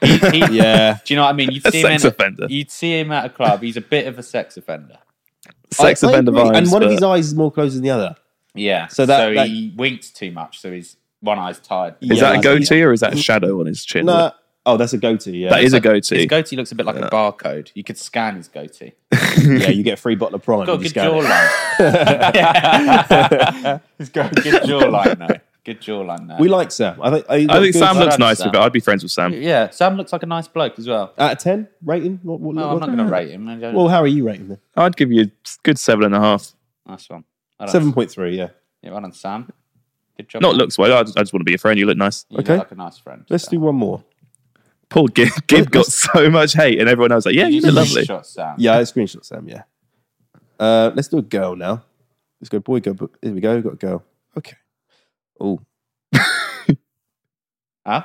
[SPEAKER 1] He, he,
[SPEAKER 2] Yeah,
[SPEAKER 1] Do you know what I mean? You'd
[SPEAKER 3] A
[SPEAKER 1] see him
[SPEAKER 3] sex
[SPEAKER 1] in,
[SPEAKER 3] offender.
[SPEAKER 1] You'd see him at a club. He's a bit of a sex offender.
[SPEAKER 3] Sex
[SPEAKER 2] I- I
[SPEAKER 3] offender
[SPEAKER 2] agree.
[SPEAKER 3] vibes.
[SPEAKER 2] And one of
[SPEAKER 3] but-
[SPEAKER 2] his eyes is more closed than the other.
[SPEAKER 1] Yeah.
[SPEAKER 2] So that-
[SPEAKER 1] so he winks too much. So he's one eye's tired.
[SPEAKER 2] Is
[SPEAKER 3] Is
[SPEAKER 2] Yeah,
[SPEAKER 3] that a
[SPEAKER 2] I
[SPEAKER 3] goatee
[SPEAKER 2] see.
[SPEAKER 3] or is that a shadow on his chin?
[SPEAKER 2] No, oh, that's a goatee. Yeah,
[SPEAKER 3] that is a
[SPEAKER 1] His
[SPEAKER 3] goatee.
[SPEAKER 1] goatee looks a bit like a barcode. You could scan his goatee.
[SPEAKER 2] yeah. You get a free bottle of prime.
[SPEAKER 1] Got a
[SPEAKER 2] and
[SPEAKER 1] good
[SPEAKER 2] just go.
[SPEAKER 1] jawline. He's got a good jawline though. Good jawline there.
[SPEAKER 2] We like Sam. I think. I
[SPEAKER 3] I think Sam
[SPEAKER 1] I'd
[SPEAKER 3] looks
[SPEAKER 1] have
[SPEAKER 3] nice
[SPEAKER 1] Sam.
[SPEAKER 3] with it. I'd be friends with Sam.
[SPEAKER 1] yeah, Sam looks like a nice bloke as well.
[SPEAKER 2] out of ten rating. What, what,
[SPEAKER 1] No,
[SPEAKER 2] what-
[SPEAKER 1] I'm not going to rate him. I don't,
[SPEAKER 2] Well, how are you rating them?
[SPEAKER 3] I'd give you a good seven and a half.
[SPEAKER 1] nice one. Well done.
[SPEAKER 2] Seven point three. Yeah.
[SPEAKER 1] Yeah, well done, Sam. Good job.
[SPEAKER 3] Not
[SPEAKER 1] man.
[SPEAKER 3] looks way. I just, I just want to be a friend. You look nice.
[SPEAKER 1] You look
[SPEAKER 2] okay.
[SPEAKER 1] like a nice friend.
[SPEAKER 2] Let's
[SPEAKER 1] Sam.
[SPEAKER 2] do one more.
[SPEAKER 3] Paul Gibb, Gibb got so much hate, and everyone else was like, "Yeah,
[SPEAKER 1] Did
[SPEAKER 3] you
[SPEAKER 1] you
[SPEAKER 3] look lovely."
[SPEAKER 1] Shot Sam.
[SPEAKER 2] Yeah, I screenshot Sam. Yeah. Uh, let's do a girl now. Let's go boy, go. bo- Here we go. We've got a girl. Okay. Oh,
[SPEAKER 1] Huh?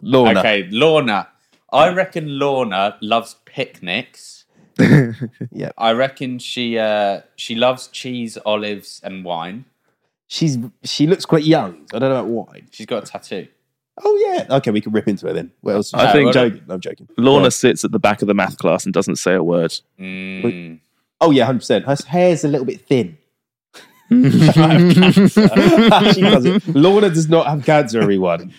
[SPEAKER 2] Lorna.
[SPEAKER 1] Okay, Lorna. I reckon Lorna loves picnics.
[SPEAKER 2] Yep.
[SPEAKER 1] I reckon she uh, she loves cheese, olives, and wine.
[SPEAKER 2] She's she looks quite young. so I don't know about why.
[SPEAKER 1] She's got a tattoo.
[SPEAKER 2] Oh yeah. Okay, we can rip into it then. What else?
[SPEAKER 3] I think-
[SPEAKER 2] I'm joking. I'm joking.
[SPEAKER 3] Lorna
[SPEAKER 2] Yeah.
[SPEAKER 3] sits at the back of the math class and doesn't say a word.
[SPEAKER 1] Mm.
[SPEAKER 2] Oh yeah, hundred percent. Her hair's a little bit thin. she doesn't. Lorna does not have cancer. Everyone.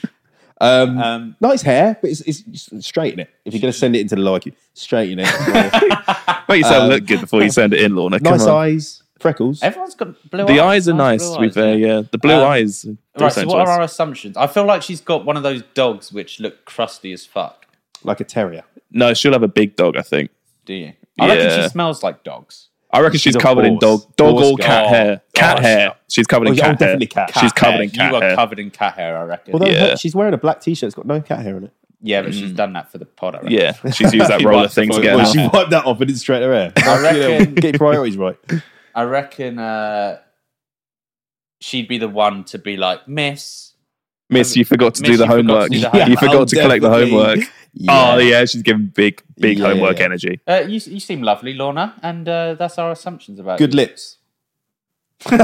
[SPEAKER 2] Um,
[SPEAKER 1] Um,
[SPEAKER 2] nice hair, but it's, it's straighten it. If you're going to send it into the lower queue, straighten it.
[SPEAKER 3] Make yourself look good before you send it in, Lorna. Come
[SPEAKER 2] nice
[SPEAKER 3] on.
[SPEAKER 2] eyes, freckles.
[SPEAKER 1] Everyone's got blue eyes.
[SPEAKER 3] The eyes are nice.
[SPEAKER 1] blue
[SPEAKER 3] with
[SPEAKER 1] eyes,
[SPEAKER 3] uh, yeah. the blue
[SPEAKER 1] Um,
[SPEAKER 3] eyes. do
[SPEAKER 1] Right, so
[SPEAKER 3] something
[SPEAKER 1] what
[SPEAKER 3] to
[SPEAKER 1] are
[SPEAKER 3] us.
[SPEAKER 1] our assumptions? I feel like she's got one of those dogs which look crusty as fuck.
[SPEAKER 2] like a terrier.
[SPEAKER 3] No, she'll have a big dog. I think.
[SPEAKER 1] Do you? I reckon
[SPEAKER 3] Yeah.
[SPEAKER 1] she smells like dogs.
[SPEAKER 3] I reckon she's,
[SPEAKER 2] a
[SPEAKER 3] covered in
[SPEAKER 2] horse.
[SPEAKER 3] dog, dog
[SPEAKER 2] Horse
[SPEAKER 3] or cat
[SPEAKER 1] girl.
[SPEAKER 3] hair. Cat
[SPEAKER 1] Oh,
[SPEAKER 3] hair. She's covered in
[SPEAKER 2] Oh,
[SPEAKER 3] cat
[SPEAKER 2] yeah,
[SPEAKER 3] hair.
[SPEAKER 2] definitely cat.
[SPEAKER 3] She's
[SPEAKER 1] Cat
[SPEAKER 3] covered
[SPEAKER 1] hair.
[SPEAKER 3] in cat
[SPEAKER 1] You
[SPEAKER 3] hair.
[SPEAKER 1] are covered in cat hair, I reckon.
[SPEAKER 2] Although
[SPEAKER 3] Yeah.
[SPEAKER 2] her- she's wearing a black t-shirt, it's got no cat hair in it.
[SPEAKER 1] yeah, but she's done that for the pod, I reckon.
[SPEAKER 3] Mm. yeah, she's used that roller thing to get
[SPEAKER 2] Well,
[SPEAKER 3] out.
[SPEAKER 2] she wiped that off and it's straight in her hair.
[SPEAKER 1] I reckon-
[SPEAKER 2] Get your priorities right.
[SPEAKER 1] I reckon uh, she'd be the one to be like, Miss,
[SPEAKER 3] Miss, you forgot to
[SPEAKER 1] Miss,
[SPEAKER 3] do the
[SPEAKER 1] you forgot to
[SPEAKER 3] homework.
[SPEAKER 1] do the homework.
[SPEAKER 3] you forgot
[SPEAKER 2] I'll
[SPEAKER 3] to collect the
[SPEAKER 2] definitely-
[SPEAKER 3] homework.
[SPEAKER 2] Yeah.
[SPEAKER 3] Oh yeah, she's giving big, big
[SPEAKER 2] Yeah,
[SPEAKER 3] homework
[SPEAKER 2] yeah.
[SPEAKER 3] energy.
[SPEAKER 1] uh, you, you seem lovely, Lorna, and uh, that's our assumptions about
[SPEAKER 2] Good
[SPEAKER 1] you.
[SPEAKER 2] lips. Fine.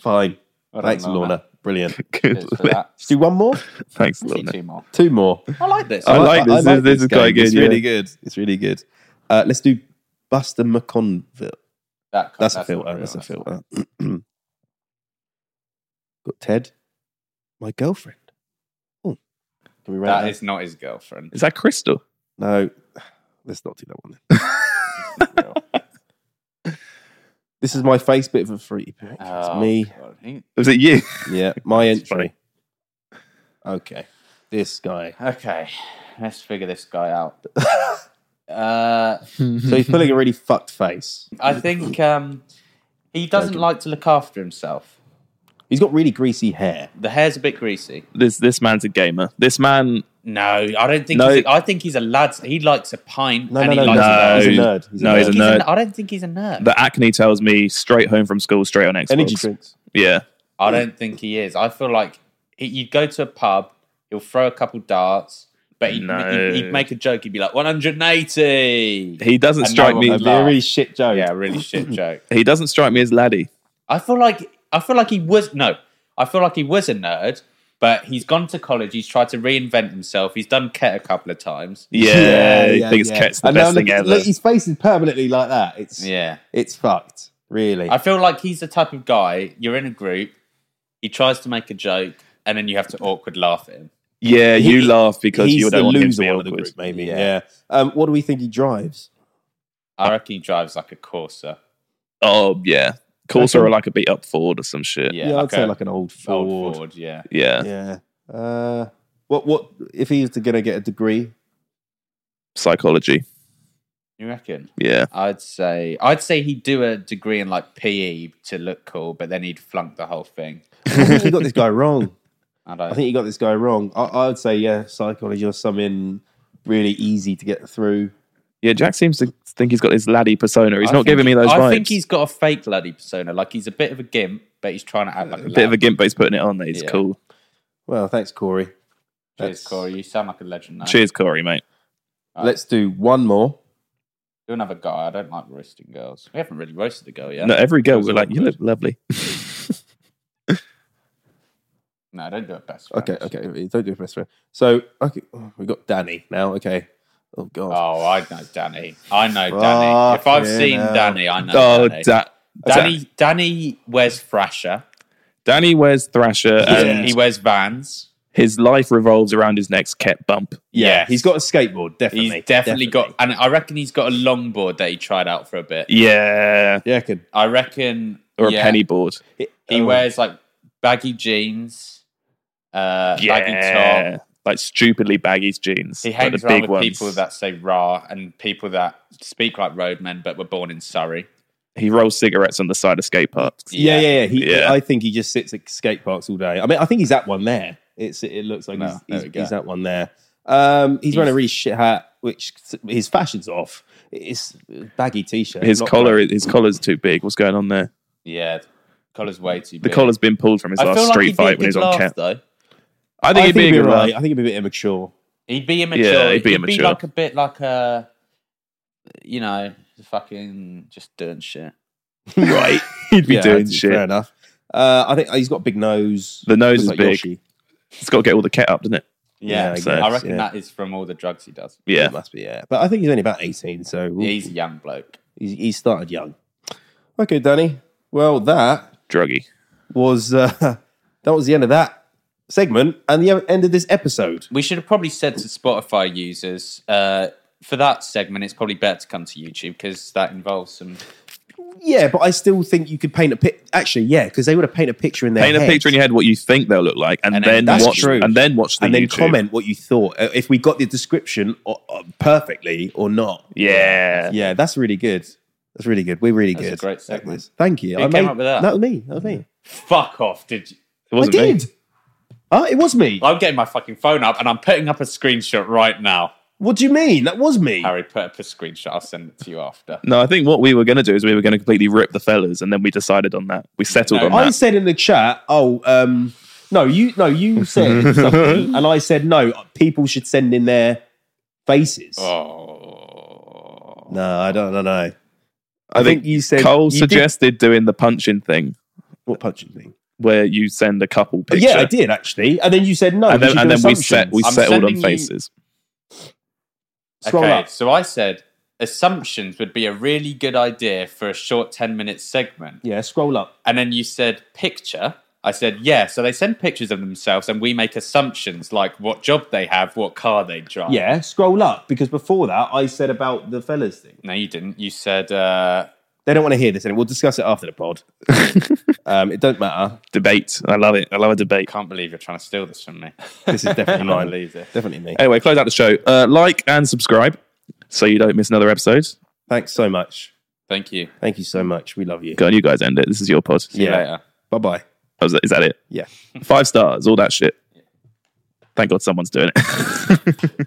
[SPEAKER 2] Thanks,
[SPEAKER 1] Lorna.
[SPEAKER 2] Lorna. Brilliant.
[SPEAKER 3] Good.
[SPEAKER 1] Cheers for that.
[SPEAKER 2] Let's do one more.
[SPEAKER 3] Thanks,
[SPEAKER 1] See
[SPEAKER 3] Lorna.
[SPEAKER 1] two more.
[SPEAKER 2] Two more.
[SPEAKER 1] I like this.
[SPEAKER 2] Uh,
[SPEAKER 3] I like this. This- this is quite
[SPEAKER 2] game.
[SPEAKER 3] good,
[SPEAKER 2] It's
[SPEAKER 3] yeah.
[SPEAKER 2] really good. It's really good. Uh, let's do Buster McConville.
[SPEAKER 1] that,
[SPEAKER 2] That's, a
[SPEAKER 1] not
[SPEAKER 2] filter.
[SPEAKER 1] real,
[SPEAKER 2] That's a uh,
[SPEAKER 1] not
[SPEAKER 2] filter. Got Ted, my girlfriend. Oh, Can we rate
[SPEAKER 1] That
[SPEAKER 2] that?
[SPEAKER 1] is not his girlfriend.
[SPEAKER 3] Is that Crystal?
[SPEAKER 5] No, let's not do that one. Then.
[SPEAKER 2] This is my face bit of a fruity pick.
[SPEAKER 1] Oh,
[SPEAKER 2] it's me.
[SPEAKER 1] God. He-
[SPEAKER 3] Was it you?
[SPEAKER 2] Yeah, my entry.
[SPEAKER 3] funny.
[SPEAKER 2] Okay, this guy.
[SPEAKER 1] Okay, let's figure this guy out. uh,
[SPEAKER 2] So he's pulling a really fucked face.
[SPEAKER 1] I think um, he doesn't like to look after himself.
[SPEAKER 2] He's got really greasy hair.
[SPEAKER 1] The hair's a bit greasy.
[SPEAKER 3] This this man's a gamer. This man
[SPEAKER 1] No, I don't think.
[SPEAKER 3] No.
[SPEAKER 1] He's a, I think he's a lad. He likes a pint.
[SPEAKER 2] No,
[SPEAKER 1] and he
[SPEAKER 2] no, no,
[SPEAKER 1] likes
[SPEAKER 3] no,
[SPEAKER 2] He's a nerd. He's a
[SPEAKER 3] no,
[SPEAKER 2] nerd.
[SPEAKER 3] he's a
[SPEAKER 1] He's
[SPEAKER 3] nerd.
[SPEAKER 1] a- I don't think he's a nerd.
[SPEAKER 3] the acne tells me straight home from school, straight on Xbox.
[SPEAKER 2] Energy drinks.
[SPEAKER 3] Yeah,
[SPEAKER 1] I don't think he is. I feel like he, you'd go to a pub, he'll throw a couple darts, but he'd,
[SPEAKER 3] No.
[SPEAKER 1] he'd, he'd make a joke. He'd be like 180.
[SPEAKER 3] he doesn't
[SPEAKER 1] And
[SPEAKER 3] strike
[SPEAKER 1] no
[SPEAKER 3] me.
[SPEAKER 1] one
[SPEAKER 2] That'd be a
[SPEAKER 1] Laugh.
[SPEAKER 2] really shit joke.
[SPEAKER 1] yeah, really shit joke.
[SPEAKER 3] He doesn't strike me as laddie.
[SPEAKER 1] I feel like I feel like he was no. I feel like he was a nerd, but he's gone to college. He's tried to reinvent himself. He's done ket a couple of times.
[SPEAKER 3] Yeah, he thinks Ket's the
[SPEAKER 2] And now
[SPEAKER 3] best
[SPEAKER 2] look-
[SPEAKER 3] thing ever.
[SPEAKER 2] Look, his face is permanently like that. It's
[SPEAKER 1] Yeah,
[SPEAKER 2] it's fucked. Really.
[SPEAKER 1] I feel like he's the type of guy you're in a group. He tries to make a joke, and then you have to awkward laugh at him.
[SPEAKER 3] yeah,
[SPEAKER 2] He-
[SPEAKER 3] you laugh because
[SPEAKER 2] he's
[SPEAKER 3] you
[SPEAKER 2] the
[SPEAKER 3] don't want him to
[SPEAKER 2] loser
[SPEAKER 3] be
[SPEAKER 2] one of the
[SPEAKER 3] awkward.
[SPEAKER 2] group, maybe.
[SPEAKER 1] Yeah.
[SPEAKER 2] Yeah. Um, what do we think he drives?
[SPEAKER 1] I reckon he drives like a Corsa.
[SPEAKER 3] Oh yeah, Corsa
[SPEAKER 2] Okay.
[SPEAKER 3] or like a beat up Ford or some shit. Yeah,
[SPEAKER 1] Yeah,
[SPEAKER 2] Yeah, I'd
[SPEAKER 1] like
[SPEAKER 2] say
[SPEAKER 1] a
[SPEAKER 2] like an old Ford.
[SPEAKER 1] old Ford. Yeah.
[SPEAKER 2] Yeah. Uh, what what if he was to gonna get a degree?
[SPEAKER 3] psychology.
[SPEAKER 1] You reckon?
[SPEAKER 3] Yeah,
[SPEAKER 1] I'd say I'd say he'd do a degree in like PE to look cool, but then he'd flunk the whole thing.
[SPEAKER 2] I think you got this guy wrong.
[SPEAKER 1] I don't.
[SPEAKER 2] I think you got this guy wrong. I, I would say yeah, psychology or something really easy to get through.
[SPEAKER 3] yeah. Jack seems to think he's got his laddie persona. He's
[SPEAKER 1] I
[SPEAKER 3] not
[SPEAKER 1] think
[SPEAKER 3] giving me
[SPEAKER 1] he-
[SPEAKER 3] those
[SPEAKER 1] I
[SPEAKER 3] vibes.
[SPEAKER 1] think he's got a fake laddie persona. Like he's a bit of a gimp, but he's trying to act like a,
[SPEAKER 3] a bit of a gimp, but he's putting it on. He's
[SPEAKER 1] Yeah.
[SPEAKER 3] cool.
[SPEAKER 2] Well, thanks, Corey.
[SPEAKER 1] Cheers, Corey. You sound like a legend. Now.
[SPEAKER 3] Cheers, Corey, mate.
[SPEAKER 1] All right,
[SPEAKER 2] Let's do one more.
[SPEAKER 1] do another guy. I don't like roasting girls. We haven't really roasted a girl yet.
[SPEAKER 3] No, every girl
[SPEAKER 1] That was
[SPEAKER 3] we're like, you
[SPEAKER 1] awkward.
[SPEAKER 3] look lovely.
[SPEAKER 1] No, don't do it best. friends.
[SPEAKER 2] Okay, okay. Don't do best friend. So okay, we got Danny now. Okay. Oh god.
[SPEAKER 1] Oh, I know Danny. I know Danny.
[SPEAKER 2] Fuck
[SPEAKER 1] If I've
[SPEAKER 2] yeah,
[SPEAKER 1] seen
[SPEAKER 2] no.
[SPEAKER 1] Danny, I know
[SPEAKER 3] oh,
[SPEAKER 1] Danny.
[SPEAKER 3] da-
[SPEAKER 1] Danny.
[SPEAKER 3] Da-
[SPEAKER 1] Danny wears Thrasher.
[SPEAKER 3] Danny wears Thrasher, and
[SPEAKER 1] He wears Vans.
[SPEAKER 3] his life revolves around his next ket bump.
[SPEAKER 2] yeah,
[SPEAKER 1] yes.
[SPEAKER 2] he's got a skateboard. Definitely.
[SPEAKER 1] He's definitely, got, and I reckon he's got a longboard that he tried out for a bit.
[SPEAKER 3] Yeah,
[SPEAKER 2] Yeah, could
[SPEAKER 1] I reckon,
[SPEAKER 3] or a
[SPEAKER 1] yeah,
[SPEAKER 3] penny board.
[SPEAKER 1] He
[SPEAKER 2] Oh.
[SPEAKER 1] wears like baggy jeans, uh, baggy
[SPEAKER 3] Yeah,
[SPEAKER 1] top.
[SPEAKER 3] like stupidly baggy jeans.
[SPEAKER 1] He
[SPEAKER 3] like
[SPEAKER 1] hangs
[SPEAKER 3] the
[SPEAKER 1] around
[SPEAKER 3] big
[SPEAKER 1] with
[SPEAKER 3] ones.
[SPEAKER 1] people that say "rah" and people that speak like roadmen, but were born in Surrey.
[SPEAKER 3] he rolls cigarettes on the side of skate parks.
[SPEAKER 2] Yeah, yeah, yeah. He,
[SPEAKER 3] Yeah.
[SPEAKER 2] I think he just sits at skate parks all day. I mean, I think he's that one there. It's it looks like
[SPEAKER 1] No,
[SPEAKER 2] he's,
[SPEAKER 1] there
[SPEAKER 2] he's,
[SPEAKER 1] we go.
[SPEAKER 2] he's that one there. Um, he's, wearing a
[SPEAKER 1] He's-
[SPEAKER 2] really shit hat, which his fashion's off. It's baggy t-shirt.
[SPEAKER 3] His
[SPEAKER 2] not
[SPEAKER 3] collar,
[SPEAKER 2] great.
[SPEAKER 3] his collar's too big. What's going on there?
[SPEAKER 1] Yeah, collar's way too.
[SPEAKER 3] The
[SPEAKER 1] big.
[SPEAKER 3] collar's been pulled from his
[SPEAKER 1] I
[SPEAKER 3] last
[SPEAKER 1] feel
[SPEAKER 3] street
[SPEAKER 1] like he'd be a
[SPEAKER 3] fight when he
[SPEAKER 1] good
[SPEAKER 3] was on
[SPEAKER 1] laugh,
[SPEAKER 3] cat.
[SPEAKER 1] though.
[SPEAKER 3] I
[SPEAKER 2] I think,
[SPEAKER 3] think he'd be a
[SPEAKER 2] he'd be
[SPEAKER 3] good
[SPEAKER 2] right.
[SPEAKER 3] laugh.
[SPEAKER 2] I think he'd be a bit immature.
[SPEAKER 1] He'd be immature.
[SPEAKER 3] Yeah,
[SPEAKER 1] he'd
[SPEAKER 3] he'd
[SPEAKER 1] be,
[SPEAKER 3] be immature.
[SPEAKER 1] like a bit like a, you know, fucking just doing shit.
[SPEAKER 2] right.
[SPEAKER 3] He'd be
[SPEAKER 2] Yeah,
[SPEAKER 3] doing
[SPEAKER 2] that's
[SPEAKER 3] shit.
[SPEAKER 2] Fair enough. Uh, I think he's got a big nose.
[SPEAKER 3] The
[SPEAKER 2] Looks
[SPEAKER 3] nose is
[SPEAKER 2] like
[SPEAKER 3] big.
[SPEAKER 2] Yoshi.
[SPEAKER 3] It's got to get all the ket up, doesn't it?
[SPEAKER 1] Yeah, I,
[SPEAKER 2] Yeah, I
[SPEAKER 3] guess,
[SPEAKER 1] reckon
[SPEAKER 2] yeah.
[SPEAKER 1] that is from all the drugs he does.
[SPEAKER 3] Yeah.
[SPEAKER 2] It must be, yeah. But I think he's only about 18, so
[SPEAKER 1] Yeah,
[SPEAKER 2] he's,
[SPEAKER 1] he's a young bloke.
[SPEAKER 2] he's, he started young. Okay, Danny. Well, that
[SPEAKER 3] Druggy.
[SPEAKER 2] was uh, that was the end of that segment and the e-, end of this episode.
[SPEAKER 1] We should have probably said to Spotify users uh, for that segment, it's probably better to come to YouTube because that involves some.
[SPEAKER 2] Yeah, but I still think you could paint a pic. Actually, yeah, because they would have painted a picture in their
[SPEAKER 3] Paint a
[SPEAKER 2] head
[SPEAKER 3] picture in your head what you think they'll look like, and,
[SPEAKER 1] And then-
[SPEAKER 3] then,
[SPEAKER 1] That's
[SPEAKER 3] watch
[SPEAKER 2] true.
[SPEAKER 3] and then watch the
[SPEAKER 2] and then
[SPEAKER 3] YouTube.
[SPEAKER 2] comment what you thought. Uh, If we got the description o- uh, perfectly or not.
[SPEAKER 3] Yeah.
[SPEAKER 2] Yeah, that's really good. That's really good. We're really
[SPEAKER 1] That's a
[SPEAKER 2] good.
[SPEAKER 1] great
[SPEAKER 2] That
[SPEAKER 1] segment.
[SPEAKER 2] was- Thank you.
[SPEAKER 1] Who came up with that?
[SPEAKER 2] That was me. That was me.
[SPEAKER 1] Fuck off, did you?
[SPEAKER 3] It wasn't
[SPEAKER 2] I
[SPEAKER 3] me.
[SPEAKER 2] did. Oh, it was me.
[SPEAKER 1] I'm getting my fucking phone up and I'm putting up a screenshot right now.
[SPEAKER 2] What do you mean? That was me.
[SPEAKER 1] Harry, put up a screenshot. I'll send it to you after.
[SPEAKER 3] No, I think what we were going to do is we were going to completely rip the fellas, and then we decided on that. We settled
[SPEAKER 1] No,
[SPEAKER 3] on
[SPEAKER 2] I
[SPEAKER 3] that.
[SPEAKER 2] said in the chat, oh, um, no, you no, you said something, and I said no. People should send in their faces.
[SPEAKER 1] Oh.
[SPEAKER 2] No, I don't, I don't know.
[SPEAKER 3] I, think,
[SPEAKER 2] you said
[SPEAKER 3] Cole
[SPEAKER 2] you
[SPEAKER 3] suggested doing the punching thing
[SPEAKER 2] did, what punching thing.
[SPEAKER 3] where you send a couple
[SPEAKER 2] But
[SPEAKER 3] picture.
[SPEAKER 2] Oh, Yeah, I did actually, and then you said no.
[SPEAKER 3] And
[SPEAKER 2] we
[SPEAKER 3] then,
[SPEAKER 2] should
[SPEAKER 3] and
[SPEAKER 2] do
[SPEAKER 3] then we set we
[SPEAKER 1] I'm
[SPEAKER 3] settled
[SPEAKER 1] sending
[SPEAKER 3] on
[SPEAKER 1] you-
[SPEAKER 3] faces.
[SPEAKER 2] Scroll
[SPEAKER 1] okay,
[SPEAKER 2] up.
[SPEAKER 1] so I said assumptions would be a really good idea for a short 10 minute segment.
[SPEAKER 2] Yeah, scroll up.
[SPEAKER 1] And then you said picture. I said, yeah. So they send pictures of themselves and we make assumptions like what job they have, what car they drive.
[SPEAKER 2] Yeah, scroll up because before that I said about the fellas thing.
[SPEAKER 1] No, you didn't. You said, uh,
[SPEAKER 2] They don't want to hear this, and we'll discuss it after the pod. um, it don't matter.
[SPEAKER 3] Debate. I love it. I love a debate.
[SPEAKER 1] can't believe you're trying to steal this from me.
[SPEAKER 2] This is definitely mine.
[SPEAKER 1] believe this.
[SPEAKER 2] Definitely me.
[SPEAKER 3] Anyway, close out the show. Uh, like and subscribe so you don't miss another episode.
[SPEAKER 2] Thanks so much.
[SPEAKER 1] Thank you.
[SPEAKER 2] Thank you so much. We love you.
[SPEAKER 3] Go on, you guys end it. This is your pod.
[SPEAKER 1] See you later.
[SPEAKER 2] Bye bye.
[SPEAKER 3] Oh, is that- is that it?
[SPEAKER 2] Yeah.
[SPEAKER 3] Five stars, all that shit. Thank God someone's doing it.